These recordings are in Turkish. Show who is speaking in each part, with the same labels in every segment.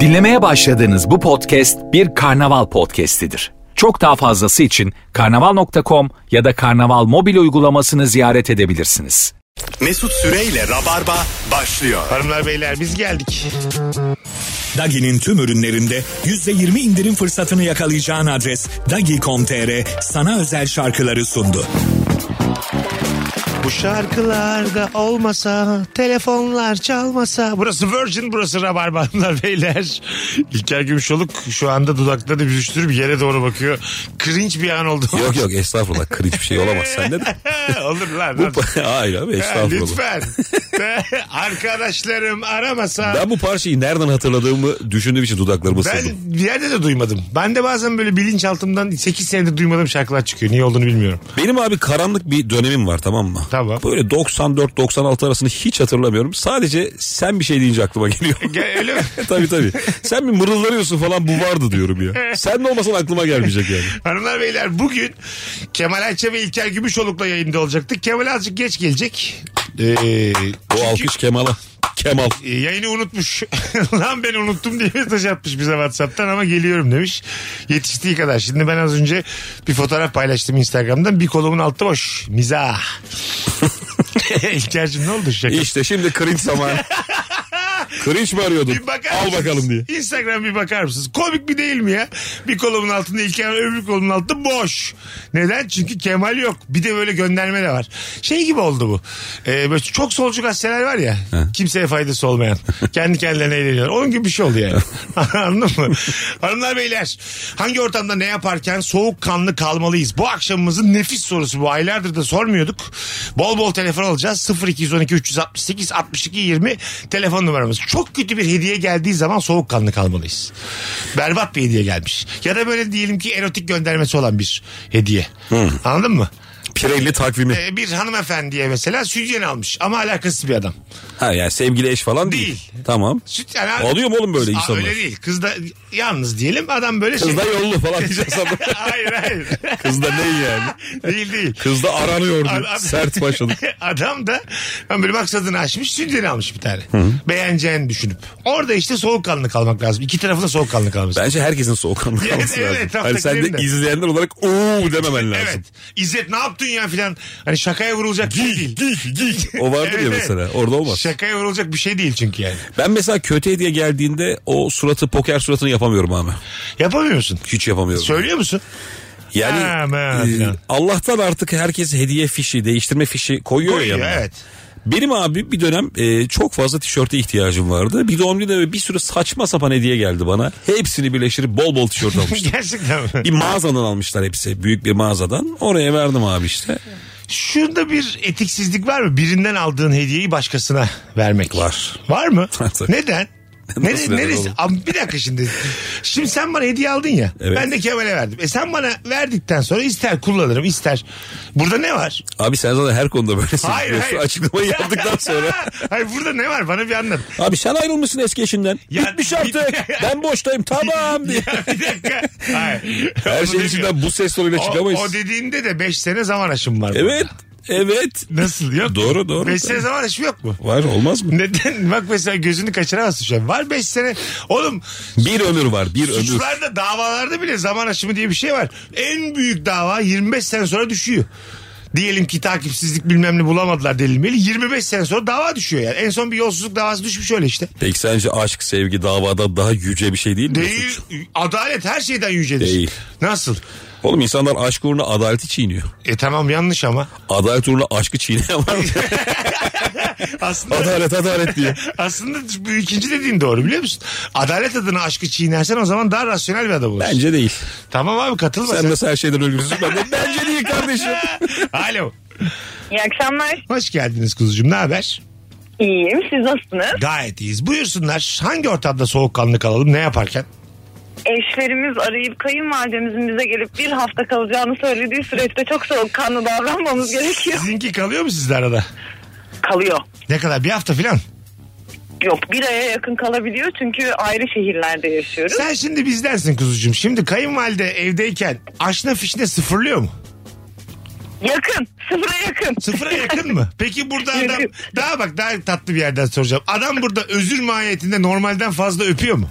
Speaker 1: Dinlemeye başladığınız bu podcast bir karnaval podcastidir. Çok daha fazlası için karnaval.com ya da karnaval mobil uygulamasını ziyaret edebilirsiniz.
Speaker 2: Mesut Süreyle Rabarba başlıyor.
Speaker 3: Hanımlar beyler biz geldik.
Speaker 4: Dagi'nin tüm ürünlerinde %20 indirim fırsatını yakalayacağın adres dagi.com.tr sana özel şarkıları sundu.
Speaker 3: Bu şarkılarda olmasa, telefonlar çalmasa. Burası Virgin, burası Rabarba hanımlar beyler. İlker Gümüşoluk şu anda dudaklarını büzüştürüp yere doğru bakıyor. Cringe bir an oldu.
Speaker 5: Yok yok estağfurullah kır hiçbir şey olamaz sende de.
Speaker 3: Olur lan.
Speaker 5: Bu, hayır abi
Speaker 3: Ha,
Speaker 5: estağfurullah.
Speaker 3: Lütfen. Arkadaşlarım aramasa.
Speaker 5: Ben bu parçayı nereden hatırladığımı düşündüğüm için dudaklarımı ısırdım.
Speaker 3: Ben bir yerde de duymadım. Ben de bazen böyle bilinçaltımdan 8 senedir duymadığım şarkılar çıkıyor. Niye olduğunu bilmiyorum.
Speaker 5: Benim abi karanlık bir dönemim var tamam mı?
Speaker 3: Tamam.
Speaker 5: Böyle 94-96 arasını hiç hatırlamıyorum. Sadece sen bir şey deyince aklıma geliyor.
Speaker 3: Ge- Öyle mi?
Speaker 5: tabii tabii. Sen bir mırıldanıyorsun falan bu vardı diyorum ya. Sen de olmasan aklıma gelmeyecek yani.
Speaker 3: Hanımlar beyler bugün Kemal Ayça ve İlker Gümüşoluk'la yayında olacaktık. Kemal azıcık geç gelecek. Ee,
Speaker 5: O alkış Kemal'a. Kemal.
Speaker 3: e, yayını unutmuş. Lan ben unuttum diye mesaj atmış bize Whatsapp'tan ama geliyorum demiş. Yetiştiği kadar. Şimdi ben az önce bir fotoğraf paylaştım Instagram'dan. Bir kolumun altı boş. Mizah. İlker'cim ne oldu şaka?
Speaker 5: İşte şimdi cringe zamanı. cringe mi arıyordun?
Speaker 3: Bir bakar
Speaker 5: Al
Speaker 3: mısınız?
Speaker 5: bakalım diye.
Speaker 3: Instagram bir bakar mısınız? Komik bir değil mi ya? Bir kolumun altında İlker öbür kolumun altında boş. Neden? Çünkü Kemal yok. Bir de böyle gönderme de var. Şey gibi oldu bu. Ee, böyle çok solcu gazeteler var ya. Kimseye faydası olmayan. Kendi kendilerine eğleniyorlar. Onun gibi bir şey oldu yani. Anladın mı? Hanımlar beyler hangi ortamda ne yaparken soğukkanlı kalmalıyız? Bu akşamımızın nefis sorusu bu. Aylardır da sormuyorduk. Bol bol telefon alacağız. 0212 368 62 20 telefon numaramız. Çok kötü bir hediye geldiği zaman soğukkanlı kalmalıyız. Berbat bir hediye gelmiş. Ya da böyle diyelim ki erotik göndermesi olan bir hediye. Anladın mı?
Speaker 5: Hmm. Pirelli takvimi.
Speaker 3: Ee, bir hanımefendiye mesela sütyen almış ama alakasız bir adam.
Speaker 5: Ha yani sevgili eş falan değil.
Speaker 3: Değil.
Speaker 5: Tamam.
Speaker 3: Süt, yani
Speaker 5: Oluyor mu oğlum böyle
Speaker 3: Aa,
Speaker 5: insanlar?
Speaker 3: Öyle değil. Kız da yalnız diyelim adam böyle
Speaker 5: Kız
Speaker 3: şey.
Speaker 5: da yollu falan diyeceğim sandım.
Speaker 3: hayır hayır.
Speaker 5: Kız da ne yani?
Speaker 3: değil değil.
Speaker 5: Kız da aranıyor diyor.
Speaker 3: Abi- abi-
Speaker 5: Sert başladık.
Speaker 3: Adam da ben böyle maksadını aşmış sündeni almış bir tane. Beğeneceğini düşünüp. Orada işte soğukkanlı kalmak lazım. İki tarafı da soğukkanlı kalması lazım.
Speaker 5: Bence herkesin soğukkanlı
Speaker 3: Evet,
Speaker 5: kalması
Speaker 3: evet,
Speaker 5: lazım. Hani sen de
Speaker 3: etraftakilerin de.
Speaker 5: izleyenler olarak ooo dememen lazım.
Speaker 3: Evet. İzzet ne yaptın ya filan. Hani şakaya vurulacak bir şey değil.
Speaker 5: O vardır ya
Speaker 3: Evet,
Speaker 5: mesela.
Speaker 3: evet.
Speaker 5: Orada olmaz.
Speaker 3: Şakaya vurulacak bir şey değil çünkü yani.
Speaker 5: Ben mesela kötü hediye geldiğinde o suratı poker suratını yapamıyorum abi.
Speaker 3: Yapamıyorsun.
Speaker 5: Hiç yapamıyorum.
Speaker 3: Söylüyor musun?
Speaker 5: Yani
Speaker 3: Ha, ben-
Speaker 5: e, Allah'tan artık herkes hediye fişi, değiştirme fişi koyuyor,
Speaker 3: Koyuyor,
Speaker 5: ya.
Speaker 3: evet.
Speaker 5: Benim abi bir dönem e, çok fazla tişörte ihtiyacım vardı. Bir doğum günde bir sürü saçma sapan hediye geldi bana. Hepsini birleştirip bol bol tişört almıştım.
Speaker 3: Gerçekten mi?
Speaker 5: bir mağazadan almışlar hepsi. Büyük bir mağazadan. Oraya verdim abi işte.
Speaker 3: Şunda bir etiksizlik var mı? Birinden aldığın hediyeyi başkasına vermek.
Speaker 5: Var.
Speaker 3: Var mı?
Speaker 5: Tabii.
Speaker 3: Neden? Ne,
Speaker 5: Nasıl neden
Speaker 3: neresi?
Speaker 5: oğlum?
Speaker 3: Abi bir dakika şimdi. Şimdi sen bana hediye aldın ya.
Speaker 5: Evet.
Speaker 3: Ben de Kemal'e verdim. E sen bana verdikten sonra ister kullanırım ister. Burada ne var?
Speaker 5: Abi sen zaten her konuda böylesin.
Speaker 3: Hayır
Speaker 5: Biliyorsun,
Speaker 3: hayır.
Speaker 5: Açıklamayı yaptıktan sonra.
Speaker 3: hayır burada ne var? Bana bir anlat.
Speaker 5: Abi sen ayrılmışsın eski eşinden.
Speaker 3: Ya-
Speaker 5: Bitmiş artık. ben boştayım tamam diye.
Speaker 3: bir dakika. Hayır.
Speaker 5: Her
Speaker 3: Onu
Speaker 5: şeyin
Speaker 3: demiyorum.
Speaker 5: içinden bu ses tonuyla
Speaker 3: o,
Speaker 5: çıkamayız.
Speaker 3: o dediğinde de 5 sene zaman aşımı var.
Speaker 5: evet.
Speaker 3: burada.
Speaker 5: Evet.
Speaker 3: Nasıl yok?
Speaker 5: Doğru, doğru.
Speaker 3: 5 sene zaman aşımı yok mu?
Speaker 5: Var olmaz mı?
Speaker 3: Neden? Bak mesela gözünü kaçıramazsın şu an. Var 5 sene. Oğlum
Speaker 5: Bir ömür var bir ömür.
Speaker 3: Suçlarda davalarda bile zaman aşımı diye bir şey var. En büyük dava 25 sene sonra düşüyor. Diyelim ki takipsizlik bilmem ne bulamadılar delilmeli. 25 sene sonra dava düşüyor yani. En son bir yolsuzluk davası düşmüş öyle işte.
Speaker 5: Peki sence aşk sevgi davada daha yüce bir şey değil mi?
Speaker 3: Değil. Adalet her şeyden yücedir.
Speaker 5: Değil.
Speaker 3: Nasıl?
Speaker 5: Oğlum insanlar aşk uğruna adaleti çiğniyor.
Speaker 3: E tamam yanlış ama.
Speaker 5: Adalet uğruna aşkı çiğneyen var mı?
Speaker 3: Aslında
Speaker 5: adalet adalet diye.
Speaker 3: aslında bu ikinci dediğin doğru biliyor musun? Adalet adına aşkı çiğnersen o zaman daha rasyonel bir adam olursun.
Speaker 5: Bence değil.
Speaker 3: Tamam abi katılma
Speaker 5: Sen
Speaker 3: sen.
Speaker 5: nasıl her şeyden ölgünsün ben de bence değil kardeşim.
Speaker 3: Alo.
Speaker 6: İyi akşamlar.
Speaker 3: Hoş geldiniz kuzucuğum ne haber?
Speaker 6: İyiyim. Siz nasılsınız?
Speaker 3: Gayet iyiyiz. Buyursunlar. Hangi ortamda soğukkanlı kalalım? Ne yaparken?
Speaker 6: Eşlerimiz arayıp kayınvalidemizin bize gelip bir hafta kalacağını söylediği süreçte çok soğukkanlı davranmamız gerekiyor.
Speaker 3: Sizinki kalıyor mu sizde arada?
Speaker 6: Kalıyor.
Speaker 3: Ne kadar? Bir hafta filan.
Speaker 6: Yok bir aya yakın kalabiliyor çünkü ayrı şehirlerde yaşıyoruz.
Speaker 3: Sen şimdi bizdensin kuzucuğum. Şimdi kayınvalide evdeyken aşna fişne sıfırlıyor mu?
Speaker 6: Yakın. Sıfıra yakın.
Speaker 3: Sıfıra yakın mı? Peki burada adam
Speaker 6: Yakın.
Speaker 3: daha bak daha tatlı bir yerden soracağım. Adam burada özür mahiyetinde normalden fazla öpüyor mu?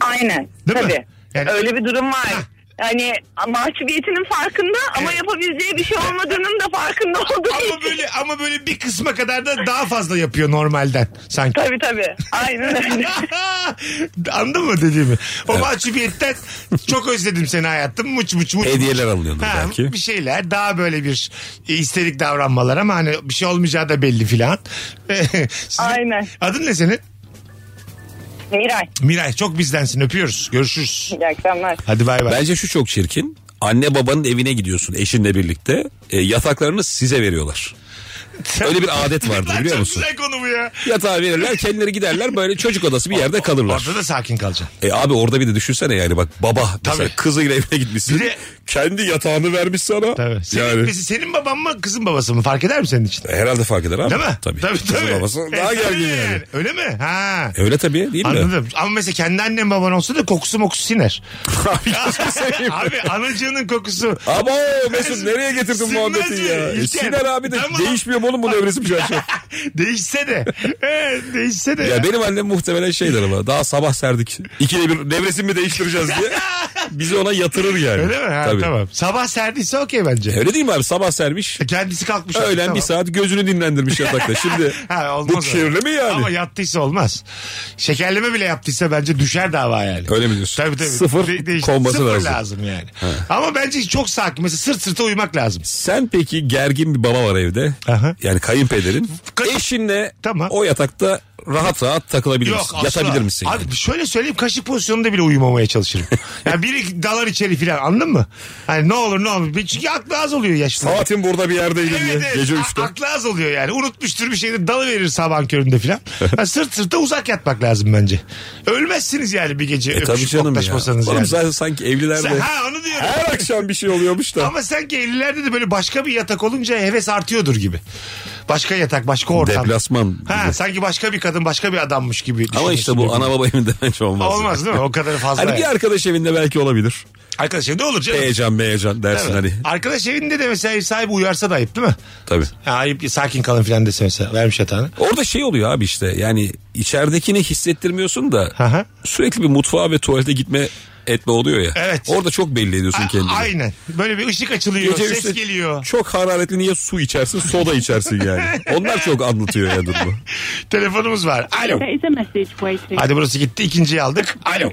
Speaker 6: Aynen.
Speaker 3: Değil mi?
Speaker 6: tabii.
Speaker 3: Yani-
Speaker 6: Öyle bir durum var.
Speaker 3: Hah.
Speaker 6: Hani mahcubiyetinin farkında ama yapabileceği bir şey olmadığının da farkında olduğu
Speaker 3: Ama
Speaker 6: için.
Speaker 3: böyle ama böyle bir kısma kadar da daha fazla yapıyor normalden sanki.
Speaker 6: Tabii tabii. Aynen öyle.
Speaker 3: Anladın mı dediğimi? O mahcubiyetten çok özledim seni hayatım. Muç muç muç.
Speaker 5: Hediyeler alınıyordur
Speaker 3: Ha,
Speaker 5: belki.
Speaker 3: Bir şeyler daha böyle bir e, isterik davranmalar ama hani bir şey olmayacağı da belli filan. Sizin-
Speaker 6: Aynen.
Speaker 3: Adın ne senin?
Speaker 6: Miray.
Speaker 3: Miray çok bizdensin öpüyoruz. Görüşürüz.
Speaker 6: İyi akşamlar.
Speaker 3: Hadi bay bay.
Speaker 5: Bence şu çok çirkin. Anne babanın evine gidiyorsun eşinle birlikte. E, yataklarını size veriyorlar. Öyle bir adet vardır
Speaker 3: Lan
Speaker 5: biliyor
Speaker 3: çok
Speaker 5: musun?
Speaker 3: güzel konu bu ya.
Speaker 5: Yatağı verirler kendileri giderler böyle çocuk odası bir yerde kalırlar.
Speaker 3: Orada da sakin kalacaksın.
Speaker 5: E abi orada bir de düşünsene yani bak baba mesela
Speaker 3: Tabii.
Speaker 5: kızıyla evine gitmişsin.
Speaker 3: Bir de-
Speaker 5: kendi yatağını vermiş sana.
Speaker 3: Tabii. Senin,
Speaker 5: Yani
Speaker 3: mesela senin baban mı kızın babası mı fark eder mi senin için?
Speaker 5: herhalde fark eder abi.
Speaker 3: Değil mi?
Speaker 5: Tabii.
Speaker 3: Tabii
Speaker 5: Kızın
Speaker 3: tabii.
Speaker 5: babası
Speaker 3: E,
Speaker 5: daha
Speaker 3: tabii
Speaker 5: gergin yani. E
Speaker 3: Öyle mi? Ha.
Speaker 5: Öyle tabii değil mi?
Speaker 3: Anladım. Ama mesela kendi annen baban olsa da kokusu mokusu siner.
Speaker 5: Abi, gözünü seveyim.
Speaker 3: abi anacığının kokusu.
Speaker 5: Ama Mesut nereye getirdin
Speaker 3: Sinmez
Speaker 5: muhabbeti
Speaker 3: mi?
Speaker 5: ya? E,
Speaker 3: İlker.
Speaker 5: Siner abi de
Speaker 3: Tamam.
Speaker 5: değişmiyor mu oğlum bu nevresim şu an şey?
Speaker 3: Değişse de. Evet, değişse de.
Speaker 5: Ya benim annem muhtemelen şeydir ama daha sabah serdik. İkide bir nevresim mi değiştireceğiz diye. Bizi ona yatırır yani.
Speaker 3: Öyle mi? Ha,
Speaker 5: Tabii.
Speaker 3: Tamam. Sabah serdiyse okey bence. E,
Speaker 5: Öyle değil mi abi sabah sermiş.
Speaker 3: Kendisi kalkmış.
Speaker 5: Öğlen bir
Speaker 3: Tamam.
Speaker 5: saat gözünü dinlendirmiş yatakta. Şimdi
Speaker 3: Ha, olmaz
Speaker 5: bu
Speaker 3: öyle.
Speaker 5: kirli mi yani?
Speaker 3: Ama yattıysa olmaz. Şekerleme bile yaptıysa bence düşer dava yani.
Speaker 5: Öyle mi diyorsun?
Speaker 3: Tabii tabii.
Speaker 5: Sıfır konması
Speaker 3: sıfır lazım.
Speaker 5: lazım.
Speaker 3: yani. Ama bence çok sakin. Mesela sırt sırta uyumak lazım.
Speaker 5: Sen peki gergin bir baba var evde.
Speaker 3: Aha.
Speaker 5: Yani kayınpederin.
Speaker 3: Kay-
Speaker 5: Eşinle
Speaker 3: Tamam.
Speaker 5: o yatakta rahat rahat takılabilir
Speaker 3: Yok
Speaker 5: misin?
Speaker 3: asla.
Speaker 5: Yatabilir misin? yani?
Speaker 3: Abi şöyle söyleyeyim kaşık pozisyonunda bile uyumamaya çalışırım. yani biri dalar içeri filan anladın mı? Hani ne olur ne olur. Bir- Çünkü aklı az oluyor yaşlı.
Speaker 5: Saatim burada bir yerdeydim diye.
Speaker 3: Evet, evet.
Speaker 5: Gece
Speaker 3: A-
Speaker 5: üçte.
Speaker 3: aklı az oluyor yani. Unutmuştur bir şeydir dalı verir sabah köründe filan. Yani sırt sırta uzak yatmak lazım bence. Ölmezsiniz yani bir gece
Speaker 5: E tabii
Speaker 3: öpüşüp
Speaker 5: canım ya.
Speaker 3: koklaşmasanız
Speaker 5: Oğlum
Speaker 3: yani.
Speaker 5: zaten sanki evlilerde
Speaker 3: Sen- ha onu diyorum.
Speaker 5: her akşam bir şey oluyormuş da.
Speaker 3: Ama sanki 50'lerde de böyle başka bir yatak olunca heves artıyordur gibi. Başka yatak, başka ortam.
Speaker 5: Deplasman.
Speaker 3: Ha,
Speaker 5: gibi.
Speaker 3: sanki başka bir kadın, başka bir adammış gibi.
Speaker 5: Ama
Speaker 3: düşünüyorsun
Speaker 5: işte bu
Speaker 3: gibi.
Speaker 5: ana baba evinde bence olmaz. yani.
Speaker 3: şey Olmaz değil mi? O kadar fazla.
Speaker 5: Hani bir
Speaker 3: yani.
Speaker 5: arkadaş evinde belki olabilir.
Speaker 3: Arkadaş evinde olur canım.
Speaker 5: Heyecan heyecan dersin
Speaker 3: Değil mi?
Speaker 5: hani.
Speaker 3: Arkadaş evinde de mesela ev sahibi uyarsa da ayıp değil mi?
Speaker 5: Tabii.
Speaker 3: Ha, ayıp sakin kalın filan dese mesela vermiş yatağını.
Speaker 5: Orada şey oluyor abi işte yani içeridekini hissettirmiyorsun da
Speaker 3: Hı hı.
Speaker 5: sürekli bir mutfağa ve tuvalete gitme etme oluyor ya.
Speaker 3: Evet.
Speaker 5: Orada çok belli ediyorsun
Speaker 3: A-
Speaker 5: kendini.
Speaker 3: Aynen. Böyle bir ışık açılıyor,
Speaker 5: Gece
Speaker 3: ses
Speaker 5: üstü
Speaker 3: geliyor.
Speaker 5: Çok hararetli niye su içersin soda içersin yani. Onlar çok anlatıyor ya durumu.
Speaker 3: Telefonumuz var. Alo.
Speaker 7: There is a message waiting.
Speaker 3: Hadi burası gitti. ikinciyi aldık. Alo.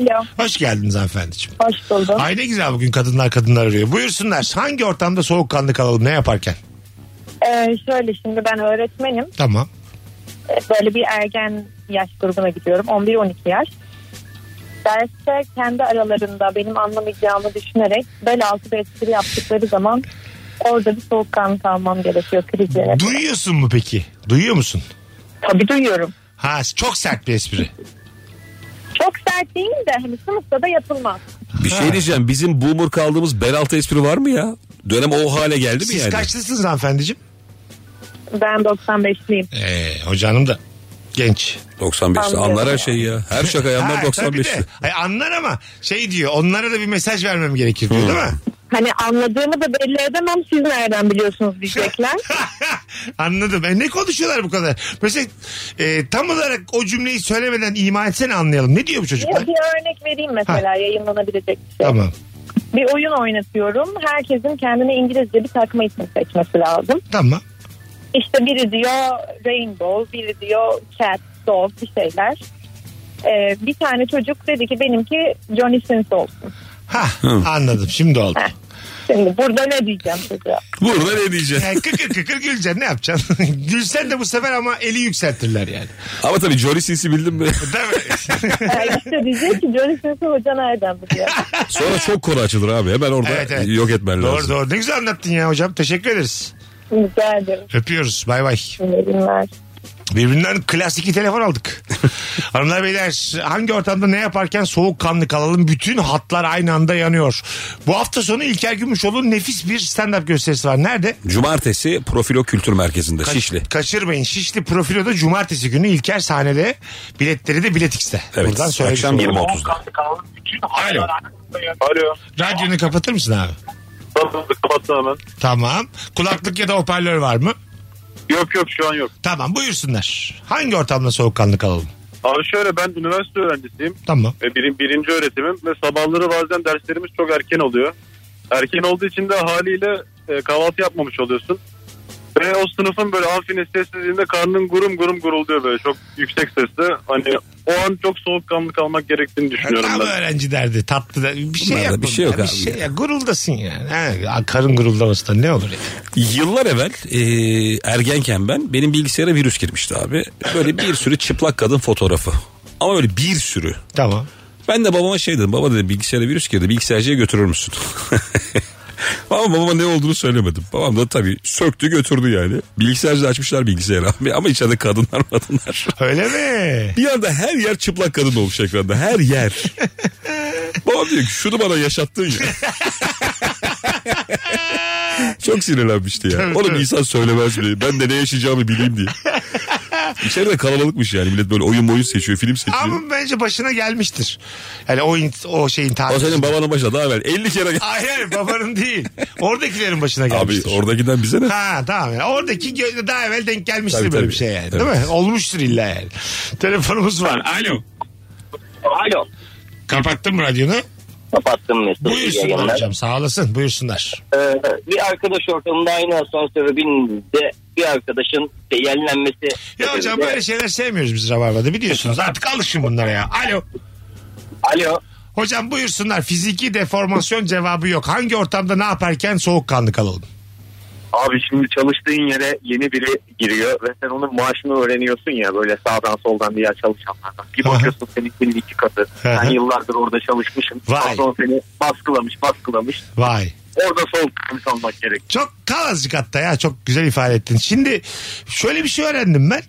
Speaker 8: Alo,
Speaker 3: Hoş geldiniz hanımefendiciğim.
Speaker 8: hoş buldum.
Speaker 3: Ay ne güzel bugün kadınlar kadınlar arıyor. Buyursunlar. Hangi ortamda soğukkanlı kalalım ne yaparken?
Speaker 8: Ee, şöyle şimdi ben öğretmenim.
Speaker 3: Tamam.
Speaker 8: Ee, Böyle bir ergen yaş grubuna gidiyorum. 11-12 yaş. Derste kendi aralarında benim anlamayacağımı düşünerek bel altı bir espri yaptıkları zaman orada bir soğukkanlı almam gerekiyor krizlere.
Speaker 3: Duyuyorsun mu peki? Duyuyor musun?
Speaker 8: Tabii duyuyorum.
Speaker 3: Ha çok sert bir espri.
Speaker 8: Çok sert değil de hani sınıfta da yapılmaz.
Speaker 5: Bir şey diyeceğim bizim boomer kaldığımız bel altı espri var mı ya? Dönem o hale geldi mi
Speaker 3: Siz
Speaker 5: yani?
Speaker 3: kaçlısınız hanımefendiciğim?
Speaker 8: Ben 95'liyim.
Speaker 3: Ee, hocanım da genç.
Speaker 5: 95'te anlar her şeyi ya. Her şaka yanlar
Speaker 3: Ha, tabii
Speaker 5: 95'te.
Speaker 3: de. Ay, anlar ama şey diyor onlara da bir mesaj vermem gerekir diyor değil mi?
Speaker 8: Hani anladığımı da belli edemem siz nereden biliyorsunuz diyecekler.
Speaker 3: Anladım. E, ne konuşuyorlar bu kadar? Mesela e, tam olarak o cümleyi söylemeden ima etsene anlayalım. Ne diyor bu
Speaker 8: Ya
Speaker 3: çocuklar?
Speaker 8: bir örnek vereyim mesela yayınlanabilecek bir şey.
Speaker 3: Tamam.
Speaker 8: bir oyun oynatıyorum. Herkesin kendine İngilizce bir takma isim seçmesi lazım.
Speaker 3: Tamam.
Speaker 8: İşte biri diyor rainbow, biri diyor cat, dog bir şeyler. Ee, bir tane çocuk dedi ki benimki Johnny Sins olsun.
Speaker 3: Ha anladım. Şimdi oldu.
Speaker 8: Heh. Şimdi burada ne diyeceğim çocuğa?
Speaker 5: Burada ne diyeceğiz?
Speaker 3: Yani kıkır kıkır güleceksin ne yapacaksın? Gülsen de bu sefer ama eli yükseltirler yani.
Speaker 5: Ama tabii Jory Sins'i bildin mi?
Speaker 3: Değil mi?
Speaker 8: Ee, işte diyecek ki Johnny Sins'i hoca nereden biliyor?
Speaker 5: Sonra çok konu açılır abi. Hemen orada
Speaker 3: Evet, evet.
Speaker 5: yok etmen
Speaker 3: doğru
Speaker 5: lazım.
Speaker 3: doğru. Ne güzel anlattın ya hocam. Teşekkür ederiz.
Speaker 8: Rica ederim.
Speaker 3: Öpüyoruz. Bay bay.
Speaker 8: İyi günler.
Speaker 3: Birbirinden klas iki telefon aldık. Hanımlar beyler hangi ortamda ne yaparken soğukkanlı kalalım bütün hatlar aynı anda yanıyor. Bu hafta sonu İlker Gümüşoğlu'nun nefis bir stand-up gösterisi var. Nerede?
Speaker 5: Cumartesi Profilo Kültür Merkezi'nde
Speaker 3: Kaç-
Speaker 5: Şişli.
Speaker 3: Kaçırmayın. Şişli Profilo'da cumartesi günü İlker sahnede. Biletleri de Bilet X'te.
Speaker 5: Evet.
Speaker 3: Buradan söylemiş
Speaker 5: Akşam
Speaker 3: olalım.
Speaker 5: 20.30'da.
Speaker 3: Radyonu kapatır mısın abi?
Speaker 7: Tamam kapattım hemen.
Speaker 3: Tamam. Kulaklık ya da hoparlör var mı?
Speaker 7: Yok yok şu an yok.
Speaker 3: Tamam buyursunlar. Hangi ortamda soğukkanlık alalım?
Speaker 7: Abi şöyle ben üniversite öğrencisiyim.
Speaker 3: Tamam.
Speaker 7: Ve birin, birinci öğretimim. Ve sabahları bazen derslerimiz çok erken oluyor. Erken olduğu için de haliyle e, kahvaltı yapmamış oluyorsun. Ve o sınıfın böyle amfinin sessizliğinde karnın gurum gurum gurulduyor böyle çok yüksek sesle. Hani o an çok soğukkanlı kalmak gerektiğini düşünüyorum
Speaker 3: Tam
Speaker 7: ben.
Speaker 3: öğrenci derdi tatlı da bir şey
Speaker 5: Bunlarda
Speaker 3: yapma.
Speaker 5: bir şey yok
Speaker 3: ya, bir
Speaker 5: abi
Speaker 3: şey
Speaker 5: ya.
Speaker 3: ya. Guruldasın yani. Ha, karın guruldaması da ne olur ya.
Speaker 5: Yıllar evvel e, ergenken ben benim bilgisayara virüs girmişti abi. Böyle bir sürü çıplak kadın fotoğrafı. Ama böyle bir sürü.
Speaker 3: Tamam.
Speaker 5: Ben de babama şey dedim. Baba dedim bilgisayara virüs girdi. Bilgisayarcıya götürür müsün? Ama babama ne olduğunu söylemedim. Babam da tabii söktü götürdü yani. Bilgisayarcı açmışlar bilgisayarı abi. Ama içeride kadınlar kadınlar.
Speaker 3: Öyle mi?
Speaker 5: Bir anda her yer çıplak kadın olmuş ekranda. Her yer. Babam diyor ki şunu bana yaşattın ya. Çok sinirlenmişti ya.
Speaker 3: Tabii,
Speaker 5: Onu bir
Speaker 3: tabii.
Speaker 5: insan söylemez mi? Ben de ne yaşayacağımı bileyim diye. İçeride kalabalıkmış yani. Millet böyle oyun boyun seçiyor, film seçiyor.
Speaker 3: Ama bence başına gelmiştir. Yani o, in- o şeyin
Speaker 5: o
Speaker 3: takibi.
Speaker 5: senin babanın başına daha evvel 50 kere gel-
Speaker 3: Hayır babanın değil. Oradakilerin başına
Speaker 5: Abi
Speaker 3: gelmiştir.
Speaker 5: oradakiden bize ne?
Speaker 3: Ha tamam yani. Oradaki gö- daha evvel denk gelmiştir
Speaker 5: Tabii,
Speaker 3: böyle
Speaker 5: tabii.
Speaker 3: bir şey yani. Değil
Speaker 5: Evet.
Speaker 3: mi? Olmuştur illa yani. Telefonumuz var. Alo.
Speaker 9: Alo.
Speaker 3: Kapattım radyonu.
Speaker 9: Kapattım Mesut. İyi
Speaker 3: Buyursunlar
Speaker 9: yayınlar.
Speaker 3: hocam. Sağ olasın. Buyursunlar.
Speaker 9: Ee, bir arkadaş ortamında aynı asansöre bindiğinde bir arkadaşın şey, işte yellenmesi.
Speaker 3: Ya hocam böyle şeyler sevmiyoruz biz Rabarba'da biliyorsunuz. Artık alışın bunlara ya. Alo.
Speaker 9: Alo.
Speaker 3: Hocam buyursunlar. Fiziki deformasyon cevabı yok. Hangi ortamda ne yaparken soğukkanlı kalalım?
Speaker 7: Abi şimdi çalıştığın yere yeni biri giriyor ve sen onun maaşını öğreniyorsun ya böyle sağdan soldan diğer çalışanlardan. Bir
Speaker 3: Hı hı.
Speaker 7: bakıyorsun senin senin iki katı.
Speaker 3: Hı hı.
Speaker 7: Sen yıllardır orada çalışmışsın.
Speaker 3: Vay.
Speaker 7: Patron seni baskılamış baskılamış.
Speaker 3: Vay.
Speaker 7: Orada soğuk kalmış olmak gerek.
Speaker 3: Çok kal azıcık hatta ya çok güzel ifade ettin. Şimdi şöyle bir şey öğrendim ben.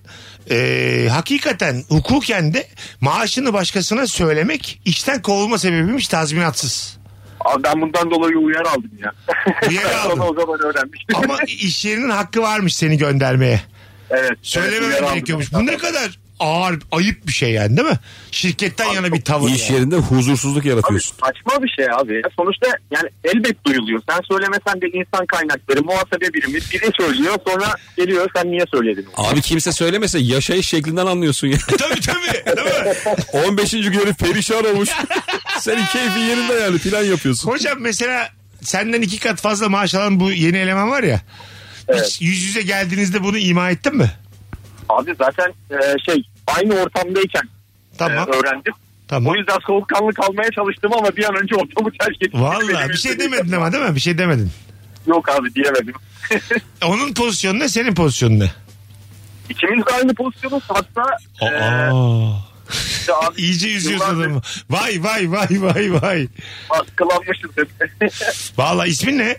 Speaker 3: Ee, hakikaten hukuken de maaşını başkasına söylemek işten kovulma sebebiymiş tazminatsız.
Speaker 7: Abi ben bundan dolayı uyarı aldım ya.
Speaker 3: Uyarı aldın.
Speaker 7: Sonra o zaman öğrenmiştim.
Speaker 3: Ama iş yerinin hakkı varmış seni göndermeye.
Speaker 7: evet.
Speaker 3: Söylememen
Speaker 7: evet, uyarı
Speaker 3: gerekiyormuş.
Speaker 7: aldım.
Speaker 3: Bu ne kadar ağır, ayıp bir şey yani değil mi? Şirketten yana bir tavır.
Speaker 5: İş
Speaker 3: yani.
Speaker 5: yerinde huzursuzluk
Speaker 7: Abi
Speaker 5: yaratıyorsun.
Speaker 7: saçma bir şey abi. ya. Sonuçta yani elbet duyuluyor. Sen söylemesen de insan kaynakları muhasebe birimi biri söylüyor sonra geliyor sen niye söyledin?
Speaker 5: Abi kimse söylemese yaşayış şeklinden anlıyorsun ya.
Speaker 3: E, tabii tabii. Değil mi?
Speaker 5: 15. günü perişan olmuş. Senin keyfin yerinde yani plan yapıyorsun.
Speaker 3: Hocam mesela senden iki kat fazla maaş alan bu yeni eleman var ya. Hiç yüz yüze geldiğinizde bunu ima ettin mi?
Speaker 7: Abi zaten e, şey aynı ortamdayken
Speaker 3: Tamam.
Speaker 7: e, öğrendim.
Speaker 3: Tamam.
Speaker 7: O yüzden soğukkanlı kalmaya çalıştım ama bir an önce ortamı terk ettim.
Speaker 3: Valla bir şey demedin ama değil mi? Bir şey demedin.
Speaker 7: Yok abi diyemedim.
Speaker 3: Onun pozisyonu ne senin pozisyonun ne?
Speaker 7: İkimiz de aynı pozisyonuz hatta e, işte abi,
Speaker 3: İyice üzüyorsun
Speaker 7: yıllardır
Speaker 3: adamı. Vay vay vay vay vay.
Speaker 7: Baskılanmışız hep.
Speaker 3: Valla ismin ne?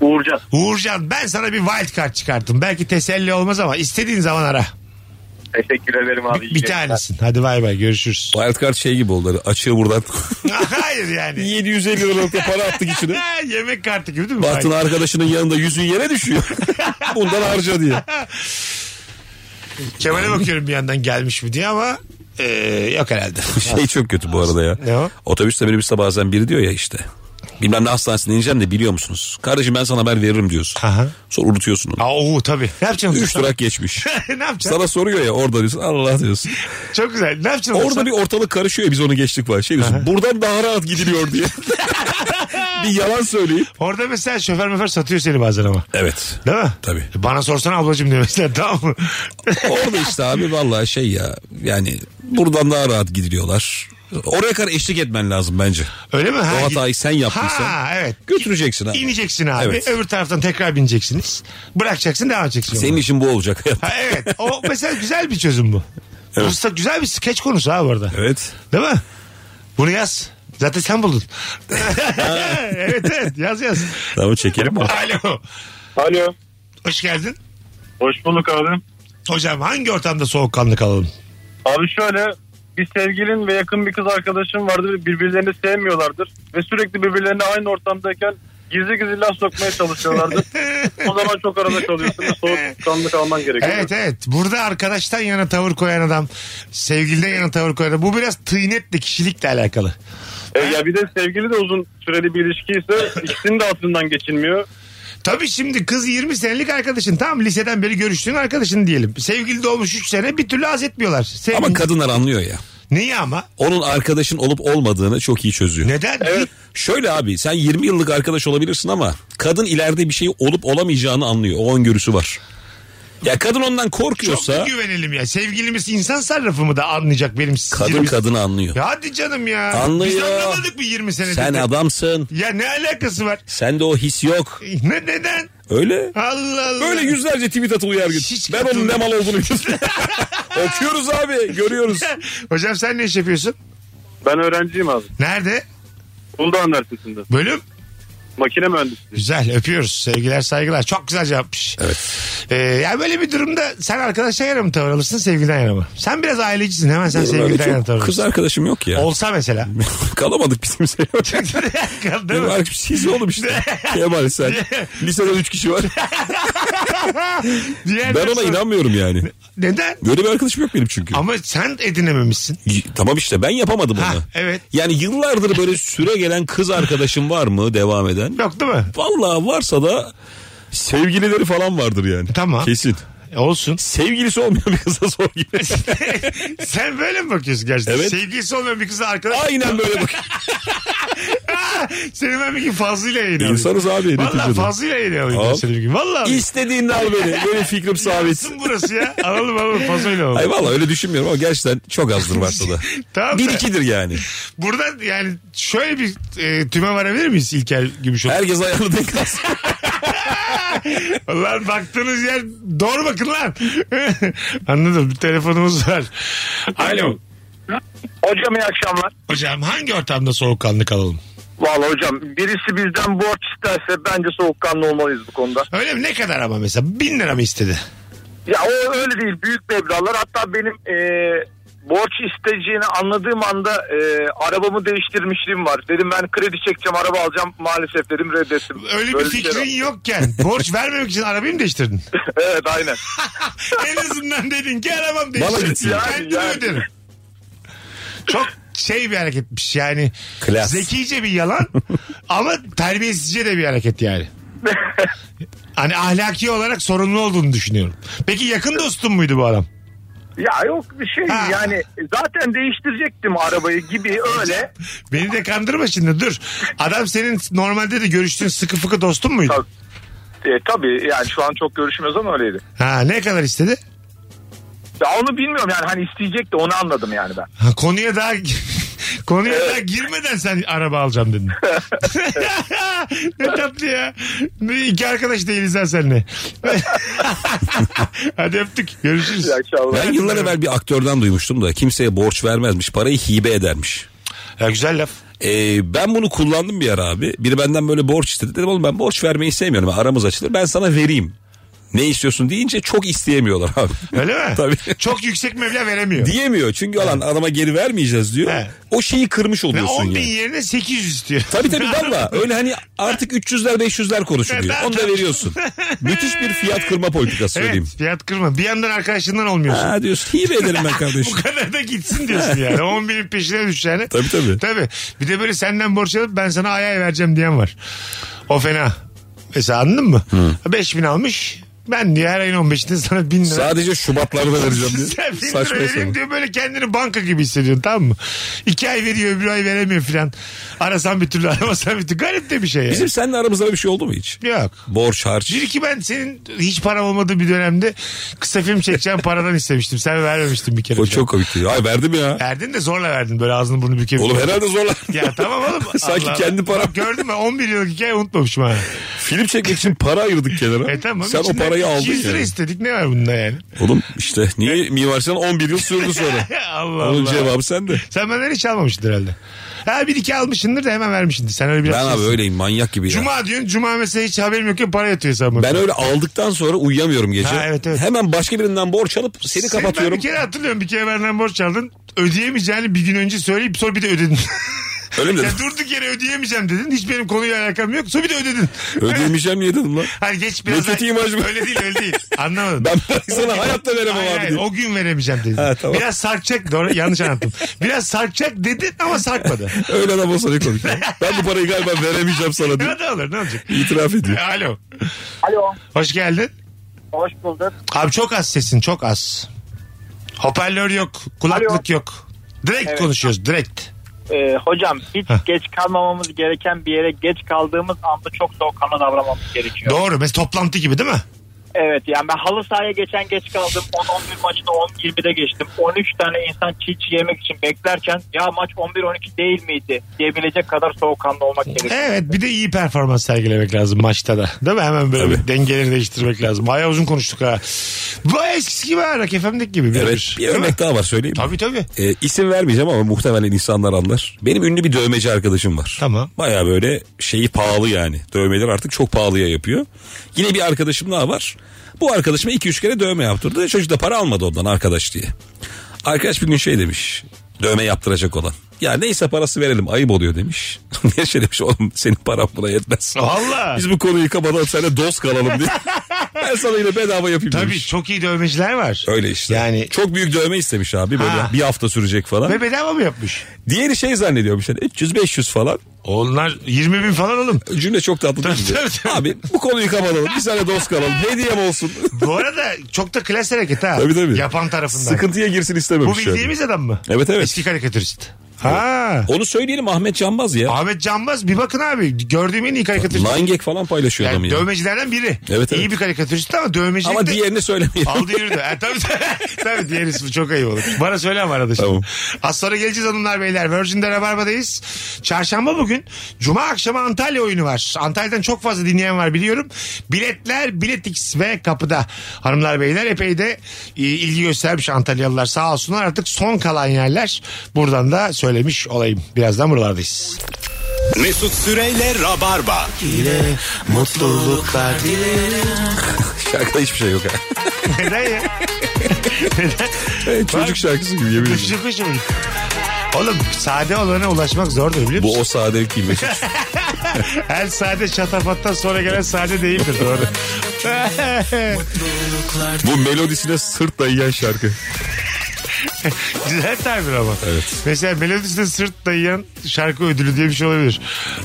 Speaker 7: Uğurcan.
Speaker 3: Uğurcan ben sana bir wild card çıkarttım. Belki teselli olmaz ama istediğin zaman ara.
Speaker 7: Teşekkür ederim abi.
Speaker 3: Bir tanesin. Hadi bay bay görüşürüz.
Speaker 5: Wildcard şey gibi oldu. hani Açığı buradan.
Speaker 3: Ah, Hayır yani.
Speaker 5: 750 liralık da para attık içine.
Speaker 3: Ha, Yemek kartı gibi değil mi?
Speaker 5: Baktın
Speaker 3: Vay.
Speaker 5: arkadaşının yanında yüzün yere düşüyor. Bundan harca diye.
Speaker 3: Kemal'e bakıyorum bir yandan gelmiş mi diye ama e, yok herhalde.
Speaker 5: Şey çok kötü bu arada ya.
Speaker 3: Ne o?
Speaker 5: Otobüste minibüste bazen biri diyor ya işte. Bilmem ne hastanesine ineceğim de biliyor musunuz? Kardeşim ben sana haber veririm diyorsun.
Speaker 3: Aha.
Speaker 5: Sonra unutuyorsun onu.
Speaker 3: Aa, oo, tabii. Ne yapacaksın?
Speaker 5: 3 durak geçmiş.
Speaker 3: ne yapacaksın?
Speaker 5: Sana soruyor ya orada diyorsun Allah diyorsun.
Speaker 3: Çok güzel. Ne yapacaksın?
Speaker 5: Orada bir ortalık karışıyor ya biz onu geçtik var. Şey diyorsun buradan daha rahat gidiliyor diye. bir yalan söyleyip.
Speaker 3: Orada mesela şoför möfer satıyor seni bazen ama.
Speaker 5: Evet.
Speaker 3: Değil mi?
Speaker 5: Tabii.
Speaker 3: Bana sorsana ablacığım diyor mesela tamam mı?
Speaker 5: Orada işte abi vallahi şey ya yani buradan daha rahat gidiliyorlar. Oraya kadar eşlik etmen lazım bence.
Speaker 3: Öyle mi?
Speaker 5: O hatayı
Speaker 3: git-
Speaker 5: sen yaptıysan
Speaker 3: Ha evet.
Speaker 5: götüreceksin abi.
Speaker 3: İneceksin abi.
Speaker 5: Evet.
Speaker 3: Öbür taraftan tekrar bineceksiniz. Bırakacaksın devam edeceksin.
Speaker 5: Senin için bu olacak hayat.
Speaker 3: Ha, evet. O mesela güzel bir çözüm bu.
Speaker 5: Evet.
Speaker 3: Usta güzel bir skeç konusu ha bu arada.
Speaker 5: Evet.
Speaker 3: Değil mi? Bunu yaz. Zaten sen buldun. evet evet yaz yaz.
Speaker 5: Tamam çekelim mi?
Speaker 3: Alo.
Speaker 7: Alo.
Speaker 3: Hoş geldin.
Speaker 7: Hoş bulduk abi.
Speaker 3: Hocam hangi ortamda soğukkanlı kalalım?
Speaker 7: Abi şöyle bir sevgilin ve yakın bir kız arkadaşın vardır ve birbirlerini sevmiyorlardır. Ve sürekli birbirlerini aynı ortamdayken gizli gizli laf sokmaya çalışıyorlardır. o zaman çok arada kalıyorsun ve soğuk kanlı alman gerekiyor.
Speaker 3: Evet evet. Burada arkadaştan yana tavır koyan adam, sevgiliden yana tavır koyan adam. Bu biraz tıynetle kişilikle alakalı.
Speaker 7: E, ya bir de sevgili de uzun süreli bir ilişki ise ikisinin de aklından geçilmiyor.
Speaker 3: Tabii şimdi kız 20 senelik arkadaşın tamam liseden beri görüştüğün arkadaşın diyelim. Sevgili de olmuş 3 sene bir türlü az etmiyorlar. Sevgili...
Speaker 5: Ama kadınlar anlıyor ya.
Speaker 3: Neyi ama?
Speaker 5: Onun arkadaşın olup olmadığını çok iyi çözüyor.
Speaker 3: Neden?
Speaker 5: Şöyle abi sen 20 yıllık arkadaş olabilirsin ama kadın ileride bir şey olup olamayacağını anlıyor. O öngörüsü var. Ya kadın ondan
Speaker 3: Çok
Speaker 5: korkuyorsa
Speaker 3: da güvenelim ya. Sevgilimiz insan sarrafı mı da anlayacak benim
Speaker 5: kadın
Speaker 3: sinirimi?
Speaker 5: kadını anlıyor.
Speaker 3: Ya hadi canım ya.
Speaker 5: Anlıyor.
Speaker 3: Biz anlamadık mı 20 senedir?
Speaker 5: Sen adamsın.
Speaker 3: Ya ne alakası var?
Speaker 5: Sende o his yok.
Speaker 3: Ne neden?
Speaker 5: Öyle.
Speaker 3: Allah Allah.
Speaker 5: Böyle yüzlerce tweet atılıyor her gün.
Speaker 3: Hiç
Speaker 5: ben onun ne
Speaker 3: katılmıyorum.
Speaker 5: mal olduğunu biliyorum. Okuyoruz abi görüyoruz.
Speaker 3: Hocam sen ne iş yapıyorsun?
Speaker 7: Ben öğrenciyim abi.
Speaker 3: Nerede?
Speaker 7: Uludağ Üniversitesi'nde.
Speaker 3: Bölüm?
Speaker 7: Makine mühendisliği.
Speaker 3: Güzel öpüyoruz. Sevgiler saygılar. Çok güzel cevapmış. Evet. Ee, yani böyle bir durumda sen arkadaşa yana mı tavır alırsın sevgiliden yana mı? Sen biraz ailecisin hemen sen
Speaker 5: Öyle
Speaker 3: sevgiliden yana
Speaker 5: çok
Speaker 3: tavır
Speaker 5: kız
Speaker 3: alırsın.
Speaker 5: arkadaşım yok ya.
Speaker 3: Olsa mesela.
Speaker 5: Kalamadık biz kimseye.
Speaker 3: Değil
Speaker 5: Benim
Speaker 3: mi?
Speaker 5: arkadaşım siz şey oğlum işte. Kemal sen. Liseden 3 kişi var. Ben
Speaker 3: Diğer bir
Speaker 5: ona
Speaker 3: soru-
Speaker 5: inanmıyorum yani.
Speaker 3: Neden?
Speaker 5: Böyle bir arkadaşım yok benim çünkü.
Speaker 3: Ama sen edinememişsin.
Speaker 5: Y- Tamam işte ben yapamadım
Speaker 3: Ha,
Speaker 5: onu.
Speaker 3: evet.
Speaker 5: Yani yıllardır böyle süre gelen kız arkadaşım var mı devam eden?
Speaker 3: Yok değil mi?
Speaker 5: Vallahi varsa da sevgilileri falan vardır yani.
Speaker 3: Tamam.
Speaker 5: Kesin.
Speaker 3: E, olsun.
Speaker 5: Sevgilisi olmayan bir kıza sor gibi.
Speaker 3: sen böyle mi bakıyorsun gerçekten?
Speaker 5: Evet.
Speaker 3: Sevgilisi olmayan bir kızla arkadaş.
Speaker 5: Aynen böyle bak.
Speaker 3: Seni ben bir gün fazlıyla yayınlayayım.
Speaker 5: İnsanız abi
Speaker 3: Valla
Speaker 5: neticede.
Speaker 3: fazlıyla yayınlayalım.
Speaker 5: Al.
Speaker 3: ben seni bir gün. Valla.
Speaker 5: İstediğini al beni. Benim fikrim sabit.
Speaker 3: Yansın burası ya. Alalım alalım fazlıyla
Speaker 5: Ay
Speaker 3: alalım.
Speaker 5: valla öyle düşünmüyorum ama gerçekten çok azdır varsa da.
Speaker 3: Tamam
Speaker 5: Bir
Speaker 3: da-
Speaker 5: ikidir yani.
Speaker 3: Buradan yani şöyle bir e, tüme varabilir miyiz İlker Gümüşoluk?
Speaker 5: Herkes ayağını denk alsın.
Speaker 3: Lan baktığınız yer doğru bakın lan. Anladım bir telefonumuz var. Alo.
Speaker 9: Hocam iyi akşamlar.
Speaker 3: Hocam hangi ortamda soğukkanlı kalalım?
Speaker 9: Valla hocam birisi bizden borç isterse bence soğukkanlı olmalıyız bu konuda.
Speaker 3: Öyle mi? Ne kadar ama mesela? Bin lira mı istedi?
Speaker 9: Ya o öyle değil büyük meblağlar hatta benim e, borç isteyeceğini anladığım anda e, arabamı değiştirmişliğim var. Dedim ben kredi çekeceğim araba alacağım maalesef dedim reddettim.
Speaker 3: Öyle bir
Speaker 9: Böyle şey
Speaker 3: fikrin
Speaker 9: şeyler-
Speaker 3: yokken borç vermemek için arabayı mı değiştirdin?
Speaker 9: Evet aynen.
Speaker 3: en azından dedin ki arabam değiştir.
Speaker 5: Bana gitsin.
Speaker 3: Kendim
Speaker 9: Yani, yani.
Speaker 3: öderim. Çok şey bir hareketmiş yani.
Speaker 5: Klas.
Speaker 3: Zekice bir yalan ama terbiyesizce de bir hareket yani. Hani ahlaki olarak sorunlu olduğunu düşünüyorum. Peki yakın dostun muydu bu adam?
Speaker 9: ya yok bir şey
Speaker 3: Ha.
Speaker 9: yani zaten değiştirecektim arabayı gibi öyle.
Speaker 3: Beni de kandırma şimdi dur. Adam senin normalde de görüştüğün sıkı fıkı dostun muydu?
Speaker 9: Tabii. E, tabii yani şu an çok görüşmüyoruz ama öyleydi.
Speaker 3: Ha ne kadar istedi?
Speaker 9: Ya onu bilmiyorum yani hani isteyecek de onu anladım yani ben.
Speaker 3: Ha, konuya daha konuya daha girmeden sen araba alacağım dedin. ne tatlı ya. Ne, iki arkadaş değiliz ha seninle. Hadi öptük. Görüşürüz.
Speaker 9: İyi akşamlar.
Speaker 5: Ben yıllar evvel bir aktörden duymuştum da kimseye borç vermezmiş. Parayı hibe edermiş.
Speaker 3: Ya güzel laf.
Speaker 5: Ee, ben bunu kullandım bir ara abi. Biri benden böyle borç istedi. Dedim oğlum ben borç vermeyi sevmiyorum. Aramız açılır. Ben sana vereyim. Ne istiyorsun deyince çok isteyemiyorlar abi.
Speaker 3: Öyle mi?
Speaker 5: Tabii.
Speaker 3: Çok yüksek meblağ veremiyor.
Speaker 5: Diyemiyor çünkü alan adama geri vermeyeceğiz diyor.
Speaker 3: He.
Speaker 5: O şeyi kırmış
Speaker 3: Ne,
Speaker 5: oluyorsun
Speaker 3: 10 bin
Speaker 5: yani.
Speaker 3: yerine 800 istiyor.
Speaker 5: Tabii tabii valla öyle hani artık 300'ler 500'ler konuşuluyor.
Speaker 3: Ben-
Speaker 5: Onu da veriyorsun. Müthiş bir fiyat kırma politikası söyleyeyim.
Speaker 3: Evet fiyat kırma. Bir yandan arkadaşından olmuyorsun.
Speaker 5: Ha diyorsun hibe ederim ben kardeşim.
Speaker 3: Bu kadar da gitsin diyorsun yani. 10 binin peşine düşeceğine.
Speaker 5: Tabii, tabii.
Speaker 3: Tabii. Bir de böyle senden borç alıp ben sana ay ay vereceğim diyen var. O fena. Mesela anladın mı? 5 bin almış. Ben diye her ayın 15'inde sana 1000 lira.
Speaker 5: Sadece Şubatlarda vereceğim diyor.
Speaker 3: Sen 1000 lira
Speaker 5: Saçma
Speaker 3: vereyim
Speaker 5: sapan.
Speaker 3: diyor böyle kendini banka gibi hissediyorsun tamam mı? 2 ay veriyor öbür ay veremiyor filan. Arasan bir türlü aramasan bir türlü. Garip de bir şey yani.
Speaker 5: Bizim seninle aramızda bir şey oldu mu hiç?
Speaker 3: Yok.
Speaker 5: Borç harç.
Speaker 3: Bir iki ben senin hiç param olmadığı bir dönemde kısa film çekeceğim paradan istemiştim. Sen vermemiştin bir kere.
Speaker 5: O çok komikti. Ay verdim ya.
Speaker 3: Verdin de zorla verdin böyle ağzını burnu bükebilirsin.
Speaker 5: Oğlum herhalde zorla.
Speaker 3: Ya tamam oğlum.
Speaker 5: Sanki
Speaker 3: Allah.
Speaker 5: kendi param.
Speaker 3: Gördün mü? 11 yıllık hikaye unutmamışım ha.
Speaker 5: Film çekmek için para ayırdık kenara.
Speaker 3: E tamam.
Speaker 5: Sen o
Speaker 3: içinden
Speaker 5: parayı aldın
Speaker 3: 200 lira
Speaker 5: yani.
Speaker 3: istedik ne var bunda yani?
Speaker 5: Oğlum işte niye Mimar Sinan 11 yıl sürdü sonra.
Speaker 3: Allah
Speaker 5: Onun
Speaker 3: Allah.
Speaker 5: cevabı sende.
Speaker 3: Sen benden hiç almamışsın herhalde. Ha bir iki almışsındır da hemen vermişsindir. Sen öyle biraz...
Speaker 5: Ben abi
Speaker 3: şeysin.
Speaker 5: öyleyim manyak gibi ya.
Speaker 3: Cuma diyorsun. Cuma mesela hiç haberim yok ya para yatıyor hesabıma.
Speaker 5: Ben öyle aldıktan sonra uyuyamıyorum gece.
Speaker 3: Ha, evet, evet.
Speaker 5: Hemen başka birinden borç alıp seni
Speaker 3: Seni
Speaker 5: kapatıyorum.
Speaker 3: ben bir kere hatırlıyorum. Bir kere benden borç aldın. Ödeyemeyeceğini bir gün önce söyleyip sonra bir de ödedin.
Speaker 5: Öyle mi
Speaker 3: Ya
Speaker 5: dedim?
Speaker 3: durduk yere ödeyemeyeceğim dedin. Hiç benim konuyla alakam yok. Sonra bir de ödedin.
Speaker 5: Ödeyemeyeceğim niye dedim lan?
Speaker 3: Hani geç biraz.
Speaker 5: Ne kötü imaj bu.
Speaker 3: Öyle değil öyle değil. Anlamadım.
Speaker 5: Ben parayı sana hayatta veremem
Speaker 3: Hayır,
Speaker 5: abi
Speaker 3: hayır,
Speaker 5: diye.
Speaker 3: O gün veremeyeceğim dedin.
Speaker 5: Ha, tamam.
Speaker 3: Biraz sarkacak. Doğru, yanlış anlattım. Biraz sarkacak dedin ama sarkmadı.
Speaker 5: Öyle adam olsa ne komik. Ben bu parayı galiba veremeyeceğim sana diye.
Speaker 3: ne de olur ne olacak?
Speaker 5: İtiraf ediyor.
Speaker 3: Alo.
Speaker 8: Alo.
Speaker 3: Hoş geldin.
Speaker 8: Hoş bulduk.
Speaker 3: Abi çok az sesin çok az. Hoparlör yok. Kulaklık yok. Direkt konuşuyoruz direkt.
Speaker 10: Ee, hocam hiç
Speaker 3: Heh.
Speaker 10: geç kalmamamız gereken bir yere geç kaldığımız anda çok soğukkanlı davranmamız gerekiyor.
Speaker 3: Doğru. Mesela toplantı gibi değil mi?
Speaker 10: Evet yani ben halı sahaya geçen geç kaldım. 10-11 maçını 10-20'de geçtim. 13 tane insan çiğ çiğ yemek için beklerken ya maç 11-12 değil miydi diyebilecek kadar soğukkanlı olmak gerekiyor.
Speaker 3: Evet bir de iyi performans sergilemek lazım maçta da. Değil mi? Hemen böyle bir dengeleri değiştirmek lazım. Bayağı uzun konuştuk ha. Bu eskisi gibi ha. Rock FM'deki gibi.
Speaker 5: Evet
Speaker 3: birebir.
Speaker 5: bir
Speaker 3: Değil mi?
Speaker 5: örnek daha var söyleyeyim. mi?
Speaker 3: Tabii tabii.
Speaker 5: E, isim vermeyeceğim ama muhtemelen Hani insanlar anlar. Benim ünlü bir dövmeci arkadaşım var.
Speaker 3: Tamam.
Speaker 5: Baya böyle şeyi pahalı yani. Dövmeler artık çok pahalıya yapıyor. Yine bir arkadaşım daha var. Bu arkadaşıma 2-3 kere dövme yaptırdı. Çocuk da para almadı ondan arkadaş diye. Arkadaş bir gün şey demiş. Dövme yaptıracak olan. Ya neyse parası verelim ayıp oluyor demiş. Niye şey demiş oğlum senin paran buna yetmez.
Speaker 3: Valla.
Speaker 5: Biz bu konuyu kapatalım seninle dost kalalım diye. ben sana yine bedava yapayım
Speaker 3: Tabii
Speaker 5: demiş.
Speaker 3: çok iyi dövmeciler var.
Speaker 5: Öyle işte.
Speaker 3: Yani-
Speaker 5: Yani çok büyük dövme istemiş abi böyle
Speaker 3: Ha.
Speaker 5: bir hafta sürecek falan.
Speaker 3: Ve bedava mı yapmış?
Speaker 5: Diğeri şey zannediyormuş hani 300-500 falan.
Speaker 3: Onlar 20 bin falan oğlum.
Speaker 5: Cümle çok tatlı değil
Speaker 3: Tabii,
Speaker 5: mi?
Speaker 3: tabii, tabii.
Speaker 5: Abi bu konuyu kapatalım. Bir sene dost kalalım. Hediyem olsun.
Speaker 3: Bu arada çok da klas hareket ha.
Speaker 5: tabii tabii.
Speaker 3: Yapan tarafından.
Speaker 5: Sıkıntıya girsin
Speaker 3: Bu
Speaker 5: istememiş.
Speaker 3: bildiğimiz adam mı?
Speaker 5: Evet, evet.
Speaker 3: Eski karikatürist. Ha.
Speaker 5: yani. Onu söyleyelim Ahmet Canbaz ya.
Speaker 3: Ahmet Canbaz bir bakın abi. Gördüğüm en iyi karikatürist.
Speaker 5: Langek falan paylaşıyor
Speaker 3: Yani
Speaker 5: adamı ya.
Speaker 3: dövmecilerden biri.
Speaker 5: Evet,
Speaker 3: İyi
Speaker 5: evet.
Speaker 3: bir karikatürist ama dövmecilik
Speaker 5: Ama
Speaker 3: de...
Speaker 5: diğerini söylemeyelim.
Speaker 3: Aldı yürüdü. Ha, E, tabii, tabii diğer ismi çok ayıp olur. Bana söyle ama arada şimdi.
Speaker 5: Tamam.
Speaker 3: Az sonra geleceğiz hanımlar beyler. Virgin'de Rabarba'dayız. Çarşamba bugün. Cuma akşamı Antalya oyunu var. Antalya'dan çok fazla dinleyen var biliyorum. Biletler Biletix ve kapıda. Hanımlar beyler epey de e, ilgi göstermiş Antalyalılar sağ olsunlar. Artık son kalan yerler. Buradan da söylemiş olayım. Birazdan buralardayız.
Speaker 2: Mesut Süreyle Rabarba.
Speaker 11: Mutluluklar
Speaker 5: Şarkıda hiçbir şey yok. ha.
Speaker 3: Neden ya?
Speaker 5: Evet, Çocuk şarkısı gibi yemin ediyorum.
Speaker 3: Kuşu kuşu. Oğlum sade olana ulaşmak zordur biliyor musun?
Speaker 5: Bu o sade kim?
Speaker 3: El sade şatafattan sonra gelen sade değildir doğru.
Speaker 5: Bu melodisine sırt dayayan şarkı.
Speaker 3: Güzel tabir ama.
Speaker 5: Evet.
Speaker 3: Mesela melodisine sırt dayayan şarkı ödülü diye bir şey olabilir.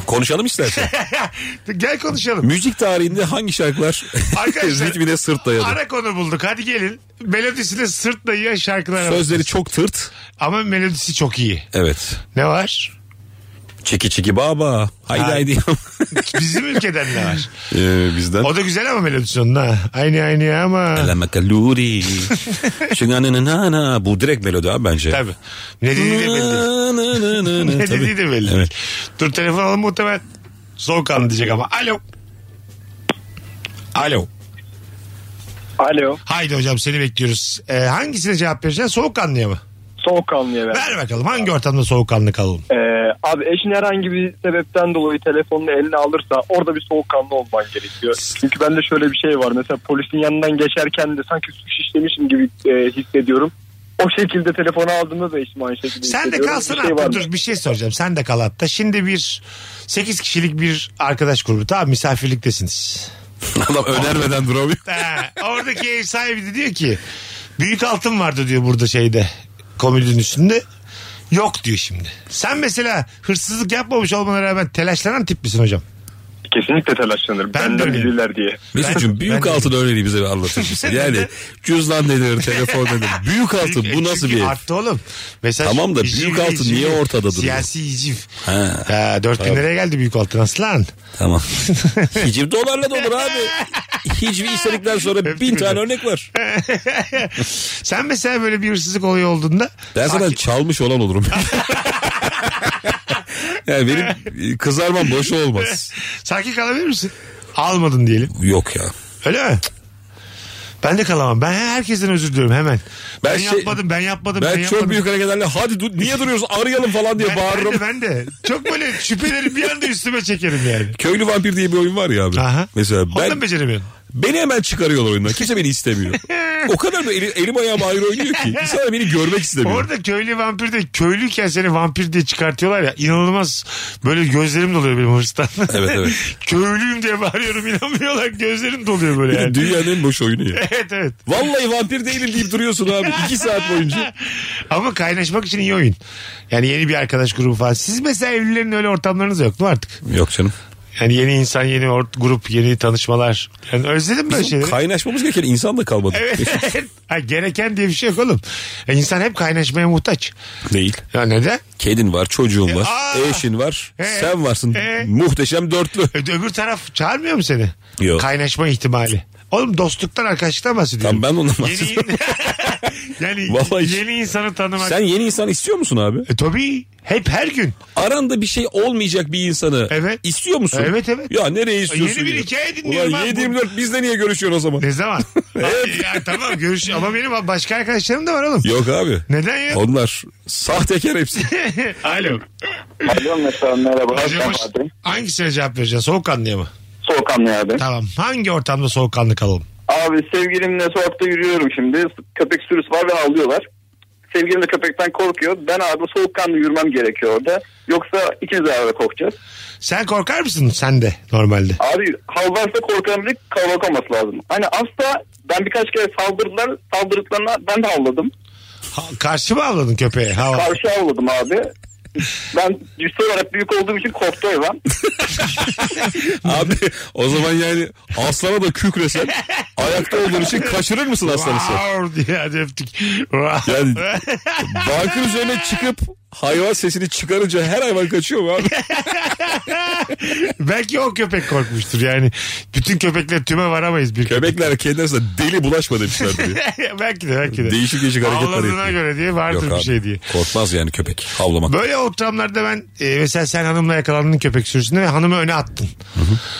Speaker 5: Konuşalım istersen.
Speaker 3: Gel konuşalım.
Speaker 5: Müzik tarihinde hangi şarkılar
Speaker 3: Arkadaşlar-
Speaker 5: ritmine sırt dayadı?
Speaker 3: Ara konu bulduk hadi gelin. Melodisine sırt dayayan şarkılar var.
Speaker 5: Sözleri çok tırt.
Speaker 3: Ama melodisi çok iyi.
Speaker 5: Evet.
Speaker 3: Ne var?
Speaker 5: Çeki çeki baba. Haydi
Speaker 3: Ha.
Speaker 5: haydi.
Speaker 3: Bizim ülkeden ne var?
Speaker 5: ee, bizden.
Speaker 3: O da güzel ama melodisi onun ha. Aynı aynı ama.
Speaker 5: La makaluri. Şınganını na na. Bu direkt melodi abi bence.
Speaker 3: Tabii. Ne dediği de belli.
Speaker 5: Na na na na na.
Speaker 3: Ne
Speaker 5: Tabii.
Speaker 3: dediği de belli.
Speaker 5: Evet.
Speaker 3: Dur telefon alalım muhtemelen. Soğukkanlı diyecek ama. Alo. Alo.
Speaker 9: Alo.
Speaker 3: Haydi hocam seni bekliyoruz. Ee, hangisine cevap vereceksin? Soğukkanlıya mı?
Speaker 9: Soğukkanlıya ver.
Speaker 3: Ver bakalım hangi ortamda soğukkanlı kalalım?
Speaker 9: Ee, abi eşin herhangi bir sebepten dolayı telefonunu eline alırsa orada bir soğukkanlı olman gerekiyor. Çünkü bende şöyle bir şey var. Mesela polisin yanından geçerken de sanki suç işlemişim gibi e, hissediyorum. O şekilde telefonu aldığımda da eşim aynı şekilde
Speaker 3: Sen de
Speaker 9: hissediyorum.
Speaker 3: kalsın
Speaker 9: Bir şey var
Speaker 3: hatta
Speaker 9: mı?
Speaker 3: dur bir şey soracağım. Sen de kal hatta. Şimdi bir 8 kişilik bir arkadaş grubu tamam misafirliktesiniz.
Speaker 5: Adam önermeden duramıyor.
Speaker 3: Ha, oradaki ev sahibi de diyor ki büyük altın vardı diyor burada şeyde komodinin üstünde. Yok diyor şimdi. Sen mesela hırsızlık yapmamış olmana rağmen telaşlanan tip misin hocam?
Speaker 9: Kesinlikle telaşlanırım.
Speaker 3: Ben de
Speaker 9: Benden
Speaker 3: öyleyim.
Speaker 9: bilirler diye.
Speaker 5: Mesut'cum büyük
Speaker 3: ben-
Speaker 5: altın örneğini bize bir anlatır mısın? Yani cüzdan nedir, telefon nedir? Büyük altın bu
Speaker 3: Çünkü-
Speaker 5: nasıl
Speaker 3: e, çünkü
Speaker 5: bir
Speaker 3: Arttı oğlum. Mesela
Speaker 5: Tamam da
Speaker 3: hiciv,
Speaker 5: büyük altın
Speaker 3: hiciv,
Speaker 5: niye ortada duruyor?
Speaker 3: Siyasi hiciv.
Speaker 5: Ha.
Speaker 3: Ha, 4 bin liraya geldi büyük altın aslan.
Speaker 5: Tamam. Hiciv dolarla dolur abi. Hicvi istedikten sonra bin tane örnek var.
Speaker 3: Sen mesela böyle bir hırsızlık olayı olduğunda
Speaker 5: Ben zaten
Speaker 3: Fark-
Speaker 5: çalmış olan olurum. yani benim e, kızarmam boşu olmaz.
Speaker 3: sakin kalabilir misin? Almadın diyelim.
Speaker 5: Yok ya.
Speaker 3: Öyle mi? Ben de kalamam. Ben herkesten özür diliyorum hemen. Ben,
Speaker 5: Ben şey-
Speaker 3: yapmadım, ben yapmadım, ben,
Speaker 5: Ben çok
Speaker 3: yapmadım.
Speaker 5: büyük hareketlerle hadi dur, niye duruyoruz arayalım falan diye
Speaker 3: ben, ben
Speaker 5: bağırırım.
Speaker 3: de, ben de. Çok böyle şüpheleri bir anda üstüme çekerim yani.
Speaker 5: Köylü vampir diye bir oyun var ya abi.
Speaker 3: Aha.
Speaker 5: Mesela
Speaker 3: Onu da
Speaker 5: ben
Speaker 3: mı beceremiyorsun?
Speaker 5: Beni hemen çıkarıyorlar oyundan. Kimse beni istemiyor. O kadar da eli- elim ayağım ayrı oynuyor ki. İnsanlar beni görmek istemiyor.
Speaker 3: Orada köylü vampir de köylüyken seni vampir diye çıkartıyorlar ya inanılmaz böyle gözlerim doluyor benim hırstan.
Speaker 5: Evet, evet.
Speaker 3: Köylüyüm diye bağırıyorum inanmıyorlar gözlerim doluyor
Speaker 5: Bir
Speaker 3: böyle
Speaker 5: de
Speaker 3: yani.
Speaker 5: Dünyanın en boş oyunu ya.
Speaker 3: evet evet.
Speaker 5: Vallahi vampir değilim deyip duruyorsun abi. iki saat boyunca.
Speaker 3: Ama kaynaşmak için iyi oyun. Yani yeni bir arkadaş grubu falan. Siz mesela evlilerin öyle ortamlarınız yok mu artık?
Speaker 5: Yok canım.
Speaker 3: Yani yeni insan, yeni ort- grup, yeni tanışmalar. Yani özledim böyle şeyleri.
Speaker 5: Kaynaşmamız gereken insan da kalmadı.
Speaker 3: Evet. ha, gereken diye bir şey yok oğlum. insan hep kaynaşmaya muhtaç.
Speaker 5: Değil.
Speaker 3: Ya neden? E,
Speaker 5: Kedin var, çocuğun var,
Speaker 3: aa.
Speaker 5: eşin var,
Speaker 3: E,
Speaker 5: sen varsın.
Speaker 3: e.
Speaker 5: Muhteşem dörtlü.
Speaker 3: Ö- Öbür taraf çağırmıyor mu seni?
Speaker 5: Yok.
Speaker 3: Kaynaşma ihtimali. Oğlum dostluktan arkadaşlıktan bahsediyorum.
Speaker 5: Tam ben ondan
Speaker 3: Yeni,
Speaker 5: bahsediyorum.
Speaker 3: yani
Speaker 5: Vallahi hiç-
Speaker 3: yeni insanı tanımak.
Speaker 5: Sen yeni insan istiyor musun abi?
Speaker 3: E, tabii hep her gün.
Speaker 5: Aranda bir şey olmayacak bir insanı
Speaker 3: Evet.
Speaker 5: istiyor musun?
Speaker 3: Evet, evet. E,
Speaker 5: Ya nereye istiyorsun?
Speaker 3: Yeni bir
Speaker 5: ya?
Speaker 3: hikaye dinliyorum
Speaker 5: Ulan
Speaker 3: abi.
Speaker 5: 7-24 bizle niye görüşüyorsun o zaman?
Speaker 3: Ne zaman? Ay, ya, tamam görüş ama benim başka arkadaşlarım da var oğlum.
Speaker 5: Yok abi.
Speaker 3: Neden ya?
Speaker 5: Onlar sahtekar hepsi.
Speaker 3: Alo.
Speaker 9: Alo mesela merhaba.
Speaker 3: Hocam hoş- hangisine cevap vereceğiz? Soğukkanlıya mı?
Speaker 9: Soğukanlı abi.
Speaker 3: Tamam. Hangi ortamda soğukkanlı kalalım?
Speaker 9: Abi sevgilimle sokakta yürüyorum şimdi. Köpek sürüsü var ve havlıyorlar. Sevgilim de köpekten korkuyor. Ben abi soğukkanlı yürümem gerekiyor orada. Yoksa ikimiz beraber korkacağız.
Speaker 3: Sen korkar mısın? Sen de normalde.
Speaker 9: Abi hav varsa korkan biri kavga olması lazım. Hani asla ben birkaç kere saldırdılar. Saldırdıklarına ben de havladım.
Speaker 3: Ha, karşı mı avladın köpeğe? Ha,
Speaker 9: Karşı havladım abi. Ben cüssel olarak büyük olduğum için korktu hayvan.
Speaker 5: abi o zaman yani aslana da kükresen ayakta olduğun için kaçırır mısın aslanı sen?
Speaker 3: Wow diye hadi öptük. Wow.
Speaker 5: Yani bankın üzerine çıkıp hayvan sesini çıkarınca her hayvan kaçıyor mu abi?
Speaker 3: Belki o köpek korkmuştur yani. Bütün köpekler tüme varamayız bir
Speaker 5: Köpekler kendi arasında deli bulaşma demişler diyor.
Speaker 3: belki de belki de.
Speaker 5: Değişik değişik hareketler
Speaker 3: Avladığına
Speaker 5: yapıyor.
Speaker 3: göre diye vardır bir
Speaker 5: abi,
Speaker 3: şey diye.
Speaker 5: Korkmaz yani köpek havlamak.
Speaker 3: Böyle ortamlarda ben e, mesela sen hanımla yakalandın köpek sürüsünde ve hanımı öne attın.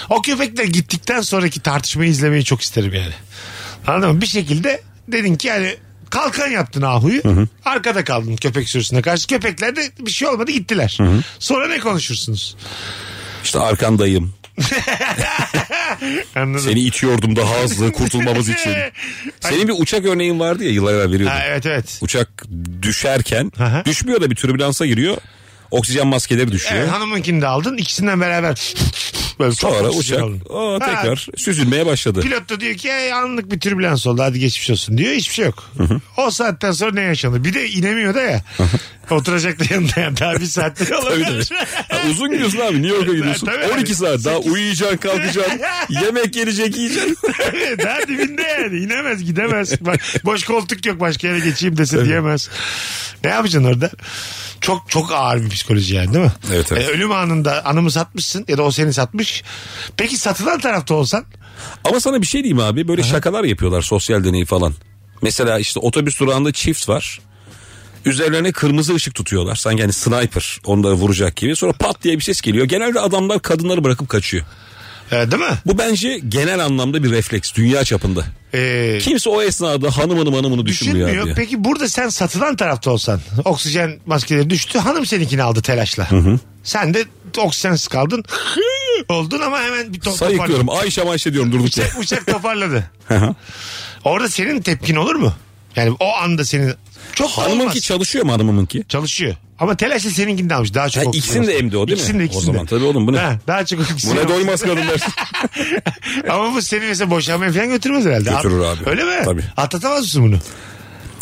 Speaker 3: O köpekler gittikten sonraki tartışmayı izlemeyi çok isterim yani. Anladın mı? Bir şekilde dedin ki yani kalkan yaptın ahuyu. Arkada kaldın köpek sürüsüne karşı. Köpekler de bir şey olmadı gittiler. Sonra ne konuşursunuz?
Speaker 5: İşte arkandayım.
Speaker 3: Anladım.
Speaker 5: Seni itiyordum daha hızlı kurtulmamız için. Senin bir uçak örneğin vardı ya yıllar evvel veriyordun.
Speaker 3: Ha, evet evet.
Speaker 5: Uçak düşerken
Speaker 3: Aha.
Speaker 5: düşmüyor da bir türbülansa giriyor. Oksijen maskeleri düşüyor.
Speaker 3: Evet, hanımınkini de aldın. ikisinden beraber böyle çok
Speaker 5: Sonra
Speaker 3: oksijen
Speaker 5: uçak
Speaker 3: aldın.
Speaker 5: aa,
Speaker 3: Ha,
Speaker 5: tekrar süzülmeye başladı.
Speaker 3: Pilot da diyor ki "Ey, anlık bir türbülans oldu hadi geçmiş olsun diyor hiçbir şey yok. O saatten sonra ne yaşanır? Bir de inemiyor da ya. Oturacak da yanında ya. Daha bir saatte olabilir.
Speaker 5: Ha, uzun gidiyorsun abi New York'a gidiyorsun.
Speaker 3: Ha, tabii abi.
Speaker 5: 12 saat daha uyuyacaksın kalkacaksın. yemek gelecek yiyeceksin.
Speaker 3: Daha dibinde yani. İnemez gidemez. Bak, boş koltuk yok başka yere geçeyim dese diyemez. Ne yapacaksın orada? Çok çok ağır bir psikoloji yani değil mi?
Speaker 5: Evet, evet.
Speaker 3: Yani ölüm anında anımı satmışsın ya da o seni satmış. Peki satılan tarafta olsan?
Speaker 5: Ama sana bir şey diyeyim abi böyle şakalar yapıyorlar sosyal deney falan. Mesela işte otobüs durağında çift var. Üzerlerine kırmızı ışık tutuyorlar. Sanki hani sniper onları vuracak gibi. Sonra pat diye bir ses geliyor. Genelde adamlar kadınları bırakıp kaçıyor.
Speaker 3: e, değil mi?
Speaker 5: Bu bence genel anlamda bir refleks dünya çapında.
Speaker 3: Ee,
Speaker 5: Kimse o esnada hanım hanım hanımını düşünmüyor,
Speaker 3: Düşünmüyor.
Speaker 5: abi. ya.
Speaker 3: Peki burada sen satılan tarafta olsan oksijen maskeleri düştü hanım seninkini aldı telaşla. Sen de oksijensiz kaldın oldun ama hemen bir to- toparladın.
Speaker 5: Sayıklıyorum Ayşe Ayşe diyorum durdukça.
Speaker 3: Uçak, uçak toparladı. Orada senin tepkin olur mu? Yani o anda senin çok da olmaz.
Speaker 5: Hanımınki çalışıyor mu hanımınınki?
Speaker 3: çalışıyor. Ama telaşla seninkini de almış. Daha çok
Speaker 5: Ha,
Speaker 3: oksijen
Speaker 5: ikisini de
Speaker 3: almış.
Speaker 5: emdi o değil mi?
Speaker 3: İkisini de
Speaker 5: O
Speaker 3: ikisini
Speaker 5: zaman
Speaker 3: de.
Speaker 5: tabii oğlum, bu ne?
Speaker 3: Ha, daha çok
Speaker 5: Bu
Speaker 3: oksijen
Speaker 5: ne
Speaker 3: almış.
Speaker 5: doymaz kadınlar.
Speaker 3: Ama bu seni mesela boşanmaya falan götürmez herhalde.
Speaker 5: Götürür abi.
Speaker 3: Öyle mi?
Speaker 5: Tabii.
Speaker 3: Atlatamaz mısın bunu?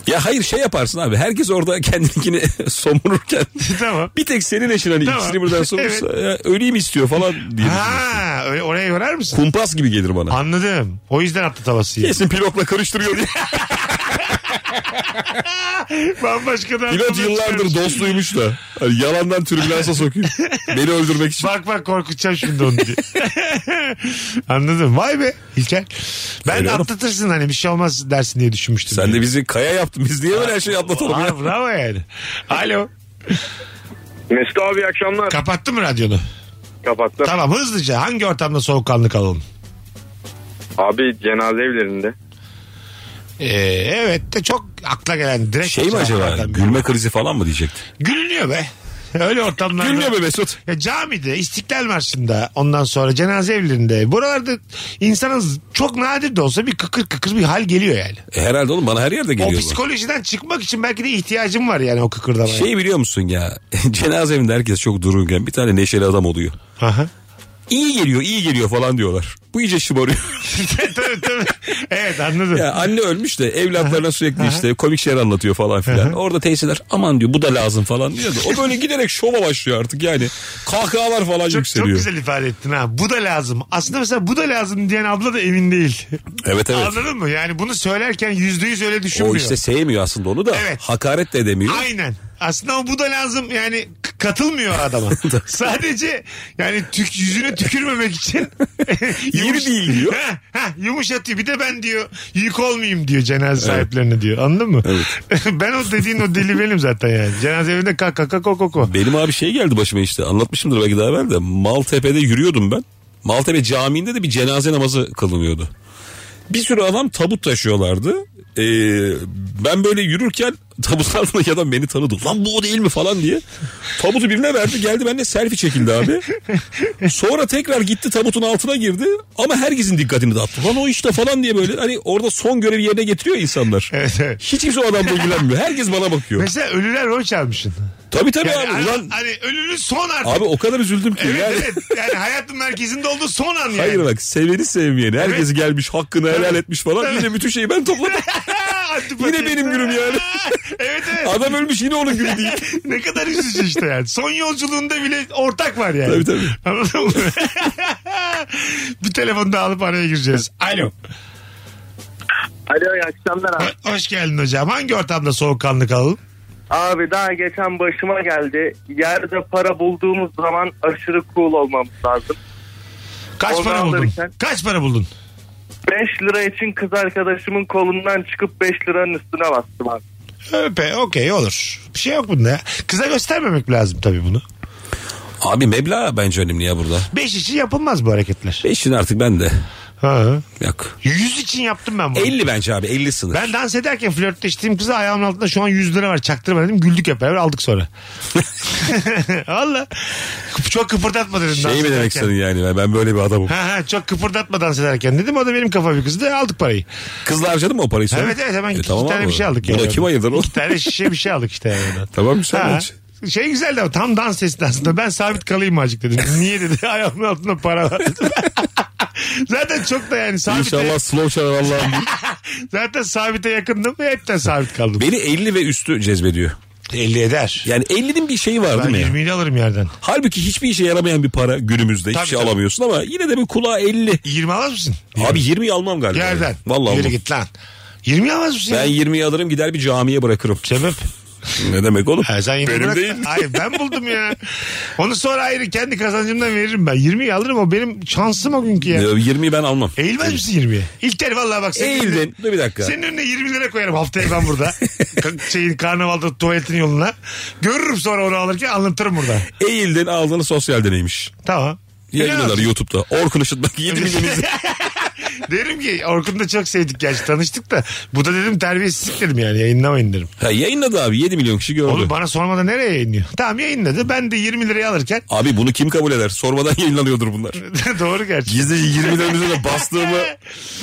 Speaker 5: ya hayır şey yaparsın abi. Herkes orada kendininkini somururken.
Speaker 3: Tamam.
Speaker 5: Bir tek senin eşin hani
Speaker 3: Tamam.
Speaker 5: ikisini buradan sorursa ya, öleyim istiyor falan diye. düşünüyorum.
Speaker 3: Ha, öyle, oraya yorar mısın?
Speaker 5: Kumpas gibi gelir bana.
Speaker 3: Anladım. O yüzden atlatamazsın. yani.
Speaker 5: Kesin pilotla karıştırıyor diye.
Speaker 3: Bambaşka da
Speaker 5: Pilot yıllardır dostluymuş da. Hani yalandan türbülansa sokuyor. Beni öldürmek için.
Speaker 3: Bak bak korkutacağım şimdi onu diye. Anladım. Vay be İlker. Ben
Speaker 5: Öyle
Speaker 3: de
Speaker 5: oğlum.
Speaker 3: atlatırsın hani bir şey olmaz dersin diye düşünmüştüm.
Speaker 5: Sen de bizi kaya yaptın. Biz niye böyle her şeyi atlatalım ya?
Speaker 3: Aa, bravo yani. Alo.
Speaker 7: Mesut abi iyi akşamlar.
Speaker 3: Kapattın mı radyonu?
Speaker 7: Kapattım.
Speaker 3: Tamam hızlıca hangi ortamda soğukkanlı kalalım?
Speaker 7: Abi cenaze evlerinde.
Speaker 3: Ee, evet de çok akla gelen direkt
Speaker 5: Şey mi acaba?
Speaker 3: cevaplardan biri.
Speaker 5: Gülme krizi falan mı diyecekti?
Speaker 3: Gülünüyor be. Öyle ortamlarda.
Speaker 5: Gülmüyor be Mesut.
Speaker 3: Ya camide, İstiklal Marşı'nda ondan sonra cenaze evlerinde. Buralarda insanın çok nadir de olsa bir kıkır kıkır bir hal geliyor yani.
Speaker 5: E, herhalde oğlum bana her yerde
Speaker 3: o
Speaker 5: geliyor bu.
Speaker 3: psikolojiden çıkmak için belki de ihtiyacım var yani o kıkırdamaya.
Speaker 5: Şey biliyor musun ya cenaze evinde herkes çok dururken bir tane neşeli adam oluyor.
Speaker 3: Aha.
Speaker 5: İyi geliyor iyi geliyor falan diyorlar. Bu iyice şımarıyor.
Speaker 3: tabii tabii. Evet anladım.
Speaker 5: ya anne ölmüş de evlatlarına sürekli işte komik şeyler anlatıyor falan filan. Orada teyzeler aman diyor bu da lazım falan diyor da o böyle giderek şova başlıyor artık yani. Kahkahalar falan
Speaker 3: Çok, çok
Speaker 5: yükseliyor.
Speaker 3: güzel ifade ettin ha. Bu da lazım. Aslında mesela bu da lazım diyen abla da emin değil.
Speaker 5: Evet evet.
Speaker 3: Anladın mı? Yani bunu söylerken yüzde yüz öyle
Speaker 5: O
Speaker 3: düşünmüyor.
Speaker 5: işte sevmiyor aslında onu da
Speaker 3: Evet.
Speaker 5: hakaret de edemiyor.
Speaker 3: Aynen. Aslında o bu da lazım yani k- katılmıyor adama. Sadece yani tük, yüzüne tükürmemek için
Speaker 5: Yeri değil diyor.
Speaker 3: Ha, ha, yumuşatıyor. Bir de ben diyor yük olmayayım diyor cenaze sahiplerine diyor. Anladın mı? ben o dediğin o deli benim zaten yani. Cenaze evinde kaka kaka koko koko.
Speaker 5: Benim abi şey geldi başıma işte anlatmışımdır belki daha evvel de Maltepe'de yürüyordum ben. Maltepe Camii'nde de bir cenaze namazı kılınıyordu. Bir sürü adam tabut taşıyorlardı. Ee, ben böyle yürürken tabut altındaki adam beni tanıdı. Lan bu o değil mi falan diye. Tabutu birine verdi geldi benimle selfie çekildi abi. Sonra tekrar gitti tabutun altına girdi. Ama herkesin dikkatini dağıttı. Lan o işte falan diye böyle hani orada son görevi yerine getiriyor insanlar.
Speaker 3: Evet, evet.
Speaker 5: Hiç kimse o adamla ilgilenmiyor. Herkes bana bakıyor.
Speaker 3: Mesela ölüler rol çalmışsın.
Speaker 5: Tabii tabii
Speaker 3: Yani
Speaker 5: abi.
Speaker 3: hani,
Speaker 5: Ulan,
Speaker 3: hani ölünün son artık.
Speaker 5: abi o kadar üzüldüm ki.
Speaker 3: evet,
Speaker 5: yani.
Speaker 3: evet. Yani hayatın merkezinde olduğu son an yani.
Speaker 5: Hayır bak seveni sevmeyeni herkes gelmiş hakkını helal etmiş falan yine bütün şeyi ben topladım.
Speaker 3: Antipati.
Speaker 5: Yine benim günüm yani.
Speaker 3: evet evet.
Speaker 5: Adam ölmüş yine onun günü değil.
Speaker 3: ne kadar üzücü işte yani. Son yolculuğunda bile ortak var yani.
Speaker 5: Tabii, tabii.
Speaker 3: Anladın mı? bir telefon daha alıp araya gireceğiz. Alo.
Speaker 9: Alo iyi akşamlar abi.
Speaker 3: Ho- Hoş geldin hocam. Hangi ortamda soğukkanlı kalalım?
Speaker 9: Abi daha geçen başıma geldi. Yerde para bulduğumuz zaman aşırı cool olmamız lazım.
Speaker 3: Kaç
Speaker 9: Onu
Speaker 3: para buldun?
Speaker 9: alırken-
Speaker 3: Kaç para buldun?
Speaker 9: 5 lira için kız arkadaşımın kolundan çıkıp 5 liranın üstüne bastım abi.
Speaker 3: Öpe, okey olur. Bir şey yok bunda ya. Kıza göstermemek lazım tabii bunu.
Speaker 5: Abi meblağ bence önemli ya burada.
Speaker 3: Beş için yapılmaz bu hareketler.
Speaker 5: Beşin artık ben de.
Speaker 3: Ha.
Speaker 5: Yok.
Speaker 3: Yüz için yaptım ben bunu.
Speaker 5: 50 bence abi 50 sınır.
Speaker 3: Ben dans ederken flörtleştiğim kıza ayağımın altında şu an 100 lira var çaktırma dedim güldük hep beraber aldık sonra. Valla. Çok kıpırdatma dedim
Speaker 5: şey
Speaker 3: dans
Speaker 5: mi demek
Speaker 3: ederken.
Speaker 5: istedin yani ben- ben böyle bir adamım.
Speaker 3: Ha ha çok kıpırdatma dans ederken dedim o da benim kafa bir kızdı aldık parayı.
Speaker 5: Kızla harcadın mı o parayı sen?
Speaker 3: Evet evet hemen
Speaker 5: E,
Speaker 3: iki
Speaker 5: tamam
Speaker 3: tane
Speaker 5: abi.
Speaker 3: bir şey aldık.
Speaker 5: Buna
Speaker 3: yani.
Speaker 5: kim ayırdı oğlum?
Speaker 3: İki tane şişe bir şey aldık işte yani. oradan.
Speaker 5: Tamam güzel
Speaker 3: Ha.
Speaker 5: bence.
Speaker 3: Şey güzeldi ama tam dans sesinde aslında ben sabit kalayım azıcık dedim. Niye dedi ayağımın altında para var dedim. Zaten çok da yani sabite,
Speaker 5: İnşallah slow çalar Allah'ım.
Speaker 3: zaten sabite yakındım ve hepten sabit kaldım.
Speaker 5: Beni 50 ve üstü cezbediyor.
Speaker 3: 50 eder.
Speaker 5: Yani 50'nin bir şeyi var
Speaker 3: Ben
Speaker 5: değil mi? ya?
Speaker 3: 20'yi de alırım yerden.
Speaker 5: Halbuki hiçbir işe yaramayan bir para günümüzde.
Speaker 3: Tabii,
Speaker 5: Hiçbir şey
Speaker 3: tabii.
Speaker 5: alamıyorsun ama yine de bir kulağa 50.
Speaker 3: 20 alır mısın?
Speaker 5: Abi 20'yi almam galiba.
Speaker 3: Yerden.
Speaker 5: Vallahi
Speaker 3: Yürü
Speaker 5: almam.
Speaker 3: git lan. 20 almaz mısın?
Speaker 5: Ben
Speaker 3: ya?
Speaker 5: 20'yi alırım gider bir camiye bırakırım.
Speaker 3: Sebep?
Speaker 5: ne demek oğlum?
Speaker 3: Ha, sen yine
Speaker 5: Benim
Speaker 3: bırak-
Speaker 5: değil.
Speaker 3: Hayır ben buldum ya. Onu sonra ayrı kendi kazancımdan veririm ben. 20'yi alırım o benim şansım o günkü ya.
Speaker 5: Ya, 20'yi Ee, ben almam.
Speaker 3: Eğilmez misin 20'ye? İlker vallahi bak senin
Speaker 5: Eğildin.
Speaker 3: önüne-
Speaker 5: Dur bir dakika.
Speaker 3: Senin önüne 20 lira koyarım haftaya ben burada. Ka- şeyin karnavalda tuvaletin yoluna. Görürüm sonra onu alırken anlatırım burada.
Speaker 5: Eğildin aldığını sosyal deneymiş.
Speaker 3: Tamam.
Speaker 5: Yayınlar
Speaker 3: Biliyor musun?
Speaker 5: YouTube'da. Orkun Işıtmak 7 milyon izle-
Speaker 3: şey. Derim ki Orkun'u da çok sevdik gerçi tanıştık da. Bu da dedim terbiyesizlik dedim yani yayınlamayın derim.
Speaker 5: Ha, yayınladı abi 7 milyon kişi gördü.
Speaker 3: Oğlum bana sormadan nereye yayınlıyor? Tamam yayınladı. Ben de 20 liraya alırken
Speaker 5: Abi bunu kim kabul eder? Sormadan yayınlanıyordur bunlar.
Speaker 3: doğru gerçi.
Speaker 5: Gizlice 20 liranın üzerine bastığımı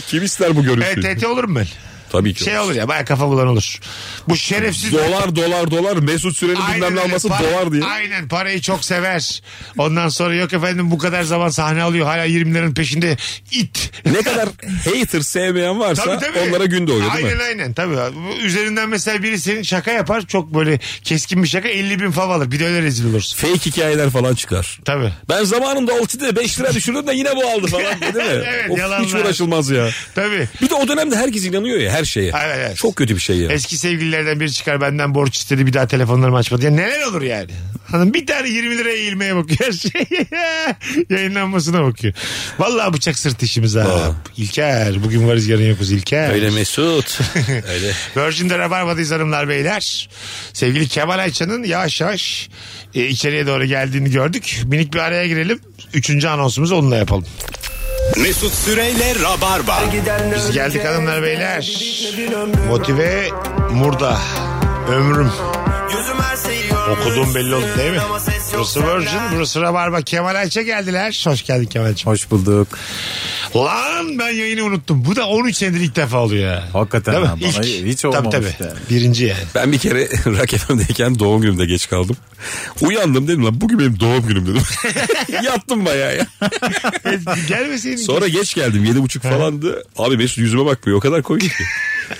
Speaker 5: kim ister bu görüntüyü?
Speaker 3: Evet TT olurum ben.
Speaker 5: Tabii ki.
Speaker 3: Şey olur ya baya kafa bulan olur. Bu şerefsiz...
Speaker 5: dolar dolar dolar Mesut Süren'in
Speaker 3: Aynen
Speaker 5: bilmem ne
Speaker 3: öyle.
Speaker 5: alması
Speaker 3: Para-
Speaker 5: dolar diye.
Speaker 3: Aynen parayı çok sever. Ondan sonra yok efendim bu kadar zaman sahne alıyor hala 20'lerin peşinde it.
Speaker 5: Ne kadar hater sevmeyen varsa
Speaker 3: Tabii, tabii.
Speaker 5: onlara gün doğuyor değil
Speaker 3: aynen,
Speaker 5: mi?
Speaker 3: Aynen tabii. Bu Üzerinden mesela biri senin şaka yapar çok böyle keskin bir şaka 50 bin fav alır bir de öyle rezil olursun.
Speaker 5: Fake hikayeler falan çıkar.
Speaker 3: Tabii.
Speaker 5: Ben zamanında altıda 5 lira düşürdüm de yine bu aldı falan dedi mi?
Speaker 3: Evet,
Speaker 5: Of, hiç
Speaker 3: yalanlar.
Speaker 5: uğraşılmaz ya.
Speaker 3: Tabii.
Speaker 5: Bir de o dönemde herkes inanıyor ya her şeye.
Speaker 3: Evet, evet.
Speaker 5: Çok kötü bir şey ya.
Speaker 3: Eski sevgililerden biri çıkar benden borç istedi bir daha telefonlarımı açmadı. Ya neler olur yani? Hanım bir tane 20 liraya eğilmeye bakıyor her şey. Yayınlanmasına bakıyor. Vallahi bıçak sırt işimiz ha. İlker bugün varız yarın yokuz İlker.
Speaker 5: Öyle Mesut. Öyle.
Speaker 3: Virgin'de Rabarba'dayız hanımlar beyler. Sevgili Kemal Ayça'nın yavaş yavaş e, içeriye doğru geldiğini gördük. Minik bir araya girelim. Üçüncü anonsumuzu onunla yapalım.
Speaker 2: Mesut Süreyle Rabarba.
Speaker 3: Biz geldik hanımlar beyler. Motive Murda. Ömrüm.
Speaker 11: Gözüm her şeyi gör-
Speaker 3: Okuduğum belli oldu değil mi? Burası Virgin, burası Rabarba. Kemal Ayça geldiler. Hoş geldin Kemal'ciğim.
Speaker 11: Hoş bulduk.
Speaker 3: Lan ben yayını unuttum. Bu da 13 senedir ilk defa oluyor. ya.
Speaker 11: Hakikaten
Speaker 3: Değil mi?
Speaker 11: ha, bana hiç
Speaker 3: Tabii,
Speaker 11: olmamıştı.
Speaker 3: tabii. Birinci yani.
Speaker 5: Ben bir kere Rock FM'deyken doğum günümde geç kaldım. Uyandım dedim lan bugün benim doğum günüm dedim. Yattım bayağı ya.
Speaker 3: Gelmeseydin.
Speaker 5: Sonra geç geldim yedi buçuk falandı. Abi Mesut yüzüme bakmıyor o kadar koyu ki.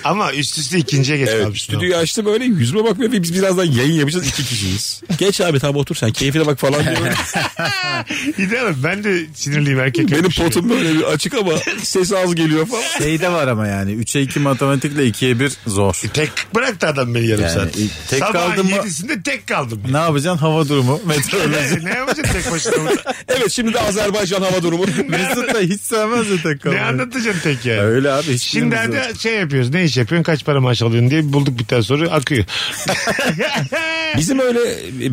Speaker 3: Ama üst üste ikinciye geç
Speaker 5: Evet
Speaker 3: kalmışsın.
Speaker 5: stüdyoyu açtım öyle yüzüme bakmıyor ve biz birazdan yayın yapacağız iki kişiyiz. Geç abi tamam otur sen keyfine bak falan diyor.
Speaker 3: İdeal ben de sinirliyim şey erkek.
Speaker 5: Benim
Speaker 3: yapmış gibi.
Speaker 5: potum böyle bir açık ama ses az geliyor falan.
Speaker 11: Şey de var ama yani 3'e 2 matematikle 2'ye 1 zor.
Speaker 3: E, Tek bıraktı adam beni yarım
Speaker 11: Yani
Speaker 3: saat.
Speaker 11: ilk- tek
Speaker 3: Sabah
Speaker 11: kaldım mı-
Speaker 3: yedisinde tek kaldım.
Speaker 11: Ne yapacaksın? Hava durumu, meteoroloji.
Speaker 3: ne yapacaksın tek başına? burada?
Speaker 5: Evet şimdi de Azerbaycan hava durumu.
Speaker 11: Mesut da hiç sevmez ya tek
Speaker 3: ne
Speaker 11: kalmayı.
Speaker 3: anlatacaksın tek yani?
Speaker 11: Öyle abi. Hiç
Speaker 3: Şimdi
Speaker 11: bilmiyoruz
Speaker 3: hadi şey yapıyoruz. Ne iş yapıyorsun? Kaç para maaş alıyorsun diye bulduk bir tane soru akıyor.
Speaker 5: Bizim öyle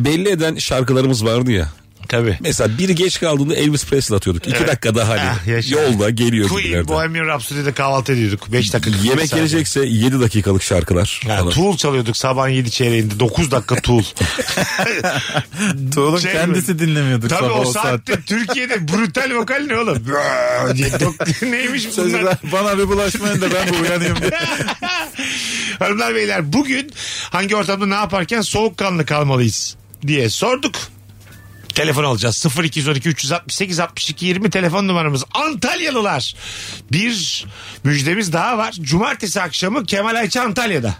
Speaker 5: belli eden şarkılarımız vardı ya.
Speaker 3: Tabii.
Speaker 5: Mesela biri geç kaldığında Elvis Presley atıyorduk. İki dakika daha
Speaker 3: Ah,
Speaker 5: hani.
Speaker 3: yaşa.
Speaker 5: Yolda geliyor
Speaker 3: Queen
Speaker 5: gibilerde.
Speaker 3: Bohemian Rhapsody'de kahvaltı ediyorduk. 5 dakika. kırk
Speaker 5: Yemek
Speaker 3: saniye.
Speaker 5: gelecekse 7 dakikalık şarkılar.
Speaker 3: Ha,
Speaker 5: falan.
Speaker 3: Tool çalıyorduk sabahın 7 çeyreğinde. 9 dakika Tool.
Speaker 11: Tuğla'nın
Speaker 3: Şey
Speaker 11: kendisi dinlemiyordu
Speaker 3: Tabii
Speaker 11: sabah
Speaker 3: o
Speaker 11: o
Speaker 3: saatte
Speaker 11: saatte.
Speaker 3: Türkiye'de brutal vokal ne oğlum? Brrr diye dok- Neymiş bunlar?
Speaker 11: Çocuklar bana bir bulaşmayın da ben bir uyanayım diye.
Speaker 3: Hanımlar beyler bugün hangi ortamda ne yaparken soğukkanlı kalmalıyız diye sorduk. Telefon alacağız. 0212 368 62 20 telefon numaramız. Antalyalılar. Bir müjdemiz daha var. Cumartesi akşamı Kemal Ayça Antalya'da.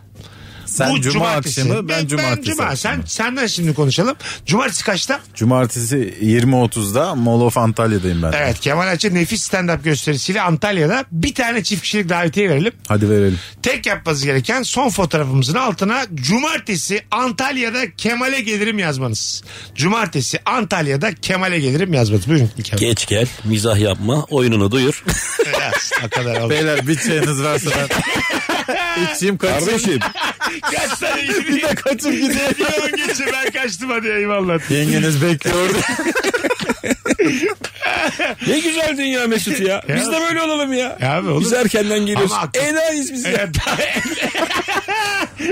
Speaker 11: Sen
Speaker 3: Bu
Speaker 11: cuma
Speaker 3: cumartesi.
Speaker 11: akşamı ben, cumartesi.
Speaker 3: cuma.
Speaker 11: akşamı.
Speaker 3: Sen, senden şimdi konuşalım. Cumartesi kaçta?
Speaker 11: Cumartesi 20.30'da Mall of Antalya'dayım ben.
Speaker 3: Evet Kemal Ayça nefis stand-up gösterisiyle Antalya'da bir tane çift kişilik davetiye verelim.
Speaker 11: Hadi verelim.
Speaker 3: Tek yapmanız gereken son fotoğrafımızın altına cumartesi Antalya'da Kemal'e gelirim yazmanız. Cumartesi Antalya'da Kemal'e gelirim yazmanız. Buyurun Kemal.
Speaker 5: Geç gel, mizah yapma, oyununu duyur.
Speaker 3: Yaz, o kadar oldu.
Speaker 11: Beyler bir çayınız varsa ben içeyim kaçayım.
Speaker 5: Kardeşim
Speaker 3: Kaç tane bir de
Speaker 11: kaçıp gideyim.
Speaker 3: Yoğun geçti ben kaçtım hadi eyvallah.
Speaker 11: Yengeniz bekliyordu.
Speaker 5: ne güzel dünya Mesut ya. Biz de böyle olalım ya.
Speaker 3: Ya abi olur.
Speaker 5: Biz erkenden geliyoruz.
Speaker 3: Ama haklı-
Speaker 5: Enayiz biz ya.
Speaker 3: Evet,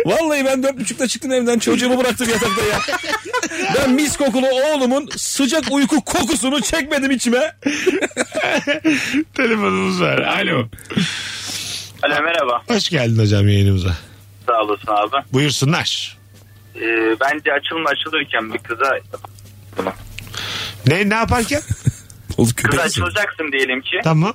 Speaker 5: Vallahi ben dört buçukta çıktım evden çocuğumu bıraktım yatakta ya. ben mis kokulu oğlumun sıcak uyku kokusunu çekmedim içime.
Speaker 3: telefonumuz var. Alo.
Speaker 9: Alo merhaba.
Speaker 3: Hoş geldin hocam yayınımıza.
Speaker 9: Sağ olasın abi.
Speaker 3: Buyursunlar.
Speaker 9: Ee, bence açılma açılırken bir kıza
Speaker 3: Ne ne yaparken?
Speaker 5: Oğlum köpek
Speaker 9: kıza
Speaker 5: misin?
Speaker 9: açılacaksın diyelim ki.
Speaker 3: tamam.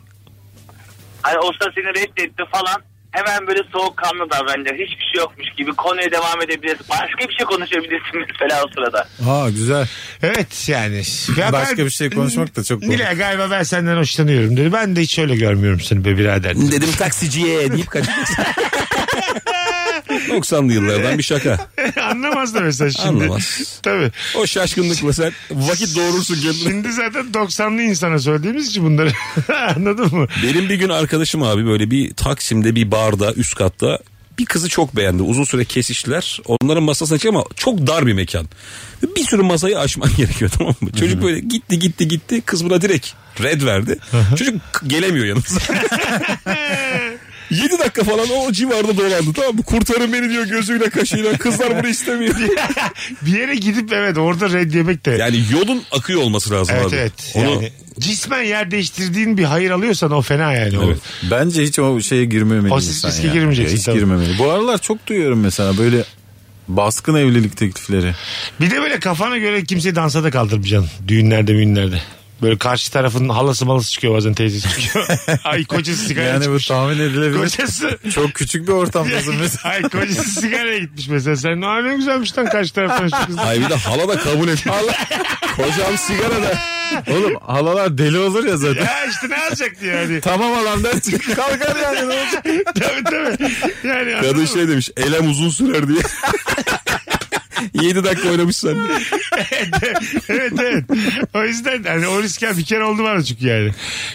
Speaker 9: Hani o da seni reddetti falan. Hemen böyle soğukkanlı davranacak. Hiçbir şey yokmuş gibi konuya devam edebilirsin. Başka bir şey konuşabilirsin mesela o sırada.
Speaker 11: Aa güzel.
Speaker 3: Evet yani. Ya
Speaker 11: Başka
Speaker 3: ben-
Speaker 11: bir şey konuşmak da çok komik.
Speaker 3: Nilay galiba ben senden hoşlanıyorum dedi. Ben de hiç öyle görmüyorum seni be birader. dedi.
Speaker 5: Dedim taksiciye deyip kaçacaksın. 90'lı yıllardan bir şaka.
Speaker 3: Anlamaz da mesela şimdi.
Speaker 5: Anlamaz.
Speaker 3: Tabii.
Speaker 5: O şaşkınlıkla sen vakit doğurursun kendine.
Speaker 3: Şimdi zaten 90'lı insana söylediğimiz için bunları anladın mı?
Speaker 5: Benim bir gün arkadaşım abi böyle bir Taksim'de bir barda üst katta bir kızı çok beğendi. Uzun süre kesiştiler. Onların masasına çıktı ama çok dar bir mekan. Bir sürü masayı aşman gerekiyor tamam mı? Çocuk böyle gitti gitti gitti. Kız buna direkt red verdi. Çocuk k- gelemiyor yanımıza. 7 dakika falan o civarda dolandı tamam mı? Kurtarın beni diyor gözüyle kaşıyla. Kızlar bunu istemiyor.
Speaker 3: Bir yere gidip evet orada red yemek de.
Speaker 5: yani yolun akıyor olması lazım
Speaker 3: evet
Speaker 5: abi.
Speaker 3: evet.
Speaker 5: Onu
Speaker 3: Yani cismen yer değiştirdiğin bir hayır alıyorsan o fena yani. O.
Speaker 5: Evet.
Speaker 11: Bence hiç o şeye girmemeli
Speaker 3: O
Speaker 11: insan
Speaker 3: siz riske
Speaker 11: ya.
Speaker 3: girmeyeceksin
Speaker 11: Hiç
Speaker 3: tabii.
Speaker 11: girmemeli. Bu aralar çok duyuyorum mesela böyle baskın evlilik teklifleri.
Speaker 3: Bir de böyle kafana göre kimseyi dansa da kaldırmayacaksın. Düğünlerde düğünlerde. Böyle karşı tarafın halası malası çıkıyor bazen teyze çıkıyor. Ay kocası sigara
Speaker 11: Yani bu
Speaker 3: çıkmış.
Speaker 11: tahmin edilebilir.
Speaker 3: Kocası
Speaker 11: Çok küçük bir ortamdasın mesela.
Speaker 3: Ay kocası sigaraya gitmiş mesela. Sen "Aa, ne güzelmiş lan karşı taraftan şu kız.
Speaker 5: Ay bir de hala da kabul et. Kocam sigara da.
Speaker 11: Oğlum halalar deli olur ya zaten.
Speaker 3: Ya işte ne alacak diyor yani.
Speaker 11: Tamam alandan çık. Kalkar yani ne olacak?
Speaker 3: tabii tabii. Yani anladın
Speaker 5: Kadın
Speaker 3: mı?
Speaker 5: şey demiş elem uzun sürer diye. 7 dakika oynamış sen. diye.
Speaker 3: evet evet. O yüzden hani o riske bir kere oldu bana çünkü yani.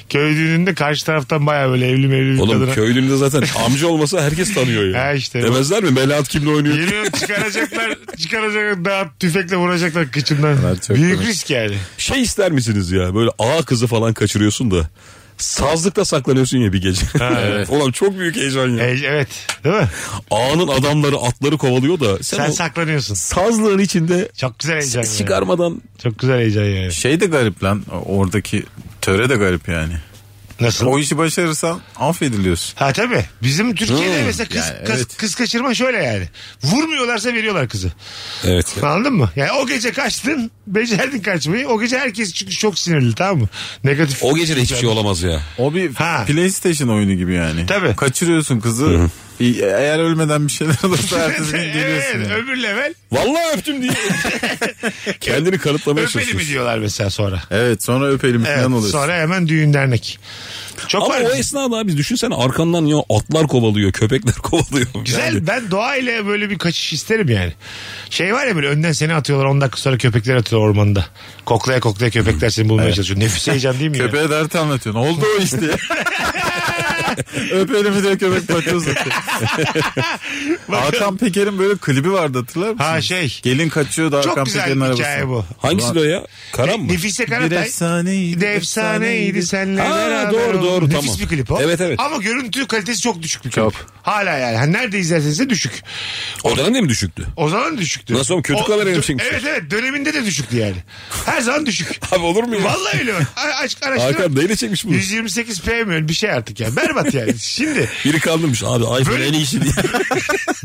Speaker 3: Köy düğününde karşı taraftan baya böyle evli mevli bir
Speaker 5: Oğlum
Speaker 3: kadına.
Speaker 5: köylünde zaten amca olmasa herkes tanıyor ya.
Speaker 3: Ha işte.
Speaker 5: Demezler mi Melahat kimle oynuyor?
Speaker 3: Yemin çıkaracaklar, çıkaracaklar daha tüfekle vuracaklar kıçından.
Speaker 11: Bunlar çok
Speaker 3: Büyük
Speaker 11: komik.
Speaker 3: risk yani.
Speaker 5: Şey ister misiniz ya böyle ağa kızı falan kaçırıyorsun da. Sazlıkta saklanıyorsun ya bir gece.
Speaker 3: Ha, evet.
Speaker 5: Ulan çok büyük heyecan ya.
Speaker 3: evet. Değil mi?
Speaker 5: Ağanın adamları atları kovalıyor da. Sen,
Speaker 3: Sen
Speaker 5: o
Speaker 3: saklanıyorsun.
Speaker 5: Sazlığın içinde
Speaker 3: Çok güzel heyecan.
Speaker 5: ses
Speaker 3: ya.
Speaker 5: çıkarmadan
Speaker 3: Çok güzel heyecan yani.
Speaker 11: Şey de garip lan oradaki töre de garip yani.
Speaker 3: Nasıl?
Speaker 11: O işi başarırsan affediliyorsun.
Speaker 3: Ha tabii. Bizim Türkiye'de
Speaker 11: Hmm,
Speaker 3: mesela kız,
Speaker 11: yani
Speaker 3: kız,
Speaker 11: evet.
Speaker 3: kız kaçırma şöyle yani. Vurmuyorlarsa veriyorlar kızı.
Speaker 5: Evet.
Speaker 3: Anladın mı? Yani o gece kaçtın, becerdin kaçmayı. O gece herkes çünkü çok sinirli tamam mı? Negatif.
Speaker 5: O gece de hiçbir şey olamaz ya.
Speaker 11: O bir
Speaker 3: Ha.
Speaker 11: PlayStation oyunu gibi yani.
Speaker 3: Tabii.
Speaker 11: Kaçırıyorsun kızı. E- Eğer ölmeden bir şeyler olursa ertesi gün
Speaker 3: evet,
Speaker 11: geliyorsun. yani.
Speaker 3: öbür level.
Speaker 5: Vallahi öptüm diye. Kendini kanıtlamaya
Speaker 3: Öpeli mi
Speaker 5: çalışıyorsun.
Speaker 3: diyorlar mesela sonra.
Speaker 11: Evet sonra öpelim
Speaker 3: Evet,
Speaker 11: falan oluyorsun.
Speaker 3: sonra hemen düğün dernek. Çok
Speaker 5: Ama
Speaker 3: var.
Speaker 5: o esnada abi düşünsene arkandan ya atlar kovalıyor, köpekler kovalıyor.
Speaker 3: Güzel
Speaker 5: Yani.
Speaker 3: ben doğayla böyle bir kaçış isterim yani. Şey var ya böyle önden seni atıyorlar 10 dakika sonra köpekler atıyor ormanda. Koklaya koklaya köpekler seni bulmaya çalışıyor. Nefis heyecan değil mi ya?
Speaker 11: Köpeğe dert anlatıyorsun. Oldu o işte. Öpelim diye köpek patlıyor zaten. Hakan Peker'in böyle klibi vardı hatırlar mısın?
Speaker 3: Ha şey.
Speaker 11: Gelin kaçıyordu Hakan
Speaker 3: Çok güzel
Speaker 11: Peker'in
Speaker 3: bir
Speaker 11: arabası.
Speaker 3: hikaye bu.
Speaker 5: Hangisi de o ya? Karan mı?
Speaker 3: Nefise
Speaker 11: Bir
Speaker 3: Karatay.
Speaker 11: efsaneydi.
Speaker 3: Bir de efsaneydi senle
Speaker 5: Ha,
Speaker 3: beraber
Speaker 5: doğru,
Speaker 3: olduk.
Speaker 5: doğru,
Speaker 3: Nefis
Speaker 5: tamam.
Speaker 3: bir klip o.
Speaker 5: Evet, evet.
Speaker 3: Ama görüntü kalitesi çok düşük bir klip.
Speaker 11: Çok.
Speaker 3: Hala yani. Hani nerede izlerseniz de düşük.
Speaker 5: O dönem de mi düşüktü?
Speaker 3: O zaman da düşüktü.
Speaker 5: Nasıl oğlum, kötü
Speaker 3: O-
Speaker 5: kamerayla mı
Speaker 3: dö-
Speaker 5: çekmişler?
Speaker 3: Evet evet döneminde de düşüktü yani. Her zaman düşük.
Speaker 5: Abi olur mu ya?
Speaker 3: Vallahi öyle bak. A- Açık araştırma.
Speaker 5: Hakan neyle çekmiş bunu?
Speaker 3: 128 p mi bir şey artık ya. Berbat yani. Şimdi
Speaker 5: Biri kandırmış abi iPhone
Speaker 3: Böyle-
Speaker 5: en iyisi diye.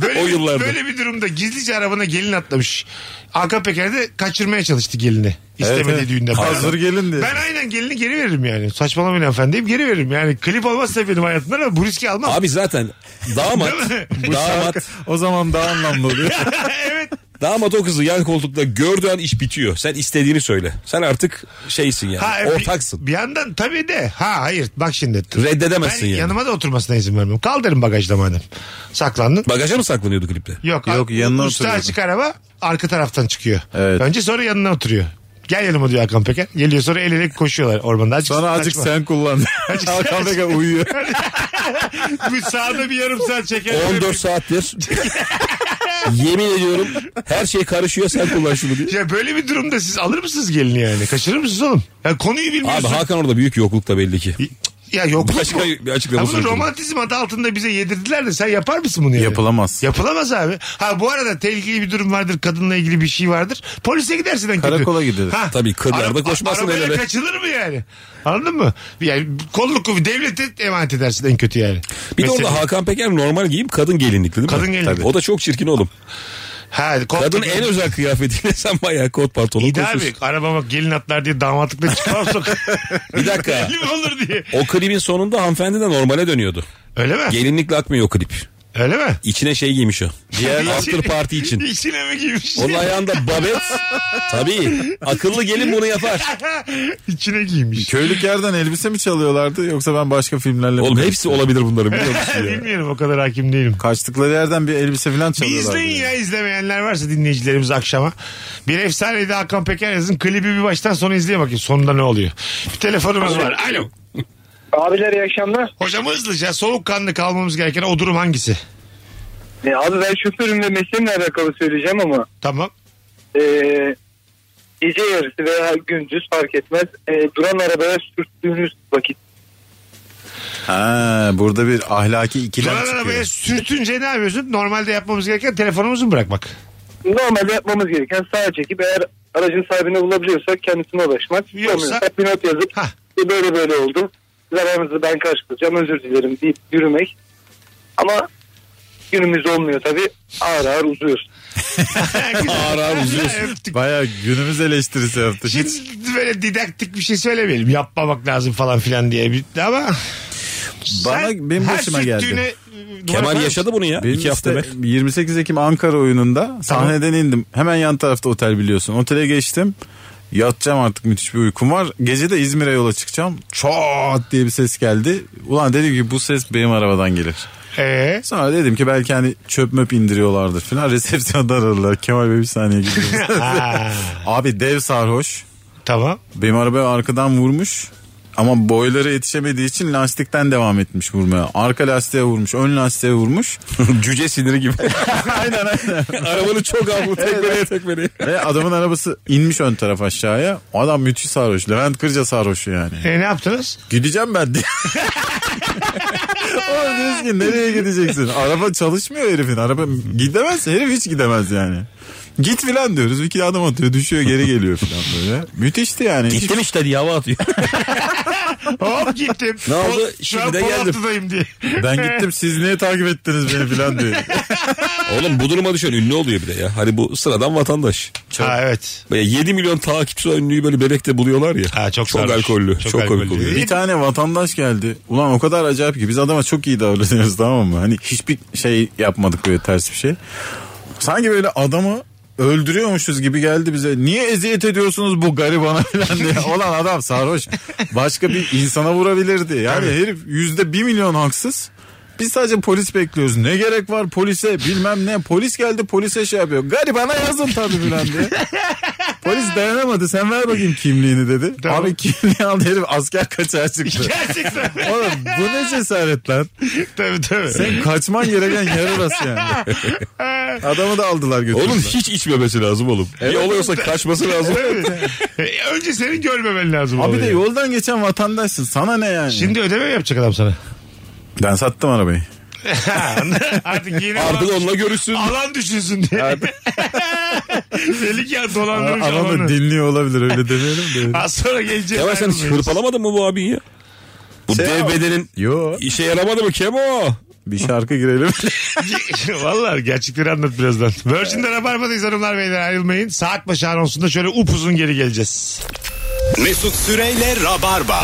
Speaker 3: böyle,
Speaker 5: O
Speaker 3: bir-
Speaker 5: yıllarda.
Speaker 3: böyle bir durumda gizlice arabana gelin atlamış. Hakan Peker de kaçırmaya çalıştı gelini. İstemediği
Speaker 11: evet.
Speaker 3: düğünde.
Speaker 11: Hazır gelin diye.
Speaker 3: Ben aynen gelini geri veririm yani. Saçmalamayın hanımefendiyim geri veririm. Yani klip olmazsa benim hayatımdan ama bu riski almam.
Speaker 5: Abi zaten damat,
Speaker 3: Değil mi?
Speaker 5: damat,
Speaker 11: O zaman daha anlamlı oluyor.
Speaker 3: evet.
Speaker 5: damat o kızı yan koltukta gördüğü an iş bitiyor. Sen istediğini söyle. Sen artık şeysin yani.
Speaker 3: Ha,
Speaker 5: ortaksın.
Speaker 3: Bir, bir yandan tabii de. Ha hayır bak şimdi.
Speaker 5: Reddedemezsin
Speaker 3: Ben
Speaker 5: yani.
Speaker 3: yanıma da oturmasına izin vermem. Kaldırın bagajda madem. Saklandın.
Speaker 5: Bagaja mı saklanıyordu klipte?
Speaker 3: Yok,
Speaker 11: Yok,
Speaker 3: a-
Speaker 11: yanına
Speaker 3: Usta
Speaker 11: oturuyordu.
Speaker 3: açık araba arka taraftan çıkıyor.
Speaker 11: Evet.
Speaker 3: Önce sonra yanına oturuyor. Gel yanıma diyor Hakan Peker. Geliyor sonra el ele koşuyorlar ormanda. Azıcık
Speaker 11: Sonra azıcık
Speaker 3: saçma.
Speaker 11: sen kullan.
Speaker 3: Azıcık sen-
Speaker 11: Hakan Peker uyuyor.
Speaker 3: bir sağda bir yarım saat çeker.
Speaker 5: 14 saattir. Yemin ediyorum her şey karışıyor sen kullan şunu diye.
Speaker 3: Ya böyle bir durumda siz alır mısınız gelini yani? Kaçırır mısınız oğlum? Ya konuyu
Speaker 5: Abi
Speaker 3: bilmiyorsun.
Speaker 5: Hakan orada büyük yoklukta belli ki.
Speaker 3: ya yok.
Speaker 5: Başka
Speaker 3: mu?
Speaker 5: bir
Speaker 3: Ha
Speaker 5: açıklaması
Speaker 3: bunu
Speaker 5: yok.
Speaker 3: romantizm adı altında bize yedirdiler de sen yapar mısın bunu yani?
Speaker 11: Yapılamaz.
Speaker 3: Yapılamaz abi. Ha bu arada tehlikeli bir durum vardır. Kadınla ilgili bir şey vardır. Polise gidersin en kötü.
Speaker 11: Karakola gidilir.
Speaker 3: Ha,
Speaker 5: Tabii, kırlarda
Speaker 3: ara-
Speaker 5: koşmazsın el
Speaker 3: Arabayla
Speaker 5: ele.
Speaker 3: kaçılır mı yani? Anladın mı? Yani kolluk kuvveti devlete emanet edersin en kötü yani.
Speaker 5: Bir de
Speaker 3: Mesela-
Speaker 5: orada Hakan Peker normal giyim kadın gelinlikli değil mi?
Speaker 3: Kadın gelinlikli.
Speaker 5: Tabii. O da çok çirkin oğlum.
Speaker 3: Ha, kot-
Speaker 5: Kadın en özel kıyafetiyle sen bayağı kot pantolon
Speaker 3: İyi de abi
Speaker 5: koşuyorsun.
Speaker 3: arabama gelin atlar diye damatlıkla çıkmam sokak.
Speaker 5: Bir dakika.
Speaker 3: Belli mi olur diye.
Speaker 5: O klibin sonunda hanımefendi de normale dönüyordu.
Speaker 3: Öyle mi?
Speaker 5: Gelinlikle akmıyor o klip.
Speaker 3: Öyle mi?
Speaker 5: İçine şey giymiş o. Diğer
Speaker 3: İçine-
Speaker 5: after party için.
Speaker 3: İçine mi giymiş?
Speaker 5: Onun ayağında babet. Tabii. Akıllı gelin bunu yapar.
Speaker 3: İçine giymiş.
Speaker 11: Köylük yerden elbise mi çalıyorlardı yoksa ben başka filmlerle mi-
Speaker 5: Oğlum hepsi olabilir bunların biliyor musun ya?
Speaker 3: Bilmiyorum o kadar hakim değilim.
Speaker 11: Kaçtıkları yerden bir elbise falan
Speaker 3: Bir
Speaker 11: çalıyorlardı.
Speaker 3: izleyin
Speaker 11: yani.
Speaker 3: ya izlemeyenler varsa dinleyicilerimiz akşama. Bir efsaneydi Hakan Peker yazın. Klibi bir baştan sona izleyin bakayım. Sonunda ne oluyor? Bir telefonumuz var. Alo.
Speaker 9: Abiler iyi akşamlar.
Speaker 3: Hocam hızlıca soğukkanlı kalmamız gereken o durum hangisi?
Speaker 9: Ya E, abi ben şoförüm ve mesleğimle alakalı söyleyeceğim ama
Speaker 3: Tamam.
Speaker 9: e, gece yarısı veya gündüz fark etmez e, duran arabaya sürttüğünüz vakit.
Speaker 11: Ha, burada bir ahlaki ikilem
Speaker 3: Duran
Speaker 11: çıkıyor.
Speaker 3: arabaya sürtünce ne yapıyorsun? Normalde yapmamız gereken telefonumuzu mu bırakmak?
Speaker 9: Normalde yapmamız gereken sağa çekip eğer aracın sahibini bulabiliyorsak kendisine ulaşmak.
Speaker 3: Yoksa-
Speaker 9: Bulabiliyorsak bir not yazıp
Speaker 3: Hah.
Speaker 9: "E, böyle böyle oldu. Zararınızı ben karşılayacağım özür dilerim deyip yürümek. Ama günümüz olmuyor tabii. Ağır ağır uzuyoruz.
Speaker 3: Ağır ağır uzuyorsun.
Speaker 11: Baya günümüz eleştirisi yaptı. Hiç
Speaker 3: Şimdi böyle didaktik bir şey söylemeyelim. Yapmamak lazım falan filan diye. Bir- Ama
Speaker 11: Bana-
Speaker 3: Sen
Speaker 11: benim
Speaker 3: her
Speaker 11: başıma geldi.
Speaker 3: sürttüğüne, e, duvara koyar
Speaker 5: Kemal
Speaker 3: mısın?
Speaker 5: yaşadı bunu ya.
Speaker 11: benim
Speaker 5: İki hafta
Speaker 11: işte
Speaker 5: evvel.
Speaker 11: 28 Ekim Ankara oyununda sahneden indim. Hemen yan tarafta otel biliyorsun. Otele geçtim. Yatacağım artık müthiş bir uykum var. Gece de İzmir'e yola çıkacağım. Çat diye bir ses geldi. Ulan dedim ki bu ses benim arabadan gelir.
Speaker 3: Ee,
Speaker 11: Sonra dedim ki belki hani çöp möp indiriyorlardır falan. Resepsiyonda aradılar. Kemal Bey bir saniye gidiyor.
Speaker 3: ha,
Speaker 11: Abi dev sarhoş.
Speaker 3: tamam.
Speaker 11: Benim arabaya arkadan vurmuş. Ama boyları yetişemediği için lastikten devam etmiş vurmaya. Arka lastiğe vurmuş, ön lastiğe vurmuş.
Speaker 5: Cüce siniri gibi.
Speaker 11: aynen aynen.
Speaker 5: Arabanı çok avlu tekmeleye tekmeleye.
Speaker 11: Ve adamın arabası inmiş ön taraf aşağıya. O adam müthiş sarhoş. Levent Kırca sarhoşu yani.
Speaker 3: E ne yaptınız?
Speaker 11: Gideceğim ben diye. Oğlum diyorsun ki nereye gideceksin? Araba çalışmıyor herifin. Araba gidemez. Herif hiç gidemez yani. Git filan diyoruz. İki adam atıyor düşüyor geri geliyor filan böyle. Müthişti yani.
Speaker 5: Gittim işte diye hava atıyor.
Speaker 3: Hop gittim.
Speaker 5: Ne oldu?
Speaker 3: Pol- Şu
Speaker 5: Şimdi
Speaker 3: an
Speaker 5: de geldim.
Speaker 3: Polatlı'dayım diye.
Speaker 11: Ben gittim siz niye takip ettiniz beni filan diyor.
Speaker 5: Oğlum bu duruma düşen ünlü oluyor bir de ya. Hani bu sıradan vatandaş.
Speaker 3: ha evet.
Speaker 5: Böyle 7 milyon takipçi olan ünlüyü böyle bebekte buluyorlar ya.
Speaker 3: Ha, çok sarhoş.
Speaker 5: alkollü.
Speaker 3: Çok
Speaker 5: Çok, komik
Speaker 3: alkollü.
Speaker 5: oluyor.
Speaker 11: Bir tane vatandaş geldi. Ulan o kadar acayip ki biz adama çok iyi davranıyoruz tamam mı? Hani hiçbir şey yapmadık böyle ters bir şey. Sanki böyle adamı öldürüyormuşuz gibi geldi bize. Niye eziyet ediyorsunuz bu garibana falan diye. Olan adam sarhoş. Başka bir insana vurabilirdi. Yani herif yüzde bir milyon haksız. Biz sadece polis bekliyoruz. Ne gerek var polise bilmem ne. Polis geldi polise şey yapıyor. Garibana yazın tabii falan diye. Polis dayanamadı. Sen ver bakayım kimliğini dedi.
Speaker 3: Tamam.
Speaker 11: Abi kimliği aldı herif asker kaçağı çıktı.
Speaker 3: Gerçekten.
Speaker 11: Oğlum bu ne cesaret lan?
Speaker 3: tabii tabii.
Speaker 11: Sen kaçman gereken yer orası yani. Adamı da aldılar götürdüler.
Speaker 5: Oğlum hiç içmemesi lazım oğlum. Bir oluyorsa kaçması lazım.
Speaker 3: E, Önce seni görmemen lazım.
Speaker 11: Abi de
Speaker 3: olayı.
Speaker 11: yoldan geçen vatandaşsın. Sana ne yani?
Speaker 3: Şimdi ödeme mi yapacak adam sana?
Speaker 11: ben sattım arabayı.
Speaker 3: Artık yeni
Speaker 5: Ardın
Speaker 3: alan,
Speaker 5: onunla görüşsün.
Speaker 3: alan düşünsün diye. Delik ya dolandırmış
Speaker 11: Ama da
Speaker 3: alanı.
Speaker 11: dinliyor olabilir öyle demeyelim de.
Speaker 3: Az sonra geleceğiz.
Speaker 5: Ya ben sen hiç
Speaker 3: ayrılmayız.
Speaker 5: hırpalamadın mı bu abin ya? Bu dev bedenin
Speaker 11: Yo
Speaker 5: işe yaramadı mı Kemo?
Speaker 11: bir şarkı girelim.
Speaker 3: Vallahi gerçekleri anlat birazdan. Virgin'de Rabarba'dayız hanımlar beyler ayrılmayın. Saat başı anonsunda şöyle upuzun geri geleceğiz.
Speaker 2: Mesut Süreyle Rabarba.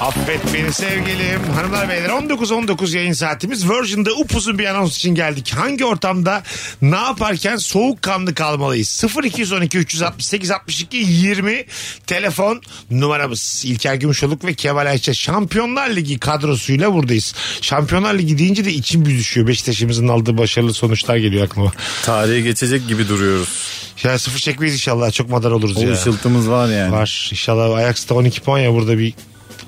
Speaker 3: Affet beni sevgilim. Hanımlar beyler 19-19 yayın saatimiz. Virgin'de upuzun bir anons için geldik. Hangi ortamda ne yaparken soğukkanlı kalmalıyız? 0212 368 62 20 telefon numaramız. İlker Gümüşoluk ve Kemal Ayça Şampiyonlar Ligi kadrosuyla buradayız. Şampiyonlar Ligi deyince de içim büzüşüyor. Beşiktaş'ımızın aldığı başarılı sonuçlar geliyor aklıma.
Speaker 11: Tarihe geçecek gibi duruyoruz.
Speaker 3: Ya sıfır çekmeyiz inşallah. Çok madar oluruz
Speaker 11: O
Speaker 3: ya.
Speaker 11: ışıltımız var yani.
Speaker 3: Var. İnşallah Ajax'ta 12 puan ya burada bir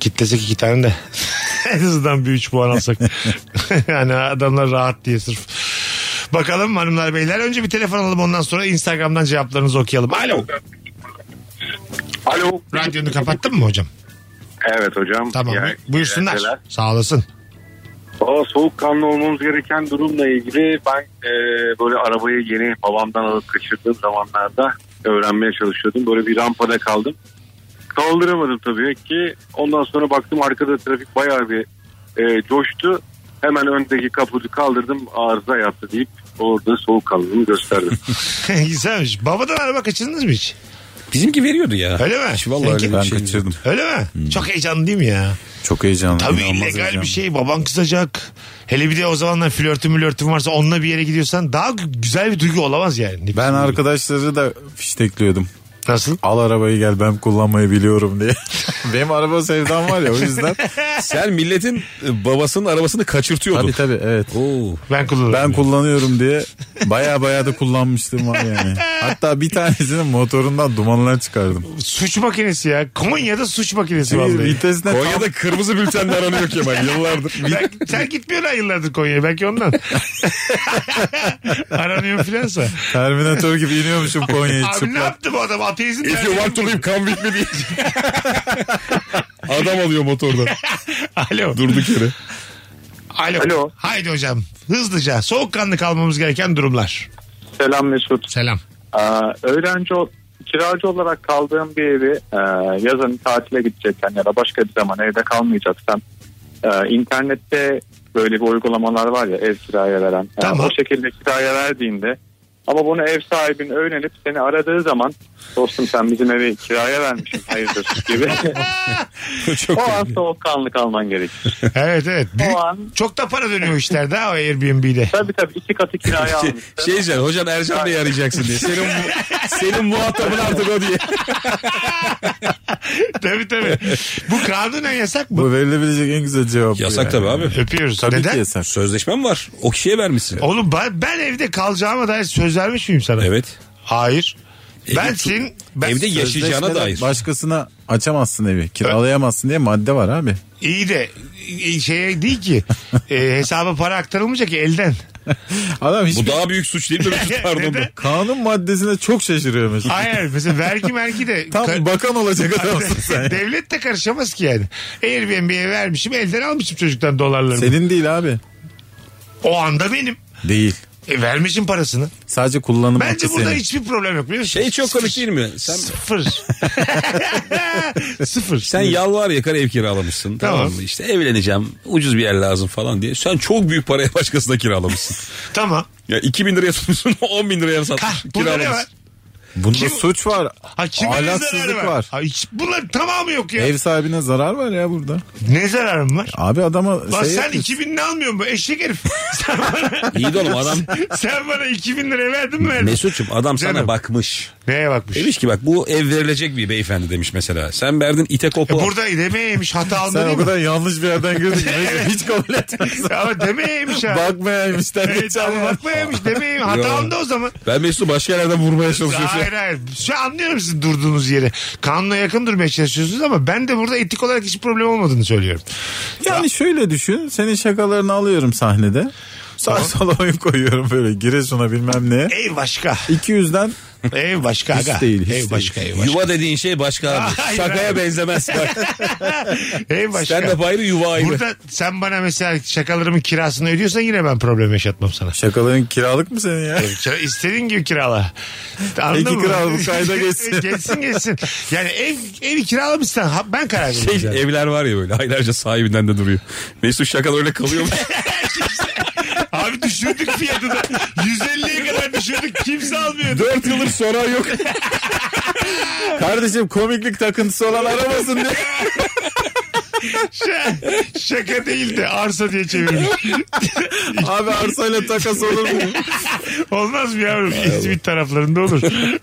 Speaker 3: kitlesek iki tane de. en azından bir 3 puan alsak. yani adamlar rahat diye sırf. Bakalım hanımlar beyler. Önce bir telefon alalım ondan sonra Instagram'dan cevaplarınızı okuyalım. Alo.
Speaker 7: Alo.
Speaker 3: Radyonu kapattın mı hocam?
Speaker 7: Evet hocam.
Speaker 3: Tamam.
Speaker 7: Yani-
Speaker 3: Buyursunlar.
Speaker 7: Neler?
Speaker 3: Sağ olasın.
Speaker 7: Valla soğukkanlı olmamız gereken durumla ilgili ben e, böyle arabayı yeni babamdan alıp kaçırdığım zamanlarda öğrenmeye çalışıyordum. Böyle bir rampada kaldım. Kaldıramadım tabii ki. Ondan sonra baktım arkada trafik bayağı bir e, coştu. Hemen öndeki kaputu kaldırdım arıza yaptı deyip orada soğukkanlılığımı gösterdim.
Speaker 3: Güzelmiş. Babadan araba kaçırdınız mı hiç?
Speaker 5: Bizimki veriyordu ya.
Speaker 3: Öyle mi?
Speaker 5: Hiç vallahi öyle bir
Speaker 11: ben
Speaker 5: şey. Hmm.
Speaker 11: kaçırdım.
Speaker 3: Öyle mi? Çok heyecanlı değil mi ya?
Speaker 11: Çok heyecanlı.
Speaker 3: Tabii
Speaker 11: inanılmaz
Speaker 3: illegal
Speaker 11: heyecanlı.
Speaker 3: bir şey. Baban kısacak. Hele bir de o zamanlar flörtün flörtün varsa onunla bir yere gidiyorsan daha güzel bir duygu olamaz yani.
Speaker 11: Ben arkadaşları da fiştekliyordum.
Speaker 3: Nasıl?
Speaker 11: Al arabayı gel ben kullanmayı biliyorum diye. Benim araba sevdam var ya o yüzden.
Speaker 5: Sen milletin e, babasının arabasını kaçırtıyordun.
Speaker 11: tabii tabii evet.
Speaker 5: Oo.
Speaker 3: Ben kullanırım.
Speaker 11: Ben kullanıyorum diye baya baya da kullanmıştım var yani. Hatta bir tanesinin motorundan dumanlar çıkardım.
Speaker 3: Suç makinesi ya. Konya'da suç makinesi vallahi.
Speaker 11: Vitesine tam-
Speaker 5: Konya'da kırmızı bültenle aranıyor Kemal yıllardır.
Speaker 3: Belki- sen gitmiyorsun yıllardır Konya'ya. Belki ondan. Aranıyor filansa.
Speaker 11: Terminator gibi iniyormuşum Konya'yı
Speaker 3: Abi ne
Speaker 11: çıplak.
Speaker 3: yaptı bu adam? Ateizm
Speaker 5: If you
Speaker 3: derneği
Speaker 5: want to
Speaker 3: mi?
Speaker 5: live come with me diye. Adam alıyor motordan.
Speaker 3: Alo.
Speaker 5: Durduk yere.
Speaker 3: Alo.
Speaker 9: Alo.
Speaker 3: Haydi hocam. Hızlıca. Soğukkanlı kalmamız gereken durumlar.
Speaker 9: Selam Mesut.
Speaker 3: Selam.
Speaker 9: Aa, öğrenci ol- kiracı olarak kaldığım bir evi e, yazın tatile gidecekken ya da başka bir zaman evde kalmayacaksam e, internette böyle bir uygulamalar var ya ev kiraya veren. E,
Speaker 3: Tamam.
Speaker 9: o şekilde kiraya verdiğinde ama bunu ev sahibin öğrenip seni aradığı zaman dostum sen bizim evi kiraya vermişsin hayırdır gibi.
Speaker 5: Çok
Speaker 9: o an soğukkanlı kalman gerekir.
Speaker 3: Evet evet. Büyük-
Speaker 9: O an
Speaker 3: çok da para dönüyor işlerde ha o Airbnb'de.
Speaker 9: tabii tabii iki katı kiraya
Speaker 5: Şey,
Speaker 9: almışsın.
Speaker 5: şey diyeceksin, hocam Ercan Bey'i arayacaksın diye. Senin, mu- senin muhatabın artık o diye.
Speaker 3: tabii tabii. Bu kanunen yasak mı?
Speaker 11: Bu verilebilecek en güzel cevap. bu
Speaker 5: Yasak
Speaker 11: yani.
Speaker 5: tabii abi.
Speaker 3: Öpüyoruz.
Speaker 11: Tabii
Speaker 3: Neden?
Speaker 11: ki yasak.
Speaker 5: Sözleşmem var. O kişiye vermişsin.
Speaker 3: Oğlum ben, ben evde kalacağıma dair söz vermiş miyim sana?
Speaker 5: Evet.
Speaker 3: Hayır. Ben senin... Ben
Speaker 5: Evde yaşayacağına
Speaker 11: Sözleşmede
Speaker 5: dair.
Speaker 11: Başkasına açamazsın evi. Kiralayamazsın diye madde var abi.
Speaker 3: İyi de e, şeye değil ki e, hesaba para aktarılmayacak ki elden.
Speaker 11: Adam hiç
Speaker 5: Bu daha büyük suç değil mi? Pardon.
Speaker 3: Neden?
Speaker 11: kanun maddesine çok şaşırıyor mesela.
Speaker 3: Hayır mesela vergi vergi de
Speaker 11: Tam
Speaker 3: Ka-
Speaker 11: bakan olacak adamsın sen. ya.
Speaker 3: devlet de karışamaz ki yani. Airbnb'ye vermişim elden almışım çocuktan dolarlarını.
Speaker 11: Senin değil abi.
Speaker 3: O anda benim.
Speaker 11: Değil.
Speaker 3: E, vermişim parasını.
Speaker 11: Sadece kullanım hakkı
Speaker 3: Bence burada
Speaker 11: senin.
Speaker 3: hiçbir problem yok biliyor musun?
Speaker 5: Şey çok komik değil mi? Sen,
Speaker 3: Sıfır. Sıfır.
Speaker 5: sen yalvar yakar ev kiralamışsın. Tamam.
Speaker 3: Tamam.
Speaker 5: mı? İşte evleneceğim. Ucuz bir yer lazım falan diye. Sen çok büyük paraya başkasına kiralamışsın.
Speaker 3: Tamam.
Speaker 5: ya 2000 liraya satmışsın 10 bin liraya
Speaker 3: Kah,
Speaker 5: satmışsın.
Speaker 3: bunda ne var?
Speaker 5: kiralamışsın.
Speaker 11: Bunda
Speaker 3: Kim-
Speaker 11: suç var.
Speaker 3: Ha, kimin ne zararı
Speaker 11: Ahlaksızlık
Speaker 3: var?
Speaker 11: var.
Speaker 3: Ha, hiç, bunların tamamı yok ya.
Speaker 11: Ev sahibine zarar var ya burada.
Speaker 3: Ne zararım var?
Speaker 11: Abi adama
Speaker 3: Lan
Speaker 11: şey
Speaker 3: sen
Speaker 11: yapıyorsun.
Speaker 3: 2000 ne almıyorsun mu? Eşek herif. Sen bana,
Speaker 5: İyi de oğlum adam.
Speaker 3: sen bana 2000 lira verdin mi? verdin?
Speaker 5: Mesut'cum adam sana
Speaker 3: Canım.
Speaker 5: bakmış.
Speaker 3: Neye bakmış?
Speaker 5: Demiş ki bak bu ev verilecek bir beyefendi demiş mesela. Sen verdin ite
Speaker 3: E,
Speaker 5: kopu.
Speaker 3: burada demeyeymiş hata alma
Speaker 11: Sen
Speaker 3: değil
Speaker 11: o
Speaker 3: mi?
Speaker 11: kadar yanlış bir yerden girdin. Neyse, hiç kabul etmiyorsun.
Speaker 3: Ama demeyeymiş ha.
Speaker 11: Bakmayaymış. da
Speaker 3: Evet,
Speaker 11: geç
Speaker 3: ama
Speaker 11: anla.
Speaker 3: bakmayaymış demeyeyim. Hata
Speaker 5: Yok.
Speaker 3: onda o zaman.
Speaker 5: Ben Mesut'u başka yerlerden vurmaya çalışıyorsun.
Speaker 3: Hayır hayır. Şu an anlıyorum sizin durduğunuz yeri. Kanuna yakın durmaya çalışıyorsunuz ama ben de burada etik olarak hiç problem olmadığını söylüyorum.
Speaker 11: Yani şöyle düşün. Senin şakalarını alıyorum sahnede. Sağ sola oyun koyuyorum böyle. Giresun'a bilmem neye.
Speaker 3: Ev başka.
Speaker 11: 200'den
Speaker 3: Ev başka
Speaker 11: Hiç
Speaker 3: aga.
Speaker 11: değil, hiç
Speaker 3: ev
Speaker 11: değil.
Speaker 3: başka ev başka.
Speaker 5: Yuva dediğin şey başka abi.
Speaker 3: Hayır,
Speaker 5: Şakaya
Speaker 3: hayır.
Speaker 5: benzemez. Bak,
Speaker 3: Ev başka.
Speaker 5: Sen de ayrı yuva ayrı.
Speaker 3: Burada sen bana mesela şakalarımın kirasını ödüyorsan yine ben problem yaşatmam sana.
Speaker 11: şakaların kiralık mı senin ya?
Speaker 3: Kira, istediğin gibi kirala. Anladın
Speaker 11: Peki
Speaker 3: mı?
Speaker 11: kral, bu kayda geçsin.
Speaker 3: geçsin geçsin. Yani ev, evi kiralamışsan ha- ben karar
Speaker 5: Şey,
Speaker 3: vereceğim.
Speaker 5: evler var ya böyle aylarca sahibinden de duruyor. Mesut şakal öyle kalıyor mu?
Speaker 3: Abi düşürdük fiyatını. 150'ye kadar düşürdük. Kimse almıyor.
Speaker 5: 4 yıldır soran yok.
Speaker 11: Kardeşim komiklik takıntısı olan aramasın diye.
Speaker 3: Ş- Şaka değildi. Arsa diye çevirmiş.
Speaker 11: Abi arsayla takas olur mu?
Speaker 3: Olmaz mı yavrum? İzmit taraflarında olur.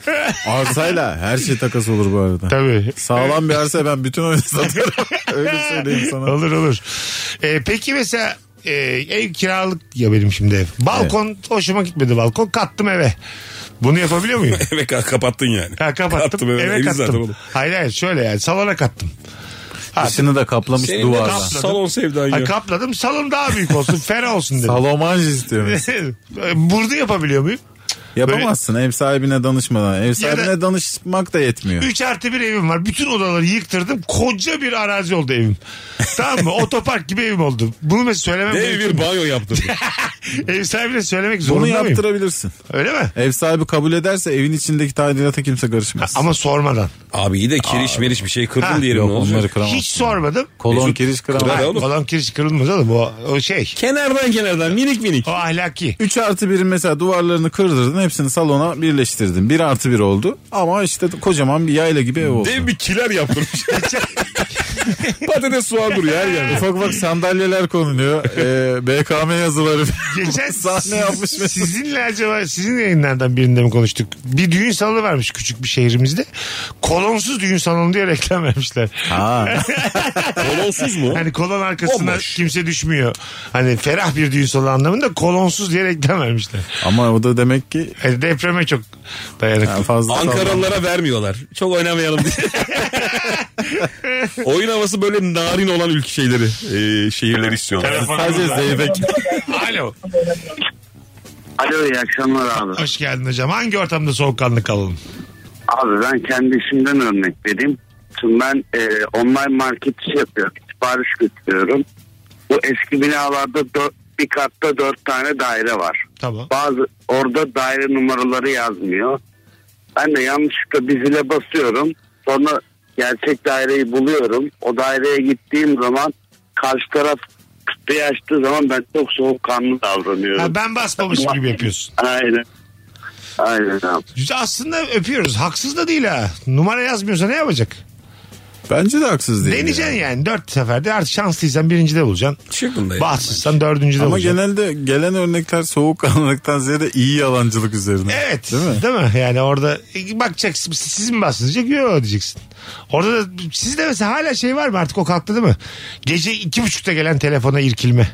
Speaker 11: Arsayla her şey takas olur bu arada.
Speaker 3: Tabii.
Speaker 11: Sağlam bir arsa ben bütün oyunu satarım. Öyle söyleyeyim sana.
Speaker 3: Olur olur. Ee, peki mesela e, ev kiralık ya benim şimdi ev. Balkon hoşuma gitmedi balkon. Kattım eve. Bunu yapabiliyor muyum?
Speaker 5: Eve ka- kapattın yani.
Speaker 3: Ha, kapattım.
Speaker 5: Kattım
Speaker 3: eve,
Speaker 5: eve, evi zaten
Speaker 3: kattım.
Speaker 5: oğlum.
Speaker 3: Hayır hayır şöyle yani salona kattım. Ha, Şey,
Speaker 11: Dışını da kaplamış
Speaker 5: Senin de
Speaker 11: duvarla.
Speaker 5: kap- Salon sevdan
Speaker 3: Ha,
Speaker 5: ya.
Speaker 3: kapladım. Salon daha büyük olsun. ferah olsun dedim.
Speaker 11: Salomanj istiyorum.
Speaker 3: Burada yapabiliyor muyum?
Speaker 11: Yapamazsın ev sahibine danışmadan. Ev sahibine
Speaker 3: da-
Speaker 11: danışmak da yetmiyor.
Speaker 3: 3 artı bir evim var. Bütün odaları yıktırdım. Koca bir arazi oldu evim. tamam mı? Otopark gibi evim oldu. Bunu mesela söylemem
Speaker 5: Dev
Speaker 3: gerekiyor.
Speaker 5: bir banyo yaptırdı.
Speaker 3: Ev sahibine söylemek
Speaker 11: Bunu
Speaker 3: zorunda mıyım?
Speaker 11: yaptırabilirsin.
Speaker 3: Öyle mi?
Speaker 11: Ev sahibi kabul ederse evin içindeki tadilata kimse karışmaz.
Speaker 3: Ama sormadan.
Speaker 5: Abi iyi de kiriş meriş bir şey
Speaker 3: Ha.
Speaker 5: kırdın diyelim
Speaker 11: Yok
Speaker 5: ne
Speaker 11: onları
Speaker 5: olacak?
Speaker 11: kıramaz.
Speaker 3: Hiç sormadım.
Speaker 11: Kolon
Speaker 5: Mesut
Speaker 11: kiriş kıramaz.
Speaker 5: kırar
Speaker 3: Ha,
Speaker 5: oğlum.
Speaker 3: Kolon kiriş kırılmaz oğlum. O, o şey.
Speaker 5: Kenardan kenardan minik minik.
Speaker 3: O ahlaki.
Speaker 11: 3 artı 1'in mesela duvarlarını kırdırdın hepsini salona birleştirdin. 1 artı 1 oldu ama işte kocaman bir yayla gibi ev oldu.
Speaker 5: Dev bir kiler yaptırmış. Patates soğan duruyor her yerde.
Speaker 11: Ufak ufak sandalyeler konuluyor. Ee, BKM yazıları.
Speaker 3: Geçen
Speaker 11: Sahne yapmış
Speaker 3: siz-
Speaker 11: mesela.
Speaker 3: Sizinle acaba sizin yayınlardan birinde mi konuştuk? Bir düğün salonu varmış küçük bir şehrimizde. Kolonsuz düğün salonu diye reklam vermişler.
Speaker 11: Ha.
Speaker 5: Kolonsuz mu?
Speaker 3: Hani kolon arkasına
Speaker 5: Bomboş.
Speaker 3: kimse düşmüyor. Hani ferah bir düğün salonu anlamında kolonsuz diye reklam vermişler.
Speaker 11: Ama o da demek ki
Speaker 3: Yani depreme çok
Speaker 11: yani
Speaker 3: dayanıklı.
Speaker 11: fazla sallan-
Speaker 5: Ankaralılara vermiyorlar. Çok oynamayalım diye. Oyun havası böyle narin olan ülke şeyleri, e, şehirleri istiyorlar.
Speaker 11: Sadece zeybek.
Speaker 3: Alo.
Speaker 9: Alo iyi akşamlar abi.
Speaker 3: Hoş geldin hocam. Hangi ortamda soğukkanlı kalalım?
Speaker 9: Abi ben kendi işimden örnek vereyim. Şimdi ben e, online market işi yapıyorum. Sipariş götürüyorum. Bu eski binalarda dört, bir katta dört tane daire var.
Speaker 3: Tamam.
Speaker 9: Bazı orada daire numaraları yazmıyor. Ben de yanlışlıkla bir zile basıyorum. Sonra gerçek daireyi buluyorum. O daireye gittiğim zaman karşı taraf kutuyu açtığı zaman ben çok soğukkanlı davranıyorum.
Speaker 3: Ha, ben basmamış gibi yapıyorsun.
Speaker 9: Aynen. Aynen abi.
Speaker 3: Güzel, Aslında öpüyoruz. Haksız da değil ha. Numara yazmıyorsa ne yapacak?
Speaker 11: Bence de haksız değil.
Speaker 3: Deneyeceksin yani. Dört seferde artık şanslıysan birincide bulacaksın.
Speaker 5: Çıkın da ya.
Speaker 3: Bahtsızsan dördüncüde
Speaker 11: şey Ama
Speaker 3: bulacaksın.
Speaker 11: genelde gelen örnekler soğukkanlılıktan ziyade iyi yalancılık üzerine.
Speaker 3: Evet.
Speaker 11: Değil mi?
Speaker 3: Yani orada e, bakacaksın. siz- Siz mi bastınız? Diyecek, Yok diyeceksin. Orada da sizde mesela hala şey var mı? Artık o kalktı değil mi? Gece iki buçukta gelen telefona irkilme.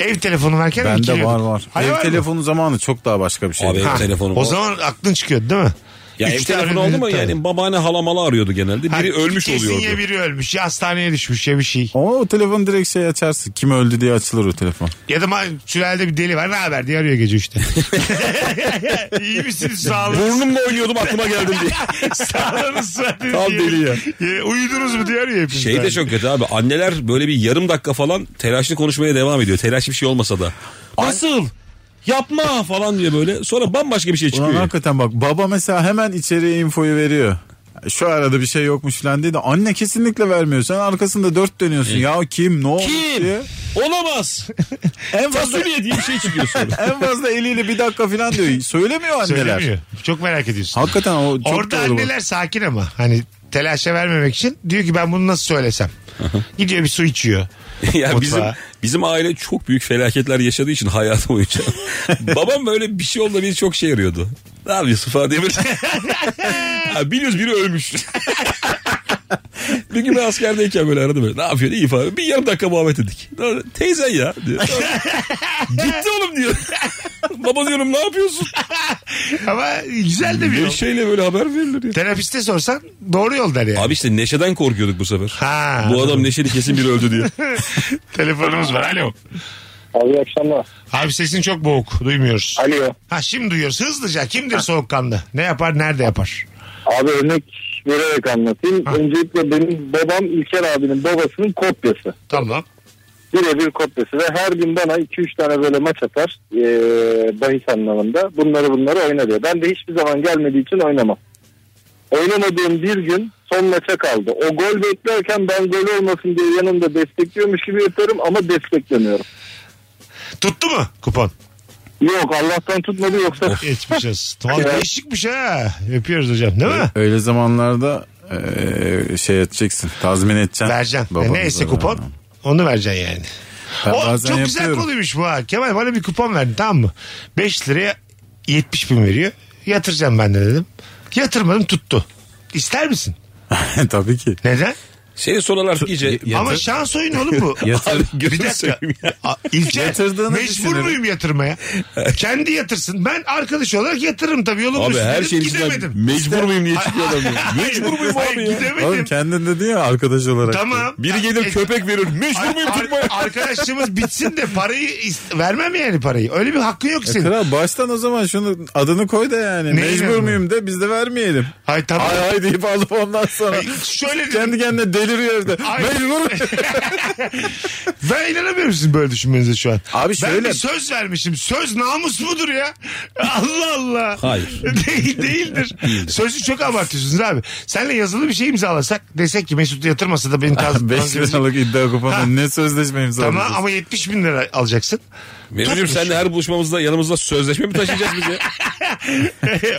Speaker 3: Ev telefonu varken
Speaker 11: Bende
Speaker 3: irkiliyorduk.
Speaker 11: var var.
Speaker 3: Hayır,
Speaker 11: Ev
Speaker 3: var mı?
Speaker 11: telefonu zamanı çok daha başka bir şey.
Speaker 5: Abi ev telefonu
Speaker 3: O
Speaker 5: var.
Speaker 3: zaman aklın çıkıyordu değil mi?
Speaker 5: Ya ev
Speaker 3: Üç tane
Speaker 5: telefonu oldu mu
Speaker 3: tabii.
Speaker 5: yani babaanne hala mala arıyordu genelde. Biri
Speaker 3: Ha,
Speaker 5: ölmüş
Speaker 3: kesin
Speaker 5: oluyordu.
Speaker 3: ya biri ölmüş ya hastaneye düşmüş ya bir şey.
Speaker 11: Ama o telefon direkt şey açarsın. Kim öldü diye açılır o telefon.
Speaker 3: Ya da ma- sülalede bir deli var ne haber diye arıyor gece işte. İyi misiniz sağlığınız?
Speaker 5: Burnumla oynuyordum aklıma geldim diye.
Speaker 3: sağlığınız sıhhatiniz
Speaker 5: Tam
Speaker 3: yerinde.
Speaker 5: deli ya.
Speaker 3: Ya, E, Uyudunuz mu diye arıyor hepimiz.
Speaker 5: Şey de çok kötü abi anneler böyle bir yarım dakika falan telaşlı konuşmaya devam ediyor. Telaşlı bir şey olmasa da. Nasıl? Yapma falan diye böyle. Sonra bambaşka bir şey
Speaker 11: Ulan
Speaker 5: çıkıyor. ya.
Speaker 11: hakikaten bak baba mesela hemen içeriye infoyu veriyor. Şu arada bir şey yokmuş falan diye de anne kesinlikle vermiyor. Sen arkasında dört dönüyorsun. Ya kim ne olmuş diye.
Speaker 5: Olamaz.
Speaker 11: En fazla,
Speaker 5: Fasulye diye bir şey çıkıyor sonra.
Speaker 11: en fazla eliyle bir dakika falan diyor. Söylemiyor anneler.
Speaker 3: Söylemiyor. Çok merak ediyorsun.
Speaker 11: Hakikaten o çok
Speaker 3: Orada
Speaker 11: doğru. bak.
Speaker 3: anneler sakin ama hani telaşa vermemek için diyor ki ben bunu nasıl söylesem. Gidiyor bir su içiyor.
Speaker 5: ya bizim
Speaker 3: Mutfağa.
Speaker 5: bizim aile çok büyük felaketler yaşadığı için hayatı boyunca. Babam böyle bir şey oldu beni çok şey arıyordu. Ne yapıyorsun falan diye böyle. ha, biliyoruz biri ölmüş. bir gün ben askerdeyken böyle aradı böyle. Ne yapıyorsun iyi falan. Bir yarım dakika muhabbet ettik. Sonra, Teyzen ya diyor. Sonra, Gitti oğlum diyor. Baba diyorum ne yapıyorsun?
Speaker 3: Ama güzel de bir şey.
Speaker 5: Bir
Speaker 3: yol.
Speaker 5: şeyle böyle haber verilir ya.
Speaker 3: Terapiste sorsan doğru yol der yani.
Speaker 5: Abi işte Neşe'den korkuyorduk bu sefer.
Speaker 3: Ha.
Speaker 5: Bu adam Neşeli kesin biri öldü diye.
Speaker 3: Telefonumuz var. Alo.
Speaker 9: Abi iyi akşamlar.
Speaker 3: Abi sesin çok boğuk. Duymuyoruz.
Speaker 9: Alo.
Speaker 3: Ha şimdi duyuyoruz. Hızlıca kimdir soğukkanlı? Ne yapar nerede yapar?
Speaker 9: Abi örnek vererek anlatayım. Öncelikle benim babam İlker abinin babasının kopyası.
Speaker 3: Tamam.
Speaker 9: Birebir kopyası ve her gün bana 2-3 tane böyle maç atar ee, bahis anlamında. Bunları bunları oyna diyor. Ben de hiçbir zaman gelmediği için oynamam. Oynamadığım bir gün son maça kaldı. O gol beklerken ben gol olmasın diye yanımda destekliyormuş gibi yaparım ama desteklemiyorum.
Speaker 3: Tuttu mu kupon? Oh,
Speaker 9: Yok Allah'tan tutmadı yoksa
Speaker 3: Geçmiş olsun. Tamam değişikmiş ha. Öpüyoruz hocam değil mi?
Speaker 11: Öyle zamanlarda eee, şey edeceksin. Tazmin edeceksin.
Speaker 3: Vereceksin. E,
Speaker 11: Babanıza.
Speaker 3: neyse kupon. Onu vereceksin yani.
Speaker 11: Ben
Speaker 3: O,
Speaker 11: bazen
Speaker 3: Oh, çok güzel
Speaker 11: yapıyorum.
Speaker 3: konuymuş bu ha. Kemal bana bir kupon verdin tamam mı? 5 liraya 70 bin veriyor. Yatıracağım ben de dedim. Yatırmadım tuttu. İster misin?
Speaker 11: Tabii ki.
Speaker 3: Neden?
Speaker 5: Seni sorular iyice...
Speaker 3: Ama şans oyunu oğlum bu.
Speaker 5: Abi, gözünü
Speaker 3: bir dakika.
Speaker 5: seveyim ya.
Speaker 3: A- İlker
Speaker 11: Yatırdığını
Speaker 3: mecbur
Speaker 11: düşünürüm.
Speaker 3: muyum yatırmaya? Kendi yatırsın. Ben arkadaş olarak yatırırım tabii yolum
Speaker 5: Abi
Speaker 3: üstü
Speaker 5: her
Speaker 3: dedim,
Speaker 5: şey
Speaker 3: gidemedim.
Speaker 5: yüzünden mecbur muyum diye çıkıyor adam. ya.
Speaker 3: Hayır,
Speaker 5: Mecbur muyum
Speaker 3: hayır,
Speaker 5: abi ya?
Speaker 3: Gidemedim.
Speaker 11: Oğlum kendin dedin ya arkadaş olarak.
Speaker 3: Tamam.
Speaker 5: Biri gelir
Speaker 3: E,
Speaker 5: köpek verir. Mecbur
Speaker 3: Ar-
Speaker 5: muyum
Speaker 3: ar-
Speaker 5: tutmaya?
Speaker 3: arkadaşlığımız bitsin de parayı is- vermem yani parayı. Öyle bir hakkın yok
Speaker 11: E,
Speaker 3: senin.
Speaker 11: Kral baştan o zaman şunu adını koy da yani.
Speaker 3: Neyle
Speaker 11: Mecbur
Speaker 3: mi?
Speaker 11: muyum de biz de vermeyelim.
Speaker 3: Hay tamam.
Speaker 11: Ay ay deyip alıp ondan sonra
Speaker 3: Ay, şöyle dedim.
Speaker 11: kendi kendine deliriyor evde.
Speaker 3: Ay.
Speaker 11: Mecbur.
Speaker 3: Ben inanamıyorum sizin böyle düşünmenize şu an.
Speaker 11: Abi
Speaker 3: Ben
Speaker 11: şöyle-
Speaker 3: bir söz vermişim. Söz namus mudur ya? Allah Allah.
Speaker 5: Hayır.
Speaker 3: Değil, değildir. Sözü çok abartıyorsunuz abi. Senle yazılı bir şey imzalasak desek ki Mesut yatırmasa da benim taz...
Speaker 11: 5
Speaker 3: tazminatım-
Speaker 11: liralık iddia
Speaker 3: Ha.
Speaker 11: kuponu ne sözleşme imzalayacağız.
Speaker 3: Tamam ama 70 bin lira alacaksın.
Speaker 5: Memnunum sen de her buluşmamızda yanımızda sözleşme mi taşıyacağız biz ya?